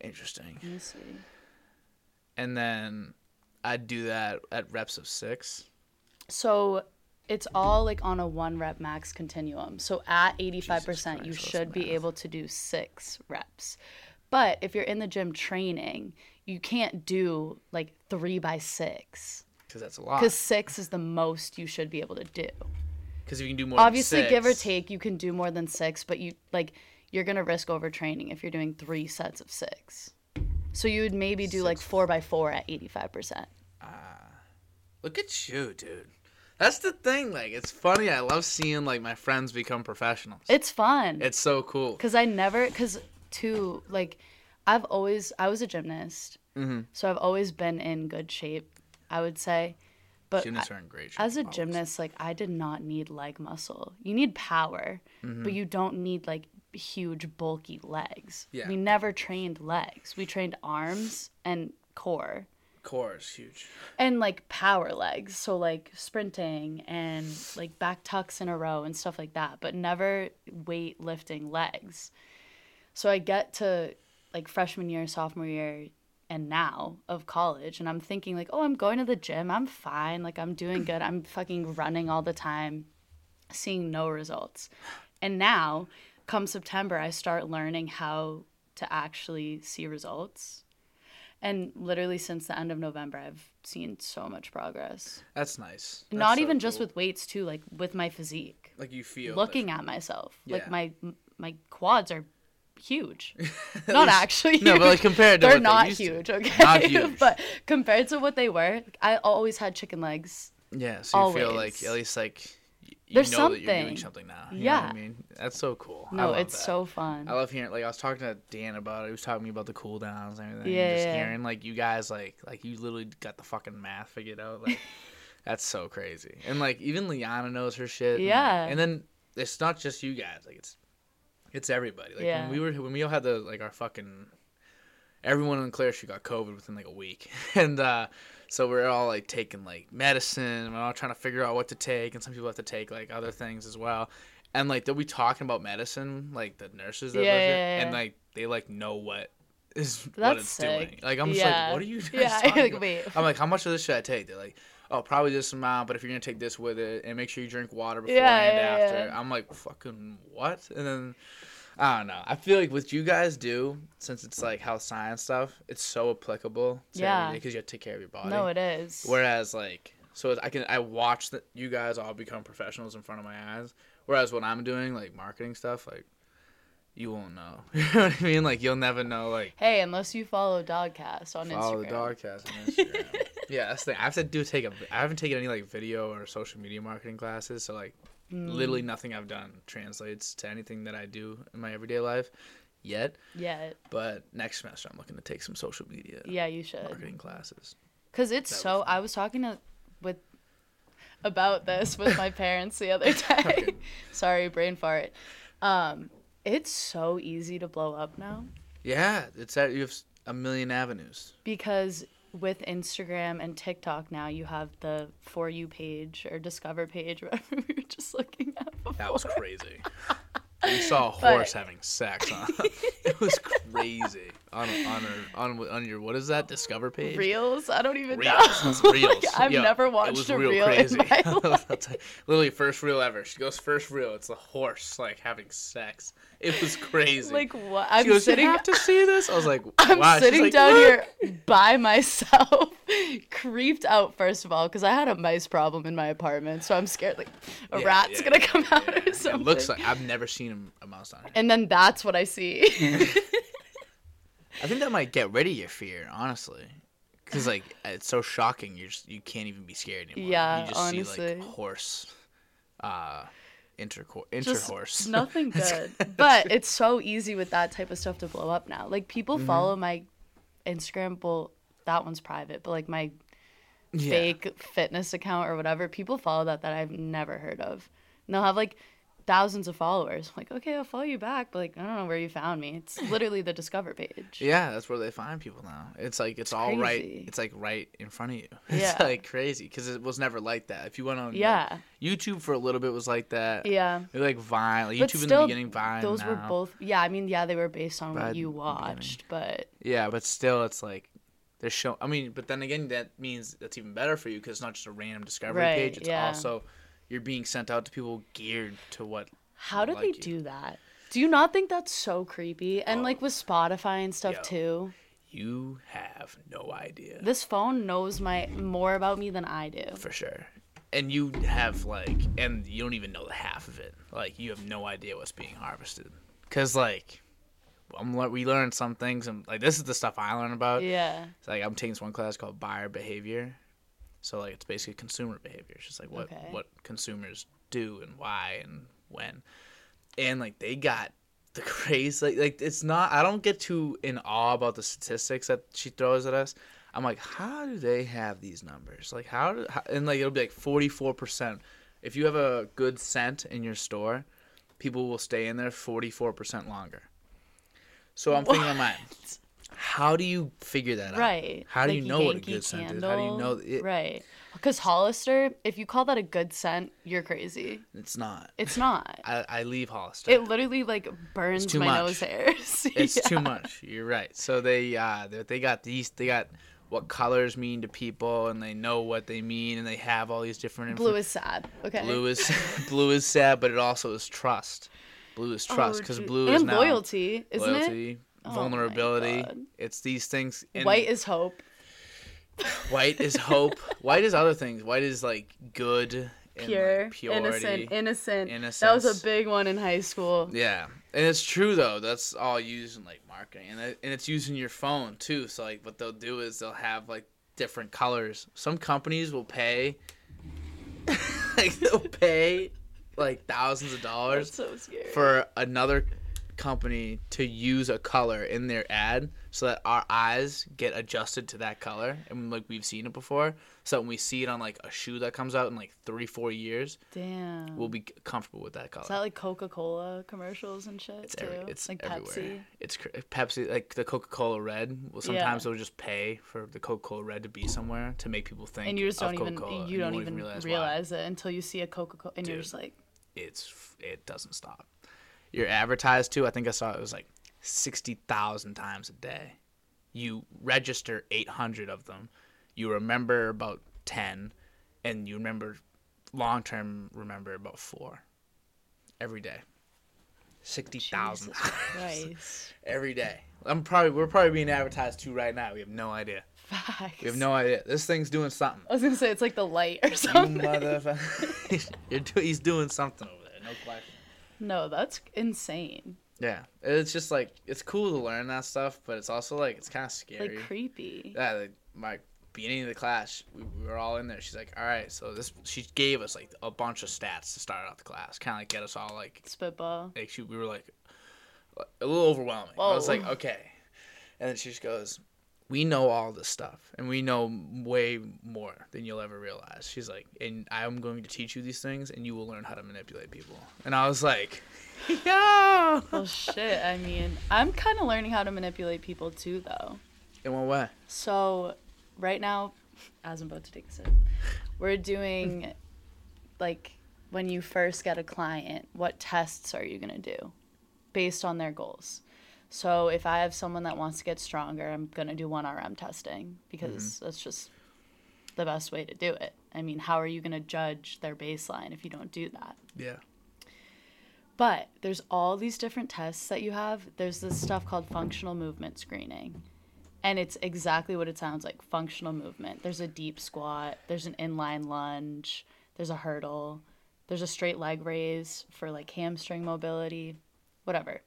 [SPEAKER 1] Interesting.
[SPEAKER 2] Let me see.
[SPEAKER 1] And then I'd do that at reps of six.
[SPEAKER 2] So it's all like on a one rep max continuum. So at 85%, you
[SPEAKER 1] Christ, that's
[SPEAKER 2] should be able to do six reps. But if you're in the gym training, you can't do like three by six
[SPEAKER 1] Because that's a lot.
[SPEAKER 2] because six is the most you should be able to do.
[SPEAKER 1] Because if you can do more. than
[SPEAKER 2] obviously give or
[SPEAKER 1] six-
[SPEAKER 2] take you can do more than six but you like you're gonna risk overtraining if you're doing three sets of six so you would maybe do like four by four at 85%
[SPEAKER 1] Look at you, dude. That's the thing. Like, it's funny. I love seeing like my friends become professionals.
[SPEAKER 2] it's fun
[SPEAKER 1] It's so cool.
[SPEAKER 2] because i never because too like i've always i was a gymnast so i've always been in good shape i would say but
[SPEAKER 1] Gymnasts are in great shape.
[SPEAKER 2] as a
[SPEAKER 1] always.
[SPEAKER 2] gymnast like i did not need leg muscle you need power but you don't need like huge bulky legs
[SPEAKER 1] Yeah.
[SPEAKER 2] we never trained legs we trained arms and core
[SPEAKER 1] core is huge.
[SPEAKER 2] and like power legs so like sprinting and like back tucks in a row and stuff like that but never weight lifting legs so i get to like freshman year sophomore year and now of college and i'm thinking like oh i'm going to the gym i'm fine like i'm doing good i'm fucking running all the time seeing no results and now come september i start learning how to actually see results and literally since the end of November, I've seen so much progress.
[SPEAKER 1] That's nice.
[SPEAKER 2] Not even just with weights too, like with my physique.
[SPEAKER 1] like you feel
[SPEAKER 2] Looking at myself,
[SPEAKER 1] Yeah.
[SPEAKER 2] like my my quads are huge. not actually.
[SPEAKER 1] No, but like
[SPEAKER 2] huge.
[SPEAKER 1] compared to
[SPEAKER 2] they're
[SPEAKER 1] what they
[SPEAKER 2] not
[SPEAKER 1] used to.
[SPEAKER 2] huge. Okay,
[SPEAKER 1] Not huge.
[SPEAKER 2] but compared to what they were, I always had chicken legs.
[SPEAKER 1] yeah, so you feel like
[SPEAKER 2] Always.
[SPEAKER 1] at least like y- you
[SPEAKER 2] There's
[SPEAKER 1] know that you're doing something
[SPEAKER 2] something.
[SPEAKER 1] now. You know what
[SPEAKER 2] Yeah.
[SPEAKER 1] I mean that's so cool. I
[SPEAKER 2] No,
[SPEAKER 1] love
[SPEAKER 2] it's
[SPEAKER 1] that.
[SPEAKER 2] so fun.
[SPEAKER 1] I love hearing like I was talking to Dan about it. He was talking to me about the cool downs and everything.
[SPEAKER 2] Yeah,
[SPEAKER 1] and just
[SPEAKER 2] yeah, yeah.
[SPEAKER 1] hearing like you guys like like you literally got the fucking math figured out. Like that's so crazy. And like even Liana knows her shit. and, like-
[SPEAKER 2] Yeah.
[SPEAKER 1] And, then it's not just you guys. Like it's it's everybody. Like
[SPEAKER 2] Yeah.
[SPEAKER 1] when we were when we all had the like our fucking everyone in Claire she got COVID within like a week. And uh so we're all like taking like medicine and we're all trying to figure out what to take and some people have to take like other things as well. And like they'll be talking about medicine, like the nurses that
[SPEAKER 2] Yeah,
[SPEAKER 1] live here,
[SPEAKER 2] yeah, yeah.
[SPEAKER 1] and like they like know what is what
[SPEAKER 2] That's
[SPEAKER 1] it's doing.
[SPEAKER 2] sick.
[SPEAKER 1] Like I'm just
[SPEAKER 2] Yeah.
[SPEAKER 1] like, what are you guys
[SPEAKER 2] Yeah,
[SPEAKER 1] talking
[SPEAKER 2] like,
[SPEAKER 1] about?
[SPEAKER 2] wait.
[SPEAKER 1] I'm like, how much of this should I take? They're like, oh, probably this amount, but if you're gonna take this with it, and make sure you drink water before
[SPEAKER 2] Yeah,
[SPEAKER 1] and
[SPEAKER 2] yeah,
[SPEAKER 1] after.
[SPEAKER 2] yeah.
[SPEAKER 1] I'm like, fucking what? And then I don't know. I feel like what you guys do, since it's like health science stuff, it's so applicable. To
[SPEAKER 2] Yeah.
[SPEAKER 1] because you have to take care of your body.
[SPEAKER 2] no, it is.
[SPEAKER 1] Whereas like, so I can I watch that you guys all become professionals in front of my eyes. Whereas what I'm doing, like marketing stuff, like you won't know. you know what I mean? Like you'll never know. Like
[SPEAKER 2] hey, unless you follow Dogcast on
[SPEAKER 1] follow
[SPEAKER 2] Instagram.
[SPEAKER 1] the dogcast on Instagram. yeah, that's the thing. I have to do take a. I haven't taken any like video or social media marketing classes, so like
[SPEAKER 2] Mm,
[SPEAKER 1] literally nothing I've done translates to anything that I do in my everyday life yet.
[SPEAKER 2] Yeah,
[SPEAKER 1] But next semester, I'm looking to take some social media
[SPEAKER 2] yeah, you should.
[SPEAKER 1] marketing classes.
[SPEAKER 2] Cause it's
[SPEAKER 1] That
[SPEAKER 2] so. I was talking to with about this with my parents the other day. Sorry, brain fart. Um, it's so easy to blow up now
[SPEAKER 1] Yeah, it's that you have s- a million avenues.
[SPEAKER 2] because with Instagram and TikTok now you have the for you page or discover page. Whatever we were just looking at before.
[SPEAKER 1] That was crazy. We saw a horse having sex. On. it was crazy. On on a, on on your what is that Discover page?
[SPEAKER 2] Reels? I don't even
[SPEAKER 1] Reels.
[SPEAKER 2] know.
[SPEAKER 1] It's reels.
[SPEAKER 2] Like, Oh I've
[SPEAKER 1] Yo,
[SPEAKER 2] never
[SPEAKER 1] it was
[SPEAKER 2] watched a
[SPEAKER 1] real
[SPEAKER 2] reel
[SPEAKER 1] crazy.
[SPEAKER 2] in my life.
[SPEAKER 1] That's like- Literally first reel ever. She goes first reel. It's the horse like having sex. It was crazy.
[SPEAKER 2] Like what?
[SPEAKER 1] she
[SPEAKER 2] I'm
[SPEAKER 1] goes,
[SPEAKER 2] sitting.
[SPEAKER 1] you have to see this. I was like,
[SPEAKER 2] I'm
[SPEAKER 1] "Why?" She's
[SPEAKER 2] sitting
[SPEAKER 1] like,
[SPEAKER 2] down
[SPEAKER 1] "What?"
[SPEAKER 2] here by myself, creeped out first of all because I had a mice problem in my apartment, so I'm scared like a
[SPEAKER 1] Yeah,
[SPEAKER 2] rat's
[SPEAKER 1] yeah,
[SPEAKER 2] gonna come out
[SPEAKER 1] Yeah,
[SPEAKER 2] or something.
[SPEAKER 1] It looks like I've never seen a, a mouse down here.
[SPEAKER 2] And then that's what I see.
[SPEAKER 1] I think that might get rid of your fear, honestly. Because like it's so shocking, you just you can't even be scared anymore.
[SPEAKER 2] Yeah,
[SPEAKER 1] you just see like
[SPEAKER 2] honestly.
[SPEAKER 1] horse, uh, intercourse,
[SPEAKER 2] Just
[SPEAKER 1] interhorse.
[SPEAKER 2] nothing good. but it's so easy with that type of stuff to blow up now. Like people follow my Instagram. Well, that one's private, but like my
[SPEAKER 1] Yeah.
[SPEAKER 2] fake fitness account or whatever. People follow that that I've never heard of. And they'll have like thousands of followers. I'm like, okay, I'll follow you back, but like I don't know where you found me. It's literally the discover page.
[SPEAKER 1] Yeah, that's where they find people now. It's like it's, all right.
[SPEAKER 2] crazy.
[SPEAKER 1] It's like right in front of you. It's
[SPEAKER 2] Yeah.
[SPEAKER 1] like crazy because it was never like that. If you went on like,
[SPEAKER 2] Yeah.
[SPEAKER 1] YouTube for a little bit was like that.
[SPEAKER 2] Yeah.
[SPEAKER 1] Maybe like Vine, like
[SPEAKER 2] But
[SPEAKER 1] YouTube
[SPEAKER 2] still,
[SPEAKER 1] in the beginning, Vine.
[SPEAKER 2] Those were
[SPEAKER 1] now.
[SPEAKER 2] both yeah, I mean, yeah, they were based on
[SPEAKER 1] But
[SPEAKER 2] what you
[SPEAKER 1] in the beginning.
[SPEAKER 2] watched, but
[SPEAKER 1] Yeah, but still, it's like they're showing. I mean, but then again, that means that's even better for you because it's not just a random discovery
[SPEAKER 2] Right,
[SPEAKER 1] page. It's
[SPEAKER 2] yeah.
[SPEAKER 1] also you're being sent out to people geared to what.
[SPEAKER 2] how did
[SPEAKER 1] like
[SPEAKER 2] they
[SPEAKER 1] you. Oh.
[SPEAKER 2] do that? Do you not think that's so creepy? And like with Spotify and stuff
[SPEAKER 1] Yo.
[SPEAKER 2] too.
[SPEAKER 1] You have no idea
[SPEAKER 2] This phone knows my more about me than I do.
[SPEAKER 1] for sure, and you have like, and you don't even know the half of it. Like you have no idea what's being harvested because like. I'm, lear- we learned some things, and like this is the stuff I learn about.
[SPEAKER 2] Yeah.
[SPEAKER 1] It's like I'm taking this one class called buyer behavior. So like it's basically consumer behavior. It's just like what
[SPEAKER 2] Okay.
[SPEAKER 1] what consumers do and why and when. And like they got the craze like like it's not I don't get too in awe about the statistics that she throws at us. I'm like, how do they have these numbers? Like how, do, how and like it'll be like 44%. If you have a good scent in your store, people will stay in there 44% longer. So I'm thinking in my mind, how do you figure that out?
[SPEAKER 2] Right.
[SPEAKER 1] How do
[SPEAKER 2] Like
[SPEAKER 1] you know what a
[SPEAKER 2] Yankee
[SPEAKER 1] good scent is? How do you know
[SPEAKER 2] Candle.
[SPEAKER 1] it,
[SPEAKER 2] Right. Because Hollister, if you call that a good scent, you're crazy.
[SPEAKER 1] it's not?
[SPEAKER 2] It's not.
[SPEAKER 1] I, I leave Hollister.
[SPEAKER 2] It literally like burns
[SPEAKER 1] too
[SPEAKER 2] my
[SPEAKER 1] much.
[SPEAKER 2] nose hairs.
[SPEAKER 1] it's
[SPEAKER 2] Yeah.
[SPEAKER 1] too much. You're right. So they uh they, they got these they got what colors mean to people and they know what they mean and they have all these different infor-
[SPEAKER 2] blue is sad. Okay.
[SPEAKER 1] blue is blue is sad but it also is trust. Blue is
[SPEAKER 2] Oh,
[SPEAKER 1] trust because
[SPEAKER 2] gee-
[SPEAKER 1] blue
[SPEAKER 2] and
[SPEAKER 1] is now
[SPEAKER 2] loyalty, isn't it? Oh
[SPEAKER 1] loyalty,
[SPEAKER 2] my
[SPEAKER 1] vulnerability.
[SPEAKER 2] God.
[SPEAKER 1] It's these things. and-
[SPEAKER 2] White is hope.
[SPEAKER 1] White is hope. White is other things. White is like good, and
[SPEAKER 2] Pure,
[SPEAKER 1] like purity.
[SPEAKER 2] innocent, innocent. That was
[SPEAKER 1] innocence.
[SPEAKER 2] a big one in high school.
[SPEAKER 1] Yeah, and it's true though. That's all used in like marketing, and it, and it's using your phone too. So like, what they'll do is they'll have like different colors. Some companies will pay, like they'll pay, like thousands of dollars
[SPEAKER 2] That's so scary.
[SPEAKER 1] for another company to use a color in their ad so that our eyes get adjusted to that color and like we've seen it before so when we see it on like a shoe that comes out in like three four years
[SPEAKER 2] Damn.
[SPEAKER 1] we'll be comfortable with that color
[SPEAKER 2] is that like Coca Cola commercials and shit
[SPEAKER 1] it's,
[SPEAKER 2] too?
[SPEAKER 1] every, it's
[SPEAKER 2] like
[SPEAKER 1] everywhere
[SPEAKER 2] Pepsi.
[SPEAKER 1] it's cr- pepsi like the coca-cola red well sometimes they'll just pay for the coca-cola red to be somewhere to make people think
[SPEAKER 2] And you just
[SPEAKER 1] of
[SPEAKER 2] don't even
[SPEAKER 1] Coca-Cola, and
[SPEAKER 2] you don't
[SPEAKER 1] won't
[SPEAKER 2] even realize,
[SPEAKER 1] why.
[SPEAKER 2] it until you see a Coca Cola and you're
[SPEAKER 1] Dude.
[SPEAKER 2] just like,
[SPEAKER 1] it's f- it doesn't stop. You're advertised to. I think I saw it was like sixty thousand times a day. You register eight hundred of them. You remember about ten, and you remember long term remember about four. Every day, sixty thousand
[SPEAKER 2] Jesus Christ.
[SPEAKER 1] every day. I'm probably we're probably being advertised to right now. We have no idea.
[SPEAKER 2] Facts.
[SPEAKER 1] We have no idea. This thing's doing something.
[SPEAKER 2] I was gonna say it's like the light or
[SPEAKER 1] You
[SPEAKER 2] something.
[SPEAKER 1] motherfucker. You're do- he's doing something over there. No question.
[SPEAKER 2] No, that's insane.
[SPEAKER 1] Yeah, it's just like it's cool to learn that stuff, but it's also like it's kind of scary.
[SPEAKER 2] Like creepy.
[SPEAKER 1] yeah, like my beginning of the class, we, we were all in there. She's like, "All right, so this." She gave us like a bunch of stats to start out the class, kind of like get us all like
[SPEAKER 2] Spitball.
[SPEAKER 1] like she, we were like a little overwhelming. I was
[SPEAKER 2] Whoa.
[SPEAKER 1] like, okay. And then she just goes, we know all this stuff and we know way more than you'll ever realize. She's like, and I'm going to teach you these things and you will learn how to manipulate people. And I was like, yo.
[SPEAKER 2] Well, shit. I mean, I'm kind of learning how to manipulate people too, though.
[SPEAKER 1] In what way?
[SPEAKER 2] So, right now, as I'm about to take a sip, we're doing like when you first get a client, what tests are you going to do based on their goals? So if I have someone that wants to get stronger, I'm going to do 1RM testing because that's just the best way to do it. I mean, how are you going to judge their baseline if you don't do that?
[SPEAKER 1] Yeah.
[SPEAKER 2] But there's all these different tests that you have. There's this stuff called functional movement screening. And it's exactly what it sounds like functional movement. There's a deep squat, there's an inline lunge, there's a hurdle, there's a straight leg raise for like hamstring mobility, whatever.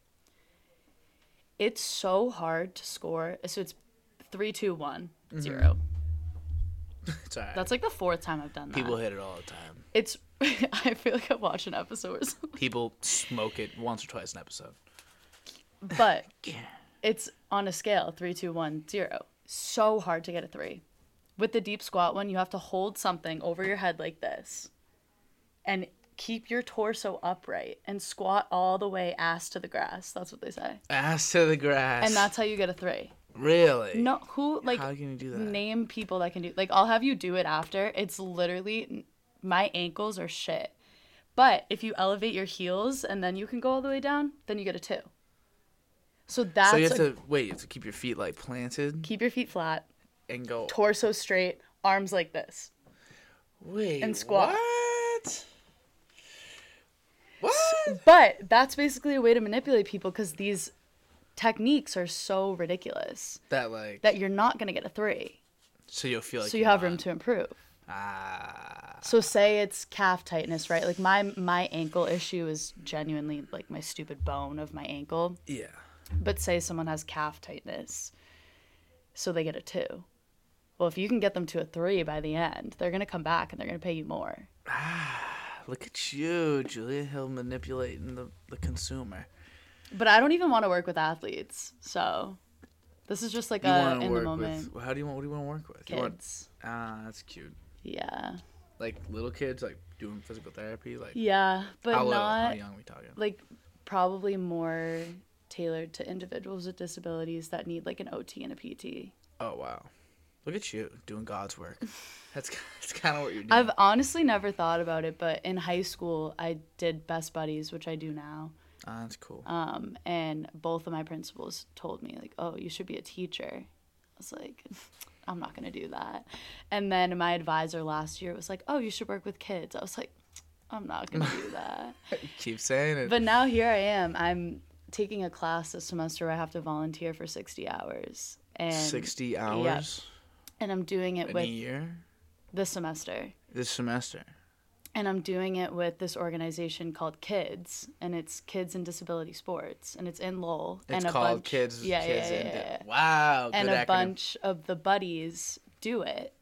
[SPEAKER 2] It's so hard to score. So it's three, two, one, zero.
[SPEAKER 1] It's all right.
[SPEAKER 2] That's like the fourth time I've done that.
[SPEAKER 1] People hit it all the time.
[SPEAKER 2] It's, I feel like I watch an episode or something.
[SPEAKER 1] People smoke it once or twice an episode.
[SPEAKER 2] but it's on a scale three, two, one, zero. So hard to get a three. With the deep squat one, you have to hold something over your head like this and keep your torso upright and squat all the way ass to the grass. That's what they say.
[SPEAKER 1] Ass to the grass.
[SPEAKER 2] And that's how you get a three.
[SPEAKER 1] really
[SPEAKER 2] No, who, like,
[SPEAKER 1] How can you do that?
[SPEAKER 2] name people that can do like i'll have you do it after it's literally my ankles are shit but if you elevate your heels and then you can go all the way down then you get a two so that's
[SPEAKER 1] So you have
[SPEAKER 2] a-
[SPEAKER 1] to wait. You have to keep your feet like planted
[SPEAKER 2] keep your feet flat
[SPEAKER 1] and go.
[SPEAKER 2] torso straight arms like this
[SPEAKER 1] Wait.
[SPEAKER 2] and squat.
[SPEAKER 1] What? What?
[SPEAKER 2] but that's basically a way to manipulate people because these techniques are so ridiculous
[SPEAKER 1] That like.
[SPEAKER 2] that you're not going to get a three
[SPEAKER 1] so you'll feel like.
[SPEAKER 2] so you have
[SPEAKER 1] want-
[SPEAKER 2] room to improve
[SPEAKER 1] Ah.
[SPEAKER 2] So say it's calf tightness, right? Like my my ankle issue is genuinely like my stupid bone of my ankle.
[SPEAKER 1] Yeah.
[SPEAKER 2] But say someone has calf tightness, so they get a two. Well, if you can get them to a three by the end, they're gonna come back and they're gonna pay you more.
[SPEAKER 1] Look at you, Julia Hill, manipulating the the consumer.
[SPEAKER 2] But I don't even want to work with athletes, so this is just like
[SPEAKER 1] You
[SPEAKER 2] a
[SPEAKER 1] want to
[SPEAKER 2] in the
[SPEAKER 1] work with?
[SPEAKER 2] moment.
[SPEAKER 1] How do you want? What do you want to work with? You want,
[SPEAKER 2] Kids,
[SPEAKER 1] ah, that's cute.
[SPEAKER 2] yeah,
[SPEAKER 1] Like little kids, like doing physical therapy, like.
[SPEAKER 2] yeah, but
[SPEAKER 1] how little? How
[SPEAKER 2] not
[SPEAKER 1] young we talking?
[SPEAKER 2] like probably more tailored to individuals with disabilities that need like an OT and a PT.
[SPEAKER 1] Oh wow. Look at you doing God's work. That's that's kind of what you're doing.
[SPEAKER 2] I've honestly never thought about it, but in high school, I did best buddies, which I do now.
[SPEAKER 1] Ah, that's cool.
[SPEAKER 2] Um, and both of my principals told me, like, oh, you should be a teacher. I was like, I'm not going to do that. And then my advisor last year was like, oh, you should work with kids. I was like, I'm not going to do that.
[SPEAKER 1] Keep saying it.
[SPEAKER 2] but now here I am. I'm taking a class this semester where I have to volunteer for 60 hours. And,
[SPEAKER 1] Sixty hours
[SPEAKER 2] and I'm doing it
[SPEAKER 1] in a
[SPEAKER 2] with
[SPEAKER 1] year
[SPEAKER 2] this semester.
[SPEAKER 1] this semester.
[SPEAKER 2] and I'm doing it with this organization called Kids, and it's Kids in Disability Sports, and it's in Lowell.
[SPEAKER 1] It's
[SPEAKER 2] and
[SPEAKER 1] called kids.
[SPEAKER 2] Yeah,
[SPEAKER 1] kids
[SPEAKER 2] yeah, yeah,
[SPEAKER 1] in
[SPEAKER 2] yeah,
[SPEAKER 1] Di-
[SPEAKER 2] yeah.
[SPEAKER 1] Wow.
[SPEAKER 2] And
[SPEAKER 1] good
[SPEAKER 2] a
[SPEAKER 1] acronym.
[SPEAKER 2] bunch of the buddies do it,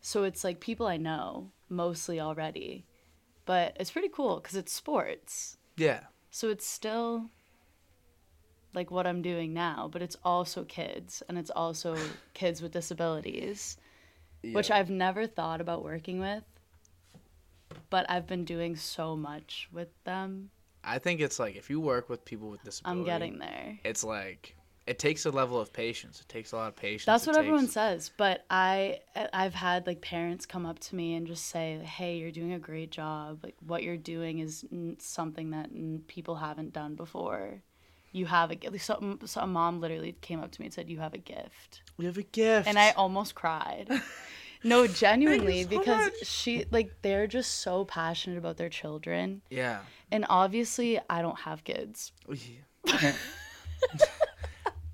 [SPEAKER 2] so it's like people I know mostly already, but it's pretty cool because it's sports,
[SPEAKER 1] Yeah.
[SPEAKER 2] so it's still like what I'm doing now, but it's also kids, and it's also kids with disabilities which
[SPEAKER 1] Yeah.
[SPEAKER 2] I've never thought about working with, but I've been doing so much with them.
[SPEAKER 1] I think it's like if you work with people with disabilities,
[SPEAKER 2] I'm getting there.
[SPEAKER 1] It's like it takes a level of patience. It takes a lot of patience.
[SPEAKER 2] That's
[SPEAKER 1] It
[SPEAKER 2] what
[SPEAKER 1] takes-
[SPEAKER 2] everyone says, but I I've had like parents come up to me and just say, "Hey, you're doing a great job. Like what you're doing is n- something that n- people haven't done before. You have a gift." Like, so, so a mom literally came up to me and said, "You have a gift."
[SPEAKER 1] We have a gift.
[SPEAKER 2] and I almost cried. No, genuinely,
[SPEAKER 1] so
[SPEAKER 2] because
[SPEAKER 1] much.
[SPEAKER 2] she like they're just so passionate about their children.
[SPEAKER 1] yeah.
[SPEAKER 2] And obviously, I don't have kids.
[SPEAKER 1] We-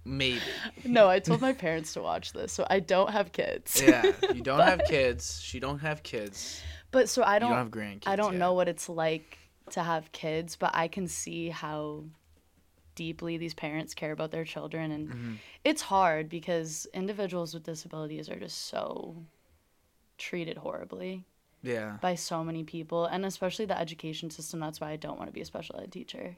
[SPEAKER 1] Maybe.
[SPEAKER 2] No, I told my parents to watch this, so I don't have kids.
[SPEAKER 1] Yeah. You don't have kids. She don't have kids.
[SPEAKER 2] But so I don't,
[SPEAKER 1] you don't have grandkids.
[SPEAKER 2] I don't
[SPEAKER 1] yet.
[SPEAKER 2] know what it's like to have kids, but I can see how deeply these parents care about their children and
[SPEAKER 1] Mm-hmm.
[SPEAKER 2] it's hard because individuals with disabilities are just so treated horribly
[SPEAKER 1] Yeah.
[SPEAKER 2] by so many people and especially the education system. That's why I don't want to be a special ed teacher.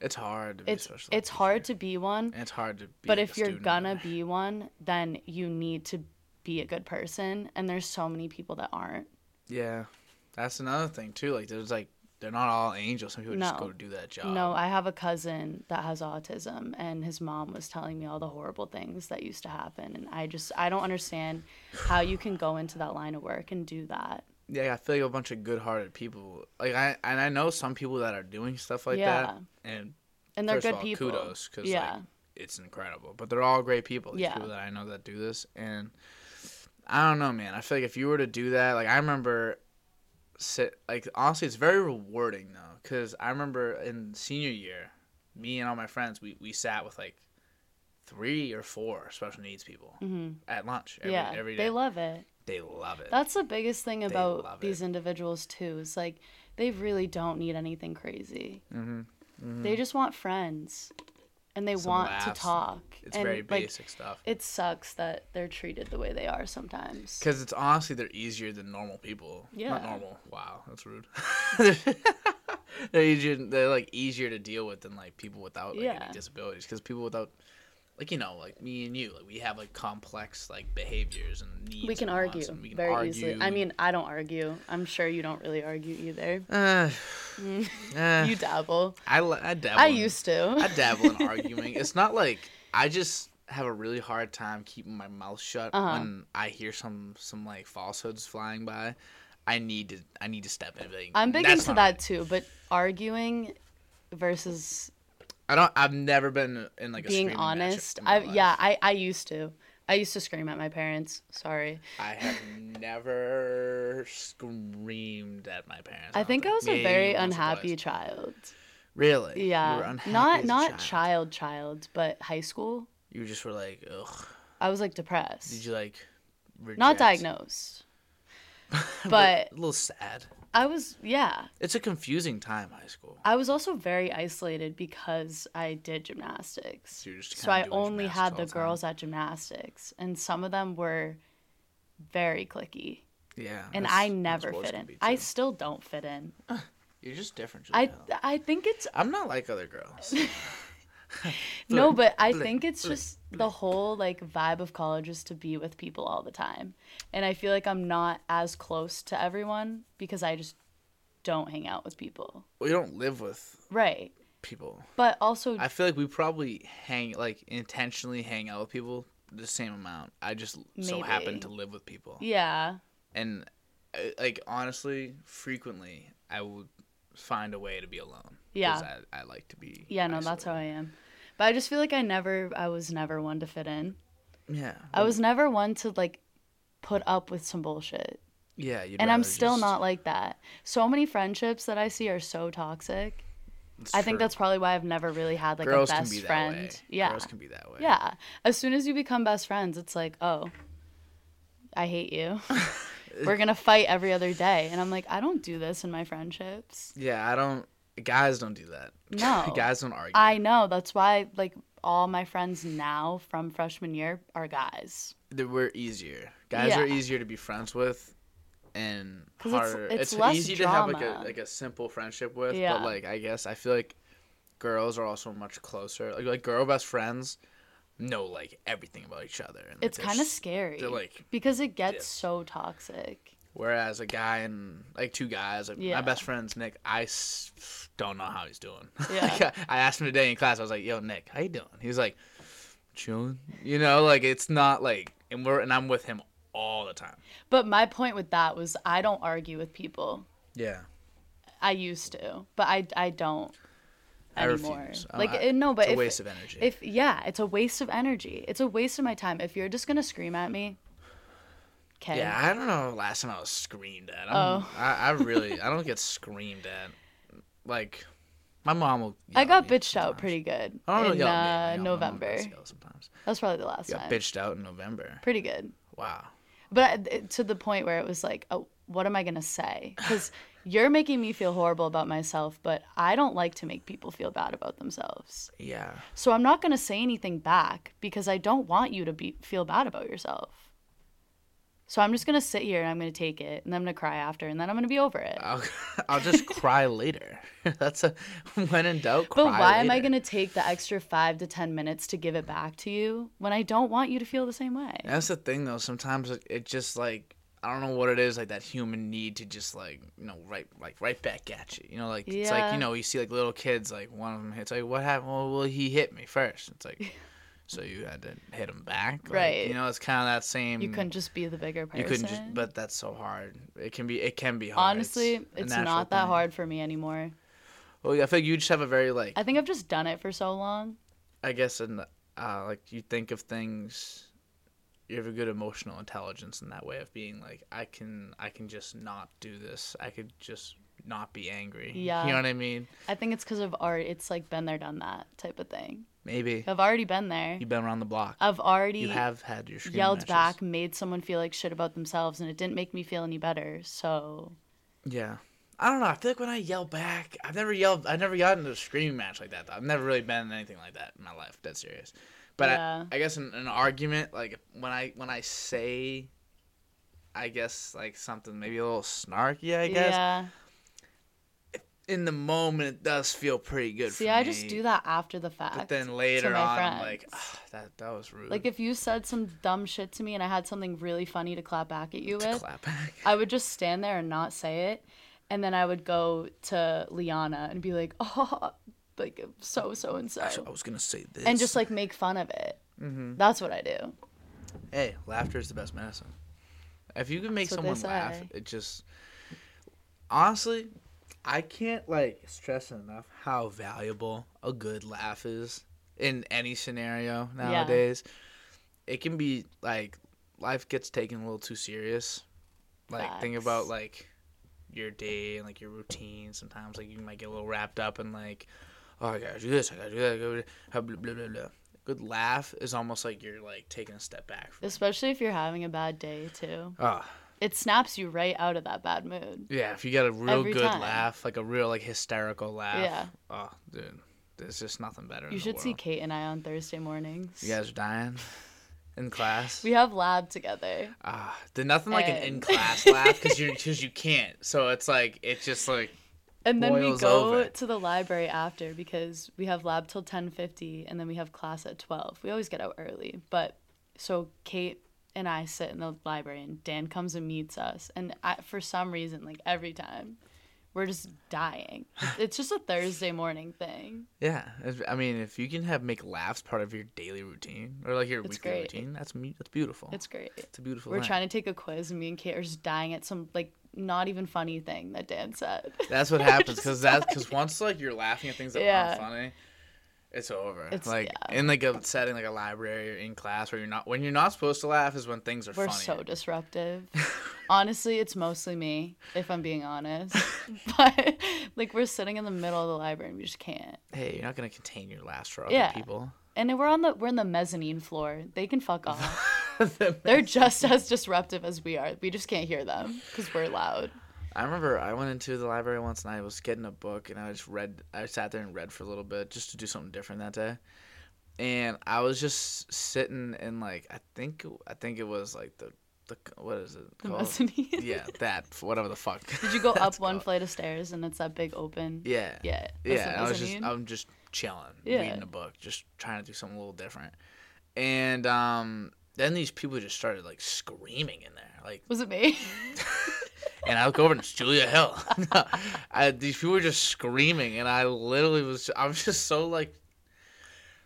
[SPEAKER 1] It's hard to be
[SPEAKER 2] It's
[SPEAKER 1] special. ed
[SPEAKER 2] it's
[SPEAKER 1] teacher.
[SPEAKER 2] hard to be one
[SPEAKER 1] And it's hard to be
[SPEAKER 2] but
[SPEAKER 1] like,
[SPEAKER 2] if
[SPEAKER 1] a
[SPEAKER 2] you're
[SPEAKER 1] student
[SPEAKER 2] gonna
[SPEAKER 1] either.
[SPEAKER 2] be one then you need to be a good person and there's so many people that aren't
[SPEAKER 1] Yeah. That's another thing too. Like there's like they're not all angels. Some people just
[SPEAKER 2] No.
[SPEAKER 1] go do that job.
[SPEAKER 2] no i have a cousin that has autism and his mom was telling me all the horrible things that used to happen and i just i don't understand how you can go into that line of work and do that
[SPEAKER 1] yeah, I feel like a bunch of good-hearted people. Like I and I know some people that are doing stuff like
[SPEAKER 2] yeah.
[SPEAKER 1] that, and
[SPEAKER 2] And they're
[SPEAKER 1] first
[SPEAKER 2] good
[SPEAKER 1] of all,
[SPEAKER 2] people.
[SPEAKER 1] Kudos, because
[SPEAKER 2] yeah.
[SPEAKER 1] like, it's incredible. But they're all great people. These
[SPEAKER 2] Yeah.
[SPEAKER 1] people that I know that do this, and I don't know, man. I feel like if you were to do that, like I remember, sit like honestly, it's very rewarding though, because I remember in senior year, me and all my friends, we we sat with like three or four special needs people
[SPEAKER 2] Mhm.
[SPEAKER 1] at lunch every,
[SPEAKER 2] yeah.
[SPEAKER 1] every day.
[SPEAKER 2] They love it.
[SPEAKER 1] they love it.
[SPEAKER 2] That's the biggest thing
[SPEAKER 1] love
[SPEAKER 2] about these
[SPEAKER 1] it.
[SPEAKER 2] individuals too. Is like they really don't need anything crazy.
[SPEAKER 1] Mhm.
[SPEAKER 2] They just want friends, and they
[SPEAKER 1] Some
[SPEAKER 2] want
[SPEAKER 1] laughs.
[SPEAKER 2] to talk.
[SPEAKER 1] It's
[SPEAKER 2] and,
[SPEAKER 1] very
[SPEAKER 2] like,
[SPEAKER 1] basic stuff.
[SPEAKER 2] It sucks that they're treated the way they are sometimes.
[SPEAKER 1] Because it's honestly, they're easier than normal people.
[SPEAKER 2] Yeah.
[SPEAKER 1] Not normal. Wow, that's rude. they're easier. They're like easier to deal with than like people without like,
[SPEAKER 2] Yeah.
[SPEAKER 1] any disabilities. Because people without, like you know, like me and you, like we have like complex like behaviors and needs.
[SPEAKER 2] We can
[SPEAKER 1] and wants,
[SPEAKER 2] argue
[SPEAKER 1] and we can
[SPEAKER 2] very
[SPEAKER 1] argue.
[SPEAKER 2] easily. I mean, I don't argue. I'm sure you don't really argue either.
[SPEAKER 1] uh, uh,
[SPEAKER 2] You dabble.
[SPEAKER 1] I li- I dabble.
[SPEAKER 2] I
[SPEAKER 1] in-
[SPEAKER 2] used to.
[SPEAKER 1] I dabble in arguing. It's not like I just have a really hard time keeping my mouth shut
[SPEAKER 2] Uh-huh.
[SPEAKER 1] when I hear some some like falsehoods flying by. I need to I need to step in. and be Like,
[SPEAKER 2] I'm big
[SPEAKER 1] "That's
[SPEAKER 2] into
[SPEAKER 1] not
[SPEAKER 2] that
[SPEAKER 1] right."
[SPEAKER 2] too, but arguing versus
[SPEAKER 1] I don't. I've never been in like a
[SPEAKER 2] being
[SPEAKER 1] screaming match in
[SPEAKER 2] honest,
[SPEAKER 1] my
[SPEAKER 2] I
[SPEAKER 1] life.
[SPEAKER 2] yeah, I I used to. I used to scream at my parents. Sorry.
[SPEAKER 1] I have never screamed at my parents.
[SPEAKER 2] I
[SPEAKER 1] don't
[SPEAKER 2] think I was a
[SPEAKER 1] Maybe
[SPEAKER 2] very
[SPEAKER 1] once or
[SPEAKER 2] unhappy
[SPEAKER 1] twice.
[SPEAKER 2] child.
[SPEAKER 1] Really? You were
[SPEAKER 2] Yeah.
[SPEAKER 1] unhappy
[SPEAKER 2] Not
[SPEAKER 1] as a
[SPEAKER 2] not
[SPEAKER 1] child.
[SPEAKER 2] child child, but high school.
[SPEAKER 1] You just were like, ugh.
[SPEAKER 2] I was like
[SPEAKER 1] Did
[SPEAKER 2] depressed.
[SPEAKER 1] you like? Reject?
[SPEAKER 2] Not diagnosed. But
[SPEAKER 1] a little sad.
[SPEAKER 2] I was yeah.
[SPEAKER 1] It's a confusing time, high school.
[SPEAKER 2] I was also very isolated because I did gymnastics.
[SPEAKER 1] So you're just
[SPEAKER 2] So
[SPEAKER 1] kinda
[SPEAKER 2] I
[SPEAKER 1] doing
[SPEAKER 2] only
[SPEAKER 1] gymnastics
[SPEAKER 2] had
[SPEAKER 1] all
[SPEAKER 2] the
[SPEAKER 1] the time.
[SPEAKER 2] girls at gymnastics, and some of them were very clicky,
[SPEAKER 1] Yeah.
[SPEAKER 2] and
[SPEAKER 1] that's-
[SPEAKER 2] I
[SPEAKER 1] that's
[SPEAKER 2] never
[SPEAKER 1] boys
[SPEAKER 2] fit
[SPEAKER 1] can
[SPEAKER 2] in.
[SPEAKER 1] be
[SPEAKER 2] I
[SPEAKER 1] too.
[SPEAKER 2] still don't fit in.
[SPEAKER 1] You're just different.
[SPEAKER 2] I
[SPEAKER 1] I.
[SPEAKER 2] I think it's
[SPEAKER 1] I'm not like other girls.
[SPEAKER 2] no, but I
[SPEAKER 1] blink,
[SPEAKER 2] think it's
[SPEAKER 1] blink,
[SPEAKER 2] just the whole like vibe of college is to be with people all the time, and I feel like I'm not as close to everyone because I just don't hang out with people.
[SPEAKER 1] We don't live with
[SPEAKER 2] Right,
[SPEAKER 1] people.
[SPEAKER 2] but also
[SPEAKER 1] I feel like we probably hang like intentionally hang out with people the same amount. I just so happen
[SPEAKER 2] Maybe.
[SPEAKER 1] to live with people,
[SPEAKER 2] yeah,
[SPEAKER 1] and I, like honestly, frequently I would find a way to be alone. 'cause
[SPEAKER 2] Yeah.
[SPEAKER 1] I, I like to be.
[SPEAKER 2] yeah. No, that's how I am. But I just feel like I never, I was never one to fit in.
[SPEAKER 1] Yeah.
[SPEAKER 2] I was never one to like put up with some bullshit.
[SPEAKER 1] Yeah. you'd
[SPEAKER 2] And I'm
[SPEAKER 1] rather
[SPEAKER 2] still
[SPEAKER 1] just-
[SPEAKER 2] not like that. So many friendships that I see are so toxic.
[SPEAKER 1] It's
[SPEAKER 2] I think
[SPEAKER 1] true.
[SPEAKER 2] that's probably why I've never really had like
[SPEAKER 1] girls
[SPEAKER 2] a
[SPEAKER 1] can
[SPEAKER 2] best
[SPEAKER 1] be that
[SPEAKER 2] friend.
[SPEAKER 1] way.
[SPEAKER 2] Yeah.
[SPEAKER 1] Girls can be that way.
[SPEAKER 2] yeah. As soon as you become best friends, it's like, "Oh, I hate you. We're going to fight every other day." And I'm like, "I don't do this in my friendships."
[SPEAKER 1] Yeah. I don't. Guys don't do that.
[SPEAKER 2] No.
[SPEAKER 1] guys don't argue.
[SPEAKER 2] I know. That's why like all my friends now from freshman year are guys.
[SPEAKER 1] that we're easier. Guys are
[SPEAKER 2] Yeah.
[SPEAKER 1] easier to be friends with, and
[SPEAKER 2] 'Cause it's-
[SPEAKER 1] harder.
[SPEAKER 2] it's less
[SPEAKER 1] easy to have like a
[SPEAKER 2] drama.
[SPEAKER 1] like a simple friendship with,
[SPEAKER 2] Yeah.
[SPEAKER 1] but like I guess I feel like girls are also much closer. Like like girl best friends know like everything about each other. And, like,
[SPEAKER 2] It's
[SPEAKER 1] they're
[SPEAKER 2] kind of
[SPEAKER 1] s-
[SPEAKER 2] scary
[SPEAKER 1] they're like
[SPEAKER 2] because it gets
[SPEAKER 1] diff.
[SPEAKER 2] so toxic.
[SPEAKER 1] Whereas a guy and like two guys, like
[SPEAKER 2] Yeah.
[SPEAKER 1] my best friend's Nick, I s- don't know how he's doing.
[SPEAKER 2] Yeah.
[SPEAKER 1] Like, I, I asked him today in class. I was like, "Yo, Nick, how you doing?" He was like, "Chilling." You know, like it's not like, and we're and I'm with him all the time.
[SPEAKER 2] But my point with that was I don't argue with people.
[SPEAKER 1] Yeah.
[SPEAKER 2] I used to, but I I don't
[SPEAKER 1] I
[SPEAKER 2] anymore.
[SPEAKER 1] refuse. I-
[SPEAKER 2] Like
[SPEAKER 1] I-
[SPEAKER 2] it- no, but
[SPEAKER 1] it's
[SPEAKER 2] if,
[SPEAKER 1] a waste of energy.
[SPEAKER 2] if yeah, it's a waste of energy. It's a waste of my time. If you're just gonna scream at me, okay.
[SPEAKER 1] yeah, I don't know. Last time I was screamed at. I'm,
[SPEAKER 2] Oh.
[SPEAKER 1] I, I really, I don't get screamed at. Like, my mom will.
[SPEAKER 2] I
[SPEAKER 1] yell
[SPEAKER 2] got
[SPEAKER 1] at me
[SPEAKER 2] bitched out
[SPEAKER 1] sometimes. Oh,
[SPEAKER 2] pretty good
[SPEAKER 1] I don't really
[SPEAKER 2] in
[SPEAKER 1] yell at
[SPEAKER 2] uh,
[SPEAKER 1] me. No, my mom
[SPEAKER 2] November.
[SPEAKER 1] does yell sometimes.
[SPEAKER 2] That was probably the last
[SPEAKER 1] Got
[SPEAKER 2] time.
[SPEAKER 1] bitched out in November.
[SPEAKER 2] Pretty good,
[SPEAKER 1] Wow.
[SPEAKER 2] but I- it- to the point where it was like, oh, what am I gonna say? Because you're making me feel horrible about myself, but I don't like to make people feel bad about themselves.
[SPEAKER 1] Yeah.
[SPEAKER 2] So I'm not going to say anything back because I don't want you to be feel bad about yourself. So I'm just going to sit here and I'm going to take it and I'm going to cry after and then I'm going to be over it.
[SPEAKER 1] I'll, I'll just cry later. That's a when in doubt. Cry
[SPEAKER 2] but why am I going to take the extra 5 to 10 minutes to give it back to you when I don't want you to feel the same way?
[SPEAKER 1] That's the thing though. Sometimes it, it just like I don't know what it is like that human need to just like you know right like right back at you. You know like it's like
[SPEAKER 2] Yeah.
[SPEAKER 1] you know you see like little kids like one of them hits like what happened? Well, well he hit me first. It's like so you had to hit him back. Like,
[SPEAKER 2] Right.
[SPEAKER 1] You know, it's kind of that same.
[SPEAKER 2] You couldn't just be the bigger person.
[SPEAKER 1] Mm. You couldn't just, but that's so hard. It can be. It can be hard.
[SPEAKER 2] honestly,
[SPEAKER 1] a
[SPEAKER 2] it's
[SPEAKER 1] natural
[SPEAKER 2] not that
[SPEAKER 1] thing.
[SPEAKER 2] hard for me anymore.
[SPEAKER 1] Well, yeah, I feel like you just have a very like.
[SPEAKER 2] I think I've just done it for so long.
[SPEAKER 1] I guess in uh, like you think of things. You have a good emotional intelligence in that way of being like, I can, I can just not do this. I could just not be angry.
[SPEAKER 2] Yeah.
[SPEAKER 1] You know what I mean?
[SPEAKER 2] I think it's because of art. It's like been there, done that type of thing.
[SPEAKER 1] Maybe
[SPEAKER 2] I've already been there.
[SPEAKER 1] you've been around the block.
[SPEAKER 2] I've already
[SPEAKER 1] You have had your screaming
[SPEAKER 2] yelled
[SPEAKER 1] matches.
[SPEAKER 2] back, made someone feel like shit about themselves, and it didn't make me feel any better. So
[SPEAKER 1] Yeah. I don't know. I feel like when I yell back, I've never yelled. I've never gotten into a screaming match like that. Though. I've never really been in anything like that in my life. Dead serious. But
[SPEAKER 2] Yeah.
[SPEAKER 1] I, I guess in, an argument, like when I when I say, I guess like something maybe a little snarky. I guess
[SPEAKER 2] yeah.
[SPEAKER 1] in the moment it does feel pretty good.
[SPEAKER 2] See,
[SPEAKER 1] for
[SPEAKER 2] I
[SPEAKER 1] me,
[SPEAKER 2] just do that after the fact.
[SPEAKER 1] But then later
[SPEAKER 2] my
[SPEAKER 1] on, I'm like,
[SPEAKER 2] friends.
[SPEAKER 1] "Ah, that that was rude.
[SPEAKER 2] Like if you said some dumb shit to me and I had something really funny to clap back at you
[SPEAKER 1] to
[SPEAKER 2] with,
[SPEAKER 1] clap back.
[SPEAKER 2] I would just stand there and not say it, and then I would go to Liana and be like, oh, like so so and
[SPEAKER 1] Actually,
[SPEAKER 2] so,
[SPEAKER 1] I was gonna say this.
[SPEAKER 2] and just like make fun of it. Mm-hmm. That's what I do.
[SPEAKER 1] hey, laughter is the best medicine. If you can make
[SPEAKER 2] That's what they
[SPEAKER 1] someone laugh,
[SPEAKER 2] say.
[SPEAKER 1] it just honestly, I can't like stress enough how valuable a good laugh is in any scenario nowadays. It can be like life gets taken a little too serious. Like think
[SPEAKER 2] Facts.
[SPEAKER 1] about like your day and like your routine. Sometimes like you might get a little wrapped up in like, oh I gotta do this, I gotta do that, I gotta do that, blah blah blah blah. Good laugh is almost like you're like taking a step back. From
[SPEAKER 2] Especially if you're having a bad day too,
[SPEAKER 1] Oh,
[SPEAKER 2] it snaps you right out of that bad mood.
[SPEAKER 1] yeah. If you got a real
[SPEAKER 2] Every
[SPEAKER 1] good
[SPEAKER 2] time.
[SPEAKER 1] laugh, like a real like hysterical laugh.
[SPEAKER 2] Yeah.
[SPEAKER 1] Oh, dude, there's just nothing better. in
[SPEAKER 2] You
[SPEAKER 1] the
[SPEAKER 2] should see
[SPEAKER 1] world.
[SPEAKER 2] Kate and I on Thursday mornings.
[SPEAKER 1] You guys are dying in class.
[SPEAKER 2] We have lab together.
[SPEAKER 1] Ah, there's nothing like an
[SPEAKER 2] And-
[SPEAKER 1] in class laugh because you because you can't. So it's like it's just like
[SPEAKER 2] and then we
[SPEAKER 1] boils
[SPEAKER 2] go
[SPEAKER 1] over.
[SPEAKER 2] to the library after because we have lab till 10:50 and then we have class at 12. We always get out early, but so Kate and I sit in the library and Dan comes and meets us and I, for some reason like every time we're just dying. It's- It's just a Thursday morning thing.
[SPEAKER 1] yeah. it's- I mean, if you can have make laughs part of your daily routine or like your
[SPEAKER 2] It's
[SPEAKER 1] weekly
[SPEAKER 2] great.
[SPEAKER 1] routine, that's mu- that's beautiful.
[SPEAKER 2] It's great.
[SPEAKER 1] it's a beautiful.
[SPEAKER 2] We're
[SPEAKER 1] thing.
[SPEAKER 2] trying to take a quiz and me and Kate are just dying at some like not even funny thing that Dan said.
[SPEAKER 1] That's what happens because that's because once like you're laughing at things that
[SPEAKER 2] Yeah.
[SPEAKER 1] aren't funny, it's over.
[SPEAKER 2] It's-
[SPEAKER 1] like
[SPEAKER 2] yeah.
[SPEAKER 1] in like a setting like a library or in class where you're not when you're not supposed to laugh is when things are
[SPEAKER 2] We're
[SPEAKER 1] funny.
[SPEAKER 2] so disruptive. Honestly, it's mostly me, if I'm being honest. but like we're sitting in the middle of the library and we just can't.
[SPEAKER 1] hey, you're not gonna contain your laughs for other
[SPEAKER 2] Yeah.
[SPEAKER 1] people.
[SPEAKER 2] And we're on the we're in the mezzanine floor. They can fuck off.
[SPEAKER 1] I
[SPEAKER 2] They're just as disruptive as we are. We just can't hear them because we're loud.
[SPEAKER 1] remember I went into the library once and I was getting a book and I just read. I sat there and read for a little bit just to do something different that day. And I was just sitting in like I think I think it was like the the what is it
[SPEAKER 2] The
[SPEAKER 1] called?
[SPEAKER 2] mezzanine.
[SPEAKER 1] yeah, that whatever the fuck.
[SPEAKER 2] Did you go up
[SPEAKER 1] That's
[SPEAKER 2] one
[SPEAKER 1] called.
[SPEAKER 2] flight of stairs and it's that big open?
[SPEAKER 1] Yeah.
[SPEAKER 2] Yeah. that's the
[SPEAKER 1] yeah, I was just
[SPEAKER 2] mezzanine.
[SPEAKER 1] I'm just chilling,
[SPEAKER 2] Yeah.
[SPEAKER 1] reading a book, just trying to do something a little different. And um, then these people just started like screaming in there, like,
[SPEAKER 2] Was it me?
[SPEAKER 1] and I look over and it's Julia Hill. I, these people were just screaming, and I literally was I was just so like,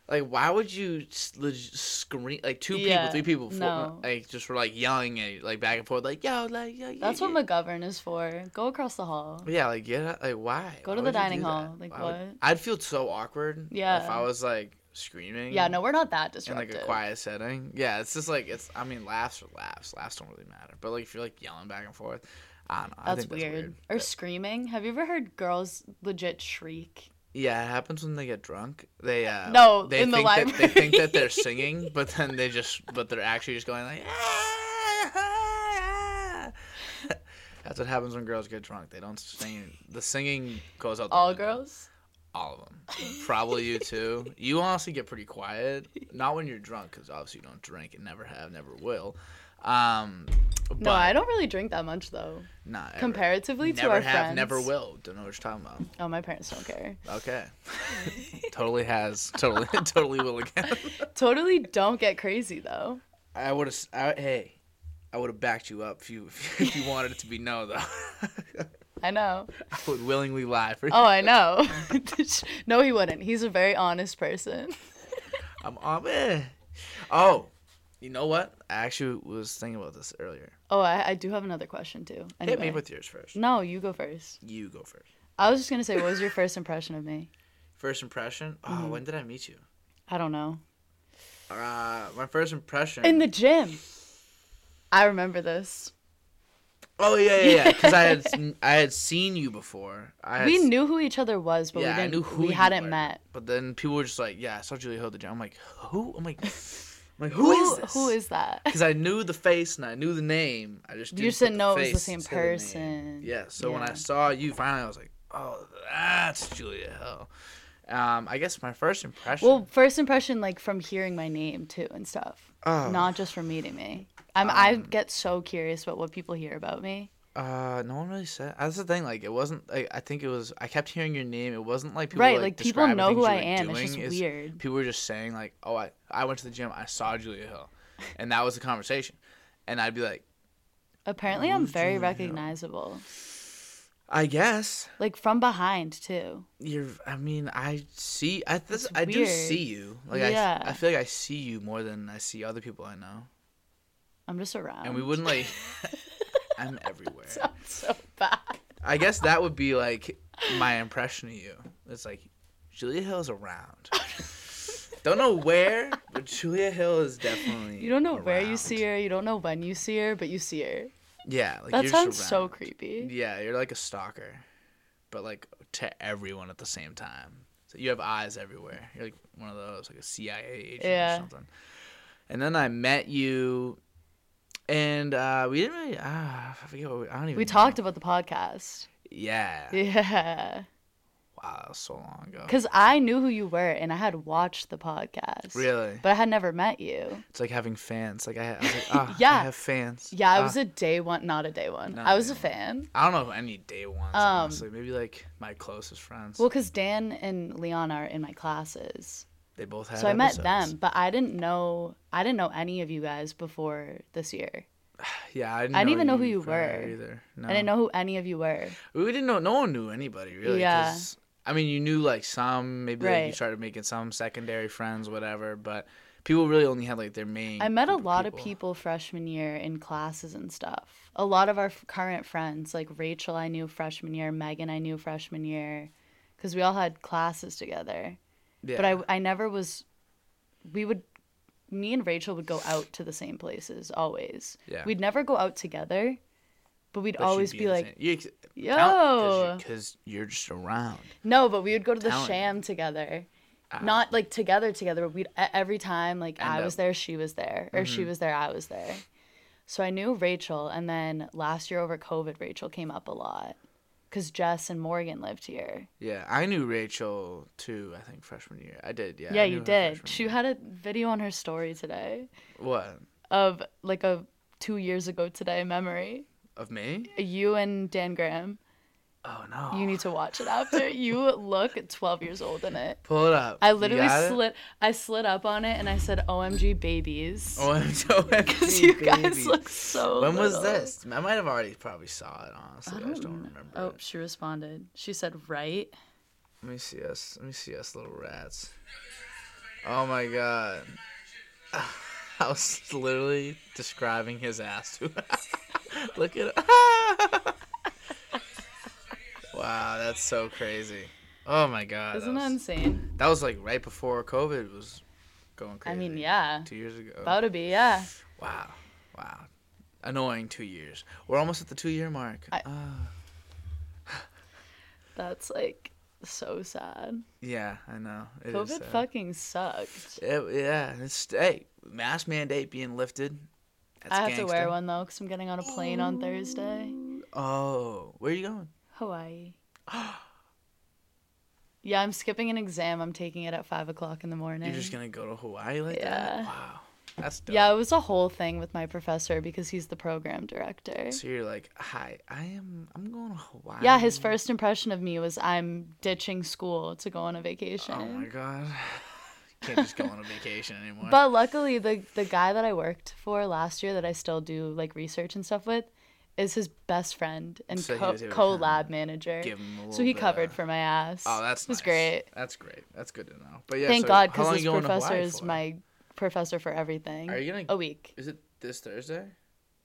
[SPEAKER 1] like why would you s- leg- scream like two
[SPEAKER 2] Yeah,
[SPEAKER 1] people, three people, four,
[SPEAKER 2] no.
[SPEAKER 1] like just were like yelling at you, like back and forth, like yo, like yo,
[SPEAKER 2] That's
[SPEAKER 1] yeah,
[SPEAKER 2] what McGovern is for. Go across the hall.
[SPEAKER 1] yeah, like get out, like why?
[SPEAKER 2] Go
[SPEAKER 1] Why
[SPEAKER 2] to the
[SPEAKER 1] would you do
[SPEAKER 2] dining
[SPEAKER 1] that?
[SPEAKER 2] hall, like,
[SPEAKER 1] Why would-
[SPEAKER 2] what?
[SPEAKER 1] I'd feel so awkward. If
[SPEAKER 2] Yeah.
[SPEAKER 1] I was like screaming.
[SPEAKER 2] Yeah, no, we're not that
[SPEAKER 1] In
[SPEAKER 2] disruptive.
[SPEAKER 1] like a quiet setting. Yeah, it's just like it's. I mean, laughs are laughs. Laughs don't really matter. But like if you're like yelling back and forth, I don't know. I
[SPEAKER 2] That's
[SPEAKER 1] think that's
[SPEAKER 2] weird.
[SPEAKER 1] weird.
[SPEAKER 2] Or
[SPEAKER 1] But-
[SPEAKER 2] screaming. Have you ever heard girls legit shriek?
[SPEAKER 1] yeah, it happens when they get drunk. They uh,
[SPEAKER 2] No,
[SPEAKER 1] they
[SPEAKER 2] in the
[SPEAKER 1] think that-
[SPEAKER 2] library.
[SPEAKER 1] they think that they're singing, but then they just but they're actually just going like. "Ah, That's what happens when girls get drunk. They don't sing. The singing goes out. the
[SPEAKER 2] All
[SPEAKER 1] window.
[SPEAKER 2] girls?
[SPEAKER 1] All of them. Probably you too. You honestly get pretty quiet. Not when you're drunk, because obviously you don't drink and never have, never will. Um, but
[SPEAKER 2] No, I don't really drink that much though.
[SPEAKER 1] Not ever.
[SPEAKER 2] Comparatively to
[SPEAKER 1] never
[SPEAKER 2] our
[SPEAKER 1] have,
[SPEAKER 2] friends.
[SPEAKER 1] never will. Don't know what you're talking about.
[SPEAKER 2] Oh, my parents don't care.
[SPEAKER 1] Okay. totally has. Totally, totally will again.
[SPEAKER 2] Totally don't get crazy though.
[SPEAKER 1] I would have. I, hey, I would have backed you up if you if you wanted it to be no though. I
[SPEAKER 2] I know.
[SPEAKER 1] would willingly lie for you.
[SPEAKER 2] Oh, I know. no, he wouldn't. He's a very honest person.
[SPEAKER 1] I'm on. Eh. Oh, you know what? I actually was thinking about this earlier.
[SPEAKER 2] Oh, I, I do have another question too.
[SPEAKER 1] Hit
[SPEAKER 2] Anyway.
[SPEAKER 1] me with yours first.
[SPEAKER 2] No, you go first.
[SPEAKER 1] You go first.
[SPEAKER 2] I was just gonna say, what was your first impression of me?
[SPEAKER 1] First impression. Oh,
[SPEAKER 2] Mhm.
[SPEAKER 1] when did I meet you?
[SPEAKER 2] I don't know.
[SPEAKER 1] Uh, my first impression.
[SPEAKER 2] In the gym. I remember this.
[SPEAKER 1] oh yeah, yeah, yeah. Because I had I had seen you before. I had
[SPEAKER 2] we
[SPEAKER 1] s-
[SPEAKER 2] knew who each other was, but
[SPEAKER 1] Yeah, I
[SPEAKER 2] we didn't.
[SPEAKER 1] knew who
[SPEAKER 2] we
[SPEAKER 1] you
[SPEAKER 2] hadn't
[SPEAKER 1] were.
[SPEAKER 2] met.
[SPEAKER 1] But then people were just like, "Yeah, I saw Julia Hill at the gym." I'm like, "Who?" I'm like, "I'm like
[SPEAKER 2] who,
[SPEAKER 1] who is this?"
[SPEAKER 2] who is that?
[SPEAKER 1] Because I knew the face and I knew the name. I just
[SPEAKER 2] You
[SPEAKER 1] didn't
[SPEAKER 2] just didn't
[SPEAKER 1] put
[SPEAKER 2] know it was the
[SPEAKER 1] face
[SPEAKER 2] same
[SPEAKER 1] to name.
[SPEAKER 2] person.
[SPEAKER 1] Yeah. So when
[SPEAKER 2] Yeah.
[SPEAKER 1] I saw you finally, I was like, "Oh, that's Julia Hill." Um, I guess my first impression.
[SPEAKER 2] Well, first impression, like from hearing my name too and stuff,
[SPEAKER 1] oh, Um,
[SPEAKER 2] not just from meeting me. I'm, I get so curious about what people hear about me.
[SPEAKER 1] Uh, no one really said. That's the thing. Like, it wasn't. Like, I think it was. I kept hearing your name. It wasn't like people.
[SPEAKER 2] right,
[SPEAKER 1] like,
[SPEAKER 2] like, people
[SPEAKER 1] describing
[SPEAKER 2] know
[SPEAKER 1] things
[SPEAKER 2] who
[SPEAKER 1] you
[SPEAKER 2] I
[SPEAKER 1] were
[SPEAKER 2] am. It's
[SPEAKER 1] doing.
[SPEAKER 2] just weird.
[SPEAKER 1] People were just saying like, "Oh, I I went to the gym. I saw Julia Hill," and that was the conversation. And I'd be like,
[SPEAKER 2] Apparently, I'm
[SPEAKER 1] who's
[SPEAKER 2] very
[SPEAKER 1] Julia Hill?
[SPEAKER 2] recognizable,
[SPEAKER 1] "I guess
[SPEAKER 2] like from behind too.
[SPEAKER 1] you're. I mean, I see. I this,
[SPEAKER 2] It's
[SPEAKER 1] I do
[SPEAKER 2] weird.
[SPEAKER 1] see you. Like, I-
[SPEAKER 2] Yeah.
[SPEAKER 1] I feel like I see you more than I see other people I know.
[SPEAKER 2] I'm just around.
[SPEAKER 1] And we wouldn't like. I'm everywhere.
[SPEAKER 2] Sounds so bad.
[SPEAKER 1] I guess that would be like my impression of you. It's like Julia Hill's around. don't know where, but Julia Hill is definitely.
[SPEAKER 2] You don't know where you see
[SPEAKER 1] around.
[SPEAKER 2] her. You don't know when you see her, but you see her.
[SPEAKER 1] Yeah, like
[SPEAKER 2] That
[SPEAKER 1] you're
[SPEAKER 2] sounds
[SPEAKER 1] just
[SPEAKER 2] so
[SPEAKER 1] around.
[SPEAKER 2] creepy.
[SPEAKER 1] Yeah, you're like a stalker, but like to everyone at the same time. So you have eyes everywhere. You're like one of those, like a CIA agent
[SPEAKER 2] Yeah.
[SPEAKER 1] or something. And then I met you, and uh, we didn't really. Uh, I forget what we. I don't even.
[SPEAKER 2] We
[SPEAKER 1] know.
[SPEAKER 2] talked about the podcast.
[SPEAKER 1] Yeah.
[SPEAKER 2] Yeah.
[SPEAKER 1] Wow, that was so long ago.
[SPEAKER 2] Because I knew who you were and I had watched the podcast.
[SPEAKER 1] Really.
[SPEAKER 2] But I had never met you.
[SPEAKER 1] It's like having fans. Like I, I was like, ah,
[SPEAKER 2] Yeah.
[SPEAKER 1] I have fans.
[SPEAKER 2] Yeah, I
[SPEAKER 1] Ah.
[SPEAKER 2] was a day one, not a day one.
[SPEAKER 1] Not
[SPEAKER 2] I
[SPEAKER 1] a
[SPEAKER 2] was
[SPEAKER 1] day
[SPEAKER 2] a
[SPEAKER 1] one.
[SPEAKER 2] fan.
[SPEAKER 1] I don't know if any day ones.
[SPEAKER 2] Um,
[SPEAKER 1] honestly, maybe like my closest friends.
[SPEAKER 2] Well, because Dan and Leon are in my classes.
[SPEAKER 1] they both had.
[SPEAKER 2] so I met
[SPEAKER 1] episodes.
[SPEAKER 2] them, but I didn't know I didn't know any of you guys before this year.
[SPEAKER 1] Yeah, I didn't,
[SPEAKER 2] I didn't even know who you
[SPEAKER 1] prior
[SPEAKER 2] were.
[SPEAKER 1] either. No.
[SPEAKER 2] I didn't know who any of you were.
[SPEAKER 1] We didn't know. No one knew anybody really.
[SPEAKER 2] Yeah.
[SPEAKER 1] 'cause, I mean, you knew like some. Maybe like, you
[SPEAKER 2] Right.
[SPEAKER 1] started making some secondary friends, whatever. But people really only had like their main.
[SPEAKER 2] I met a
[SPEAKER 1] group
[SPEAKER 2] lot of people freshman year in classes and stuff. A lot of our f- current friends, like Rachel, I knew freshman year, Megan, I knew freshman year, because we all had classes together.
[SPEAKER 1] Yeah.
[SPEAKER 2] But I, I never was. We would, me and Rachel would go out to the same places always.
[SPEAKER 1] Yeah.
[SPEAKER 2] We'd never go out together, but we'd
[SPEAKER 1] But you'd
[SPEAKER 2] always
[SPEAKER 1] be
[SPEAKER 2] be,
[SPEAKER 1] in the
[SPEAKER 2] like,
[SPEAKER 1] same- you ex-
[SPEAKER 2] yo.
[SPEAKER 1] because you're just around.
[SPEAKER 2] No, but we would go to the
[SPEAKER 1] Talent.
[SPEAKER 2] sham together.
[SPEAKER 1] Ah.
[SPEAKER 2] Not like together, together, but we'd e- every time, like I
[SPEAKER 1] End
[SPEAKER 2] was
[SPEAKER 1] up-
[SPEAKER 2] there, she was there, or
[SPEAKER 1] Mm-hmm.
[SPEAKER 2] she was there, I was there. So I knew Rachel, and then last year over COVID, Rachel came up a lot because Jess and Morgan lived here.
[SPEAKER 1] Yeah, I knew Rachel too. I think freshman year. I did. Yeah. I
[SPEAKER 2] Yeah,
[SPEAKER 1] knew
[SPEAKER 2] you
[SPEAKER 1] her
[SPEAKER 2] did.
[SPEAKER 1] freshman
[SPEAKER 2] She
[SPEAKER 1] year.
[SPEAKER 2] had a video on her story today
[SPEAKER 1] What
[SPEAKER 2] of like a two years ago today memory.
[SPEAKER 1] of me?
[SPEAKER 2] You and Dan Graham,
[SPEAKER 1] Oh no.
[SPEAKER 2] you need to watch it after. you look 12 years old in it.
[SPEAKER 1] Pull it up.
[SPEAKER 2] I
[SPEAKER 1] You
[SPEAKER 2] literally
[SPEAKER 1] got it?
[SPEAKER 2] slid I slid up on it and I said OMG babies.
[SPEAKER 1] Oh, I'm so
[SPEAKER 2] Because
[SPEAKER 1] happy,
[SPEAKER 2] you guys
[SPEAKER 1] baby.
[SPEAKER 2] look so
[SPEAKER 1] When was
[SPEAKER 2] little.
[SPEAKER 1] this? I might have already probably saw it. Honestly, I, just don't
[SPEAKER 2] kn-
[SPEAKER 1] remember.
[SPEAKER 2] Oh,
[SPEAKER 1] it. Ah,
[SPEAKER 2] she responded. She said right.
[SPEAKER 1] Let me see us. Let me see us, little rats. Oh my god. I was literally describing his ass to. look at. wow, that's so crazy. Oh my god.
[SPEAKER 2] Isn't
[SPEAKER 1] that
[SPEAKER 2] that
[SPEAKER 1] was,
[SPEAKER 2] insane?
[SPEAKER 1] that was like right before COVID was going
[SPEAKER 2] I
[SPEAKER 1] crazy.
[SPEAKER 2] mean, yeah.
[SPEAKER 1] Two years ago.
[SPEAKER 2] About to be, yeah.
[SPEAKER 1] Wow. Wow. Annoying two years. We're almost at the two year mark.
[SPEAKER 2] I-
[SPEAKER 1] Ah.
[SPEAKER 2] That's like so sad.
[SPEAKER 1] yeah, I know. It is
[SPEAKER 2] COVID
[SPEAKER 1] sad.
[SPEAKER 2] fucking sucked.
[SPEAKER 1] It- yeah. It's, hey, mask mandate being lifted. That's
[SPEAKER 2] I have to wear
[SPEAKER 1] gangsta.
[SPEAKER 2] one though because I'm getting on a plane on Thursday.
[SPEAKER 1] Oh, where are you going?
[SPEAKER 2] Hawaii. yeah, I'm skipping an exam. I'm taking it at five o'clock in the morning.
[SPEAKER 1] You're just going to go to Hawaii like that?
[SPEAKER 2] Yeah.
[SPEAKER 1] Wow. That's dope.
[SPEAKER 2] Yeah, it was a whole thing with my professor because he's the program director.
[SPEAKER 1] So you're like, hi, I am, I'm going to Hawaii.
[SPEAKER 2] Yeah, his first impression of me was I'm ditching school to go on a vacation.
[SPEAKER 1] Oh my God. Can't just go on a vacation anymore.
[SPEAKER 2] But luckily, the the guy that I worked for last year that I still do like research and stuff with is his best friend and
[SPEAKER 1] So he
[SPEAKER 2] co-
[SPEAKER 1] was able to
[SPEAKER 2] collab
[SPEAKER 1] kinda
[SPEAKER 2] manager.
[SPEAKER 1] give him a little
[SPEAKER 2] So he
[SPEAKER 1] bit
[SPEAKER 2] covered
[SPEAKER 1] of-
[SPEAKER 2] for my ass.
[SPEAKER 1] Oh, that's
[SPEAKER 2] it was
[SPEAKER 1] nice.
[SPEAKER 2] great.
[SPEAKER 1] That's great. That's good to know. But yeah,
[SPEAKER 2] Thank
[SPEAKER 1] so
[SPEAKER 2] God,
[SPEAKER 1] how
[SPEAKER 2] because
[SPEAKER 1] long
[SPEAKER 2] this
[SPEAKER 1] you going to Hawaii
[SPEAKER 2] professor is
[SPEAKER 1] for?
[SPEAKER 2] my professor for everything.
[SPEAKER 1] Are you gonna-
[SPEAKER 2] a week
[SPEAKER 1] Is it this Thursday?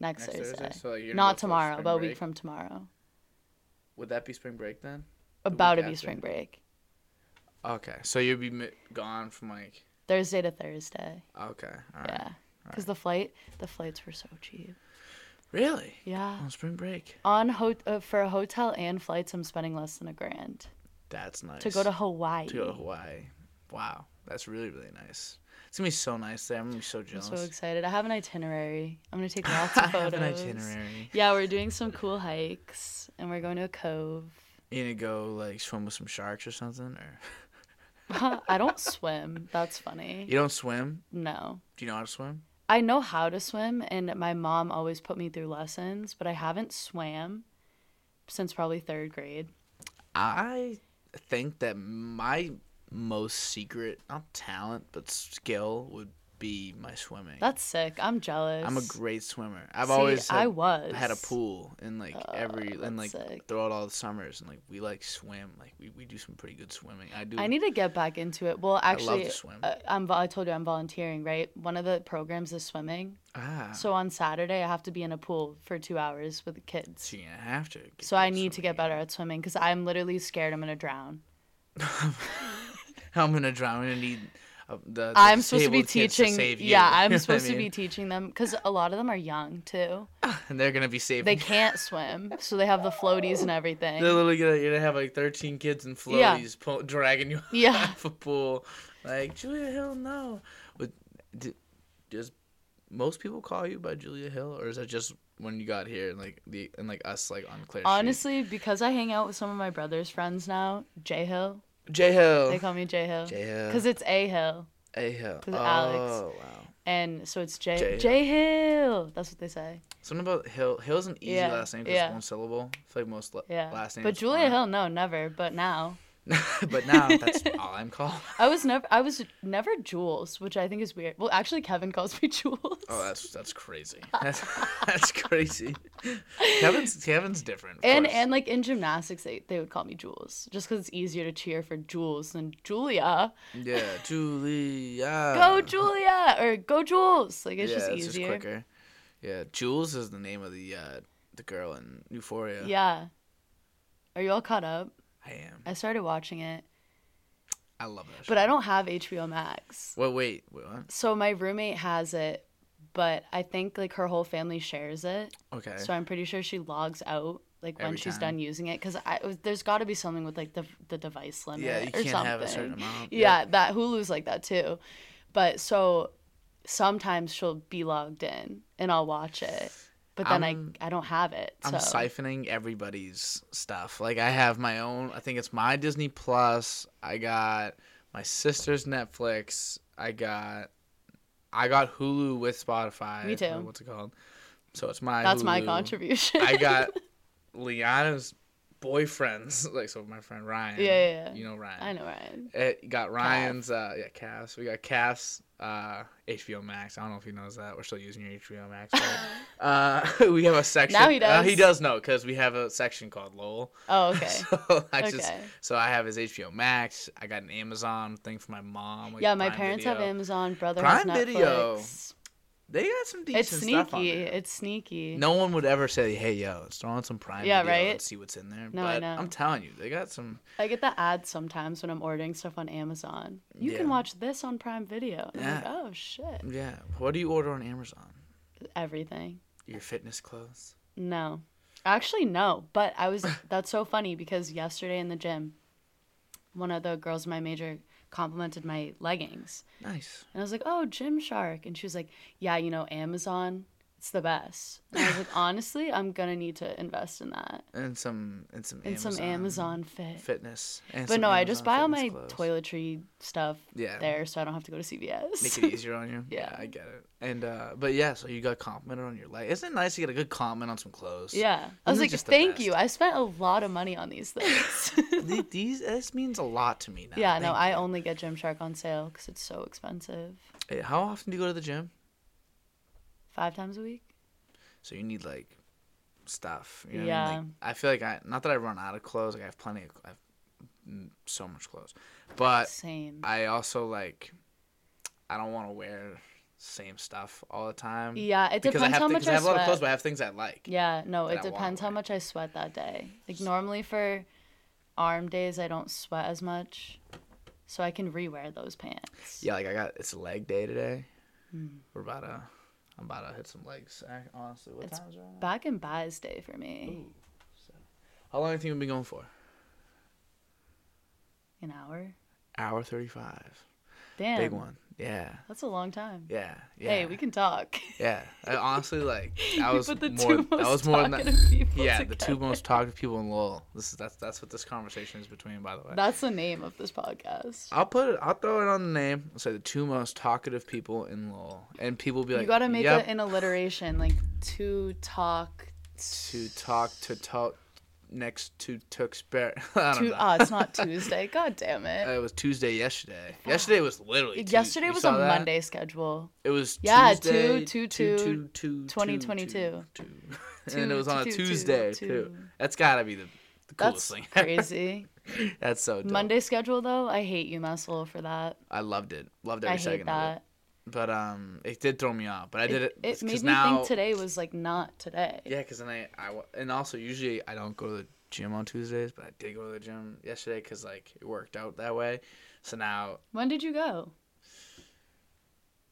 [SPEAKER 2] next,
[SPEAKER 1] Next
[SPEAKER 2] Thursday?
[SPEAKER 1] Thursday? So you're gonna go
[SPEAKER 2] Not
[SPEAKER 1] for
[SPEAKER 2] tomorrow,
[SPEAKER 1] spring
[SPEAKER 2] but a week
[SPEAKER 1] break?
[SPEAKER 2] from tomorrow.
[SPEAKER 1] Would that be spring break then?
[SPEAKER 2] About to be
[SPEAKER 1] after.
[SPEAKER 2] spring break,
[SPEAKER 1] Okay, so you'd be mi- gone from like.
[SPEAKER 2] Thursday to Thursday.
[SPEAKER 1] Okay, all right.
[SPEAKER 2] Yeah, because the flight, the flights were so cheap.
[SPEAKER 1] Really?
[SPEAKER 2] Yeah,
[SPEAKER 1] On spring break.
[SPEAKER 2] on ho- uh, for a hotel and flights, I'm spending less than a grand
[SPEAKER 1] That's nice.
[SPEAKER 2] to go to Hawaii.
[SPEAKER 1] to go to Hawaii. Wow, that's really really nice. It's gonna be so nice there. I'm gonna be so
[SPEAKER 2] I'm
[SPEAKER 1] jealous.
[SPEAKER 2] so excited. I have an itinerary. I'm gonna take lots of
[SPEAKER 1] I
[SPEAKER 2] photos.
[SPEAKER 1] have an itinerary.
[SPEAKER 2] Yeah, we're doing some cool hikes, and we're going to a cove.
[SPEAKER 1] You gonna go like swim with some sharks or something, or
[SPEAKER 2] I don't swim. That's funny.
[SPEAKER 1] you don't swim?
[SPEAKER 2] No.
[SPEAKER 1] Do you know how to swim?
[SPEAKER 2] I know how to swim, and my mom always put me through lessons, but I haven't swam since probably third grade.
[SPEAKER 1] I think that my most secret, not talent, but skill would be my swimming.
[SPEAKER 2] That's sick. I'm jealous.
[SPEAKER 1] I'm a great swimmer. I've
[SPEAKER 2] See,
[SPEAKER 1] always had,
[SPEAKER 2] I was.
[SPEAKER 1] had a pool in like every and like
[SPEAKER 2] Oh, that's sick.
[SPEAKER 1] throughout all the summers and like we like swim like we, we do some pretty good swimming. I do.
[SPEAKER 2] I need to get back into it. Well,
[SPEAKER 1] love
[SPEAKER 2] actually,
[SPEAKER 1] to swim.
[SPEAKER 2] uh, I'm. vo- I told you I'm volunteering, right? One of the programs is swimming.
[SPEAKER 1] ah. So,
[SPEAKER 2] So on Saturday, I have to be in a pool for two hours with the kids.
[SPEAKER 1] you're gonna have to. get
[SPEAKER 2] So I
[SPEAKER 1] good
[SPEAKER 2] need to
[SPEAKER 1] swimming.
[SPEAKER 2] get better at swimming because I'm literally scared I'm gonna drown.
[SPEAKER 1] I'm gonna drown. I'm gonna need. Uh, the, the
[SPEAKER 2] I'm supposed to be
[SPEAKER 1] disabled kids to
[SPEAKER 2] teaching.
[SPEAKER 1] save you.
[SPEAKER 2] yeah,
[SPEAKER 1] You know
[SPEAKER 2] I'm
[SPEAKER 1] what
[SPEAKER 2] supposed
[SPEAKER 1] I
[SPEAKER 2] to be
[SPEAKER 1] mean?
[SPEAKER 2] teaching them because a lot of them are young too.
[SPEAKER 1] and they're gonna be saving.
[SPEAKER 2] they can't swim, so they have the floaties and everything.
[SPEAKER 1] They're literally gonna, you're gonna have like 13 kids in
[SPEAKER 2] Yeah.
[SPEAKER 1] floaties pull, dragging you out
[SPEAKER 2] Yeah.
[SPEAKER 1] of a pool. Like Julia Hill, no. But d- does most people call you by Julia Hill, or is that just when you got here and like the and like us like on Claire? Street?
[SPEAKER 2] Honestly, because I hang out with some of my brother's friends now, J Hill,
[SPEAKER 1] J Hill,
[SPEAKER 2] they call me J Hill,
[SPEAKER 1] J
[SPEAKER 2] because
[SPEAKER 1] Hill,
[SPEAKER 2] it's A Hill,
[SPEAKER 1] A Hill.
[SPEAKER 2] 'cause
[SPEAKER 1] Oh
[SPEAKER 2] Alex-
[SPEAKER 1] wow.
[SPEAKER 2] and so it's J
[SPEAKER 1] J.
[SPEAKER 2] J Hill. That's what they say.
[SPEAKER 1] Something about Hill. Hill's an easy
[SPEAKER 2] Yeah,
[SPEAKER 1] last name. 'cause
[SPEAKER 2] yeah.
[SPEAKER 1] It's one syllable. It's like most la-
[SPEAKER 2] Yeah.
[SPEAKER 1] last names.
[SPEAKER 2] but Julia
[SPEAKER 1] aren't.
[SPEAKER 2] Hill, no, never. But now,
[SPEAKER 1] but now that's all I'm called.
[SPEAKER 2] I was never, I was never Jules, which I think is weird. Well, actually, Kevin calls me Jules.
[SPEAKER 1] Oh, that's that's crazy. That's, that's crazy. Kevin's Kevin's different. of
[SPEAKER 2] and
[SPEAKER 1] course.
[SPEAKER 2] and like in gymnastics, they, they would call me Jules, just because it's easier to cheer for Jules than Julia.
[SPEAKER 1] yeah, Julia.
[SPEAKER 2] Go Julia or go Jules. Like it's
[SPEAKER 1] Uh. yeah,
[SPEAKER 2] just
[SPEAKER 1] it's
[SPEAKER 2] easier.
[SPEAKER 1] just quicker. Yeah, Jules is the name of the uh, the girl in Euphoria.
[SPEAKER 2] Yeah. Are you all caught up?
[SPEAKER 1] I am.
[SPEAKER 2] I started watching it,
[SPEAKER 1] I love that. Show.
[SPEAKER 2] but I don't have HBO Max.
[SPEAKER 1] Wait, wait, wait. What?
[SPEAKER 2] So my roommate has it, but I think like her whole family shares it.
[SPEAKER 1] Okay.
[SPEAKER 2] So I'm pretty sure she logs out like when
[SPEAKER 1] Eh. Every
[SPEAKER 2] she's
[SPEAKER 1] time.
[SPEAKER 2] done using it cuz I there's got to be something with like the the device limit
[SPEAKER 1] yeah, you
[SPEAKER 2] or
[SPEAKER 1] can't
[SPEAKER 2] something.
[SPEAKER 1] have a certain amount.
[SPEAKER 2] Yeah, that Hulu's like that too. But so sometimes she'll be logged in and I'll watch it. But then
[SPEAKER 1] I'm-
[SPEAKER 2] I I don't have it.
[SPEAKER 1] I'm
[SPEAKER 2] So
[SPEAKER 1] siphoning everybody's stuff. Like I have my own. I think it's my Disney Plus. I got my sister's Netflix. I got I got Hulu with Spotify.
[SPEAKER 2] Me too.
[SPEAKER 1] or What's it called? So it's my.
[SPEAKER 2] that's my
[SPEAKER 1] Hulu.
[SPEAKER 2] contribution.
[SPEAKER 1] I got Liana's boyfriends. Like so, my friend Ryan.
[SPEAKER 2] Yeah, yeah, yeah.
[SPEAKER 1] You know Ryan.
[SPEAKER 2] I know, Ryan.
[SPEAKER 1] It got Ryan's uh yeah, Cass. We got Cass uh HBO Max. I don't know if he knows that. We're still using your HBO Max. but, uh we have a section.
[SPEAKER 2] Now he
[SPEAKER 1] uh, he
[SPEAKER 2] does.
[SPEAKER 1] does know cuz we have a section called Lowell.
[SPEAKER 2] Oh, okay.
[SPEAKER 1] So I just
[SPEAKER 2] Okay.
[SPEAKER 1] so I have his HBO Max. I got an Amazon thing for my mom. like
[SPEAKER 2] yeah, my
[SPEAKER 1] Prime
[SPEAKER 2] parents have
[SPEAKER 1] Video.
[SPEAKER 2] Amazon. Brother
[SPEAKER 1] Prime
[SPEAKER 2] has Netflix.
[SPEAKER 1] Video. They got some decent
[SPEAKER 2] It's
[SPEAKER 1] stuff on
[SPEAKER 2] sneaky.
[SPEAKER 1] there.
[SPEAKER 2] It's sneaky.
[SPEAKER 1] No one would ever say, "Hey, yo, let's throw on some Prime
[SPEAKER 2] Yeah,
[SPEAKER 1] Video
[SPEAKER 2] right?
[SPEAKER 1] and see what's in there."
[SPEAKER 2] No, I
[SPEAKER 1] but
[SPEAKER 2] know.
[SPEAKER 1] I'm telling you, they got some
[SPEAKER 2] I get the ads sometimes when I'm ordering stuff on Amazon. You can
[SPEAKER 1] Yeah.
[SPEAKER 2] watch this on Prime Video. And I'm like,
[SPEAKER 1] Yeah.
[SPEAKER 2] oh shit.
[SPEAKER 1] Yeah. What do you order on Amazon?
[SPEAKER 2] Everything.
[SPEAKER 1] Your fitness clothes?
[SPEAKER 2] No. Actually no, but I was that's so funny because yesterday in the gym one of the girls in my major complimented my leggings.
[SPEAKER 1] Nice.
[SPEAKER 2] And I was like, "Oh, Gymshark." And she was like, "Yeah, you know, Amazon, it's the best." And I was like, "Honestly, I'm going to need to invest in that."
[SPEAKER 1] and some and some
[SPEAKER 2] and
[SPEAKER 1] Amazon
[SPEAKER 2] some Amazon fit.
[SPEAKER 1] fitness. And
[SPEAKER 2] But
[SPEAKER 1] some
[SPEAKER 2] no, I just buy
[SPEAKER 1] Amazon
[SPEAKER 2] all
[SPEAKER 1] fitness
[SPEAKER 2] my
[SPEAKER 1] clothes.
[SPEAKER 2] toiletry stuff
[SPEAKER 1] Yeah.
[SPEAKER 2] there, so I don't have to go to CVS.
[SPEAKER 1] Make it easier on you.
[SPEAKER 2] Yeah.
[SPEAKER 1] I get it. And uh but yeah, so you got complimented on your leg. Isn't it nice to get a good comment on some clothes?
[SPEAKER 2] yeah, I was
[SPEAKER 1] These are
[SPEAKER 2] like,
[SPEAKER 1] just the
[SPEAKER 2] thank
[SPEAKER 1] best.
[SPEAKER 2] you. I spent a lot of money on these things.
[SPEAKER 1] The- These this means a lot to me now.
[SPEAKER 2] yeah, no,
[SPEAKER 1] Thank
[SPEAKER 2] I
[SPEAKER 1] you.
[SPEAKER 2] only get Gymshark on sale because it's so expensive.
[SPEAKER 1] Hey, How often do you go to the gym?
[SPEAKER 2] Five times a week.
[SPEAKER 1] So you need like stuff. You know what I, mean? Like, I feel like I not that I run out of clothes. Like I have plenty of, I have mm, so much clothes, but
[SPEAKER 2] Same.
[SPEAKER 1] I also like I don't want to wear same stuff all the time.
[SPEAKER 2] Yeah, it
[SPEAKER 1] because I
[SPEAKER 2] depends
[SPEAKER 1] have
[SPEAKER 2] how
[SPEAKER 1] thi-
[SPEAKER 2] much
[SPEAKER 1] 'cause I
[SPEAKER 2] I
[SPEAKER 1] have a lot of
[SPEAKER 2] sweat.
[SPEAKER 1] clothes, but I have things I like.
[SPEAKER 2] Yeah, no,
[SPEAKER 1] that
[SPEAKER 2] it
[SPEAKER 1] I wanna
[SPEAKER 2] depends how
[SPEAKER 1] wear.
[SPEAKER 2] much I sweat that day. Like normally for arm days I don't sweat as much. So I can rewear those pants.
[SPEAKER 1] Yeah, like I got it's leg day today.
[SPEAKER 2] Hmm.
[SPEAKER 1] We're about to I'm about to hit some legs. I, honestly, what
[SPEAKER 2] It's
[SPEAKER 1] time is it? right now?
[SPEAKER 2] Back and buys day for me.
[SPEAKER 1] How long do you think we've been going for?
[SPEAKER 2] An hour.
[SPEAKER 1] Hour thirty five.
[SPEAKER 2] Damn.
[SPEAKER 1] Big one. Yeah.
[SPEAKER 2] That's a long time.
[SPEAKER 1] Yeah. Yeah.
[SPEAKER 2] Hey, we can talk.
[SPEAKER 1] Yeah. I honestly like that
[SPEAKER 2] You
[SPEAKER 1] was
[SPEAKER 2] put the
[SPEAKER 1] more
[SPEAKER 2] two
[SPEAKER 1] that
[SPEAKER 2] most
[SPEAKER 1] was more than that.
[SPEAKER 2] talkative people
[SPEAKER 1] Yeah, the two
[SPEAKER 2] together.
[SPEAKER 1] most talkative people in Lowell. This is that's that's what this conversation is between by the way.
[SPEAKER 2] That's the name of this podcast.
[SPEAKER 1] I'll put it I'll throw it on the name. I'll say the two most talkative people in Lowell. And people will be like
[SPEAKER 2] you gotta make
[SPEAKER 1] yep,
[SPEAKER 2] it an alliteration, like to talk.
[SPEAKER 1] to talk to talk next to Tuxbury. I don't
[SPEAKER 2] To,
[SPEAKER 1] know.
[SPEAKER 2] ah, it's not Tuesday. God damn it.
[SPEAKER 1] Uh, it was Tuesday yesterday. Yesterday was literally. Tues-
[SPEAKER 2] Yesterday
[SPEAKER 1] you
[SPEAKER 2] was a
[SPEAKER 1] saw that?
[SPEAKER 2] Monday schedule.
[SPEAKER 1] It was
[SPEAKER 2] Yeah,
[SPEAKER 1] Tuesday,
[SPEAKER 2] two, two,
[SPEAKER 1] two,
[SPEAKER 2] two,
[SPEAKER 1] two, two,
[SPEAKER 2] 2022.
[SPEAKER 1] two, two. And it
[SPEAKER 2] Two,
[SPEAKER 1] was on a
[SPEAKER 2] two, two,
[SPEAKER 1] Tuesday
[SPEAKER 2] two.
[SPEAKER 1] too. That's gotta be the, the coolest
[SPEAKER 2] That's
[SPEAKER 1] thing.
[SPEAKER 2] crazy.
[SPEAKER 1] That's so dope.
[SPEAKER 2] Monday schedule though, I hate you, Muscle, for that.
[SPEAKER 1] I loved it. Loved every
[SPEAKER 2] I hate
[SPEAKER 1] second of it.
[SPEAKER 2] that.
[SPEAKER 1] But um, it did throw me off. But I did it.
[SPEAKER 2] It,
[SPEAKER 1] because
[SPEAKER 2] made me
[SPEAKER 1] now,
[SPEAKER 2] think today was like not today.
[SPEAKER 1] Yeah, because then I, I w- and also usually I don't go to the gym on Tuesdays, but I did go to the gym yesterday because like it worked out that way. So now
[SPEAKER 2] When did you go?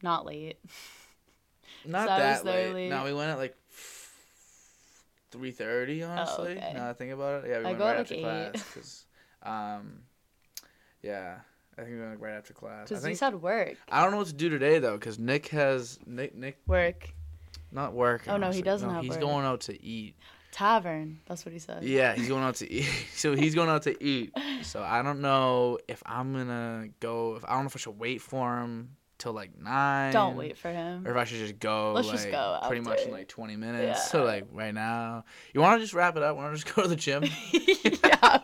[SPEAKER 2] Not late.
[SPEAKER 1] Not
[SPEAKER 2] So I
[SPEAKER 1] that
[SPEAKER 2] was there
[SPEAKER 1] late.
[SPEAKER 2] late.
[SPEAKER 1] No, we went at like three thirty. Honestly,
[SPEAKER 2] Oh, okay.
[SPEAKER 1] now that I think about it, yeah, we
[SPEAKER 2] I
[SPEAKER 1] went
[SPEAKER 2] go at,
[SPEAKER 1] right
[SPEAKER 2] like,
[SPEAKER 1] after
[SPEAKER 2] eight.
[SPEAKER 1] class 'cause, um, yeah, I think we went right after class. I
[SPEAKER 2] Because you
[SPEAKER 1] think
[SPEAKER 2] said work.
[SPEAKER 1] I don't know what to do today though, because Nick has Nick Nick
[SPEAKER 2] Work.
[SPEAKER 1] not working.
[SPEAKER 2] Oh, no, he
[SPEAKER 1] honestly.
[SPEAKER 2] doesn't have
[SPEAKER 1] He's
[SPEAKER 2] work.
[SPEAKER 1] going out to eat.
[SPEAKER 2] Tavern. That's what he said.
[SPEAKER 1] Yeah, he's going out to eat. so he's going out to eat. So I don't know if I'm gonna go. If I don't know if I should wait for him till like nine.
[SPEAKER 2] Don't wait for him.
[SPEAKER 1] or if I should just go.
[SPEAKER 2] Let's
[SPEAKER 1] like,
[SPEAKER 2] just go
[SPEAKER 1] Pretty much in
[SPEAKER 2] after.
[SPEAKER 1] like 20 minutes.
[SPEAKER 2] Yeah.
[SPEAKER 1] So like right now, you want to just wrap it up? Want to just go to the gym?
[SPEAKER 2] yeah,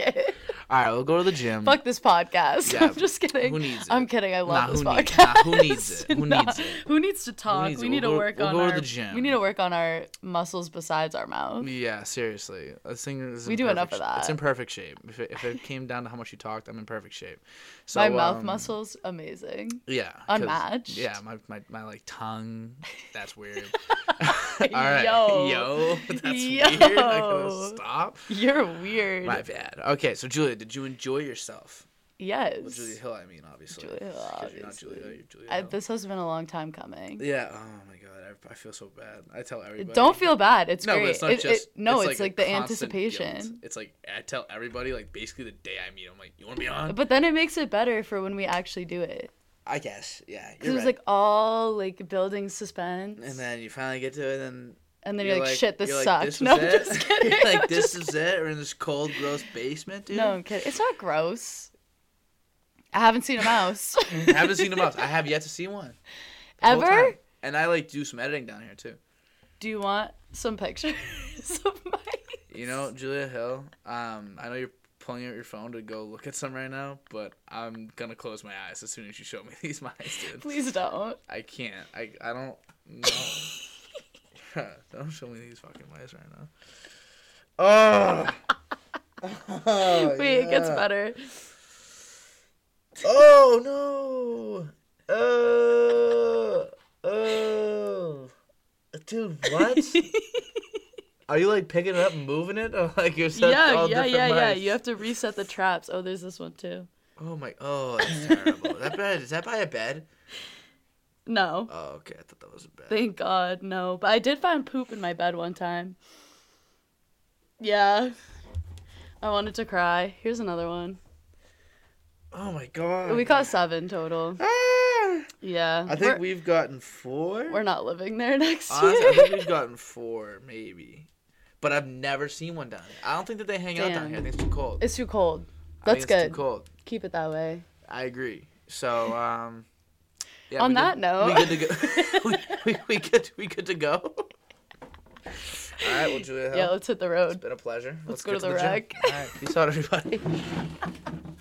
[SPEAKER 2] it.
[SPEAKER 1] All right, we'll go to the gym.
[SPEAKER 2] Fuck this podcast.
[SPEAKER 1] Yeah,
[SPEAKER 2] I'm just kidding.
[SPEAKER 1] who needs it?
[SPEAKER 2] I'm kidding. I love
[SPEAKER 1] Nah,
[SPEAKER 2] this
[SPEAKER 1] who need- nah,
[SPEAKER 2] podcast.
[SPEAKER 1] who needs it? Who
[SPEAKER 2] Nah,
[SPEAKER 1] needs it?
[SPEAKER 2] Who needs to talk?
[SPEAKER 1] needs
[SPEAKER 2] we
[SPEAKER 1] it?
[SPEAKER 2] need
[SPEAKER 1] We'll
[SPEAKER 2] to
[SPEAKER 1] go-
[SPEAKER 2] work
[SPEAKER 1] we'll
[SPEAKER 2] on
[SPEAKER 1] go to
[SPEAKER 2] our.
[SPEAKER 1] the gym.
[SPEAKER 2] We need to work on our muscles besides our mouth.
[SPEAKER 1] Yeah, seriously. This thing is
[SPEAKER 2] We
[SPEAKER 1] in
[SPEAKER 2] do enough
[SPEAKER 1] perfect-
[SPEAKER 2] of
[SPEAKER 1] It's
[SPEAKER 2] that.
[SPEAKER 1] in perfect shape. If it, if it came down to how much you talked, I'm in perfect shape. So
[SPEAKER 2] My mouth
[SPEAKER 1] um,
[SPEAKER 2] muscles, amazing.
[SPEAKER 1] Yeah. 'cause-
[SPEAKER 2] unmatched.
[SPEAKER 1] Yeah, my, my, my like tongue. That's weird. All right.
[SPEAKER 2] Yo.
[SPEAKER 1] Yo. That's
[SPEAKER 2] Yo.
[SPEAKER 1] weird. I gotta stop.
[SPEAKER 2] You're weird.
[SPEAKER 1] My bad. Okay, so Julia, did you enjoy yourself?
[SPEAKER 2] yes.
[SPEAKER 1] Well, Julia Hill, I mean, obviously.
[SPEAKER 2] Julia Hill,
[SPEAKER 1] 'Cause You're not
[SPEAKER 2] obviously.
[SPEAKER 1] Julia, Hill, you're Julia
[SPEAKER 2] I,
[SPEAKER 1] Hill.
[SPEAKER 2] this has been a long time coming.
[SPEAKER 1] Yeah. Oh my god, I, I feel so bad. I tell everybody.
[SPEAKER 2] Don't feel bad. It's
[SPEAKER 1] No,
[SPEAKER 2] great.
[SPEAKER 1] but it's not
[SPEAKER 2] It- it-
[SPEAKER 1] just.
[SPEAKER 2] no, it's,
[SPEAKER 1] a
[SPEAKER 2] like, the
[SPEAKER 1] constant guilt.
[SPEAKER 2] anticipation.
[SPEAKER 1] It's like I tell everybody, like basically the day I meet, 'em, I'm like, you want to be on?
[SPEAKER 2] But then it makes it better for when we actually do it.
[SPEAKER 1] I guess. Yeah.
[SPEAKER 2] Because it was like all like building suspense.
[SPEAKER 1] And then you finally get to it, and
[SPEAKER 2] And then you're, like, shit, this
[SPEAKER 1] you're
[SPEAKER 2] sucked.
[SPEAKER 1] Like, this
[SPEAKER 2] no,
[SPEAKER 1] was
[SPEAKER 2] I'm
[SPEAKER 1] it?
[SPEAKER 2] just kidding.
[SPEAKER 1] You're like
[SPEAKER 2] I'm
[SPEAKER 1] this
[SPEAKER 2] just-
[SPEAKER 1] is it. We're in this cold, gross basement, dude.
[SPEAKER 2] No, I'm kidding. It's not gross. I haven't seen a mouse.
[SPEAKER 1] I haven't seen a mouse. I have yet to see one. the whole
[SPEAKER 2] Ever?
[SPEAKER 1] time. And I like do some editing down here too.
[SPEAKER 2] Do you want some pictures of my
[SPEAKER 1] You know, Julia Hill, um, I know you're pulling out your phone to go look at some right now, but I'm gonna close my eyes as soon as you show me these mice, dude.
[SPEAKER 2] Please don't.
[SPEAKER 1] I can't. I I don't no. don't show me these fucking mice right now. Oh, oh
[SPEAKER 2] Wait, it gets
[SPEAKER 1] yeah.
[SPEAKER 2] better.
[SPEAKER 1] Oh no! Oh, oh, dude, what? Are you like picking it up and moving it, or like you're set
[SPEAKER 2] yeah,
[SPEAKER 1] all
[SPEAKER 2] yeah,
[SPEAKER 1] different
[SPEAKER 2] yeah, yeah.
[SPEAKER 1] mice?
[SPEAKER 2] You have to reset the traps. Oh, there's this one too.
[SPEAKER 1] Oh my! Oh, that's terrible. that bed is that by a bed?
[SPEAKER 2] No.
[SPEAKER 1] Oh, okay. I thought that was a bed.
[SPEAKER 2] Thank God, no. But I did find poop in my bed one time. Yeah. I wanted to cry. Here's another one.
[SPEAKER 1] oh my god.
[SPEAKER 2] We caught seven total.
[SPEAKER 1] Ah!
[SPEAKER 2] Yeah.
[SPEAKER 1] I think
[SPEAKER 2] we're,
[SPEAKER 1] we've gotten four.
[SPEAKER 2] we're not living there next
[SPEAKER 1] Honestly, I
[SPEAKER 2] year.
[SPEAKER 1] think we've gotten four, maybe. But I've never seen one down here. I don't think that they hang out down
[SPEAKER 2] Damn.
[SPEAKER 1] here. I think it's too cold.
[SPEAKER 2] It's too cold.
[SPEAKER 1] I think
[SPEAKER 2] That's
[SPEAKER 1] it's
[SPEAKER 2] good.
[SPEAKER 1] Too cold.
[SPEAKER 2] Keep it that way.
[SPEAKER 1] I agree. So, um, yeah,
[SPEAKER 2] On
[SPEAKER 1] we good-
[SPEAKER 2] that note-
[SPEAKER 1] we good to go. we, we, we good. We good to go. All right, well, Julia, Hill,
[SPEAKER 2] Yeah, let's hit the
[SPEAKER 1] it's
[SPEAKER 2] road.
[SPEAKER 1] been a pleasure.
[SPEAKER 2] let's go
[SPEAKER 1] get
[SPEAKER 2] to the
[SPEAKER 1] gym.
[SPEAKER 2] rec.
[SPEAKER 1] All right, peace out, everybody.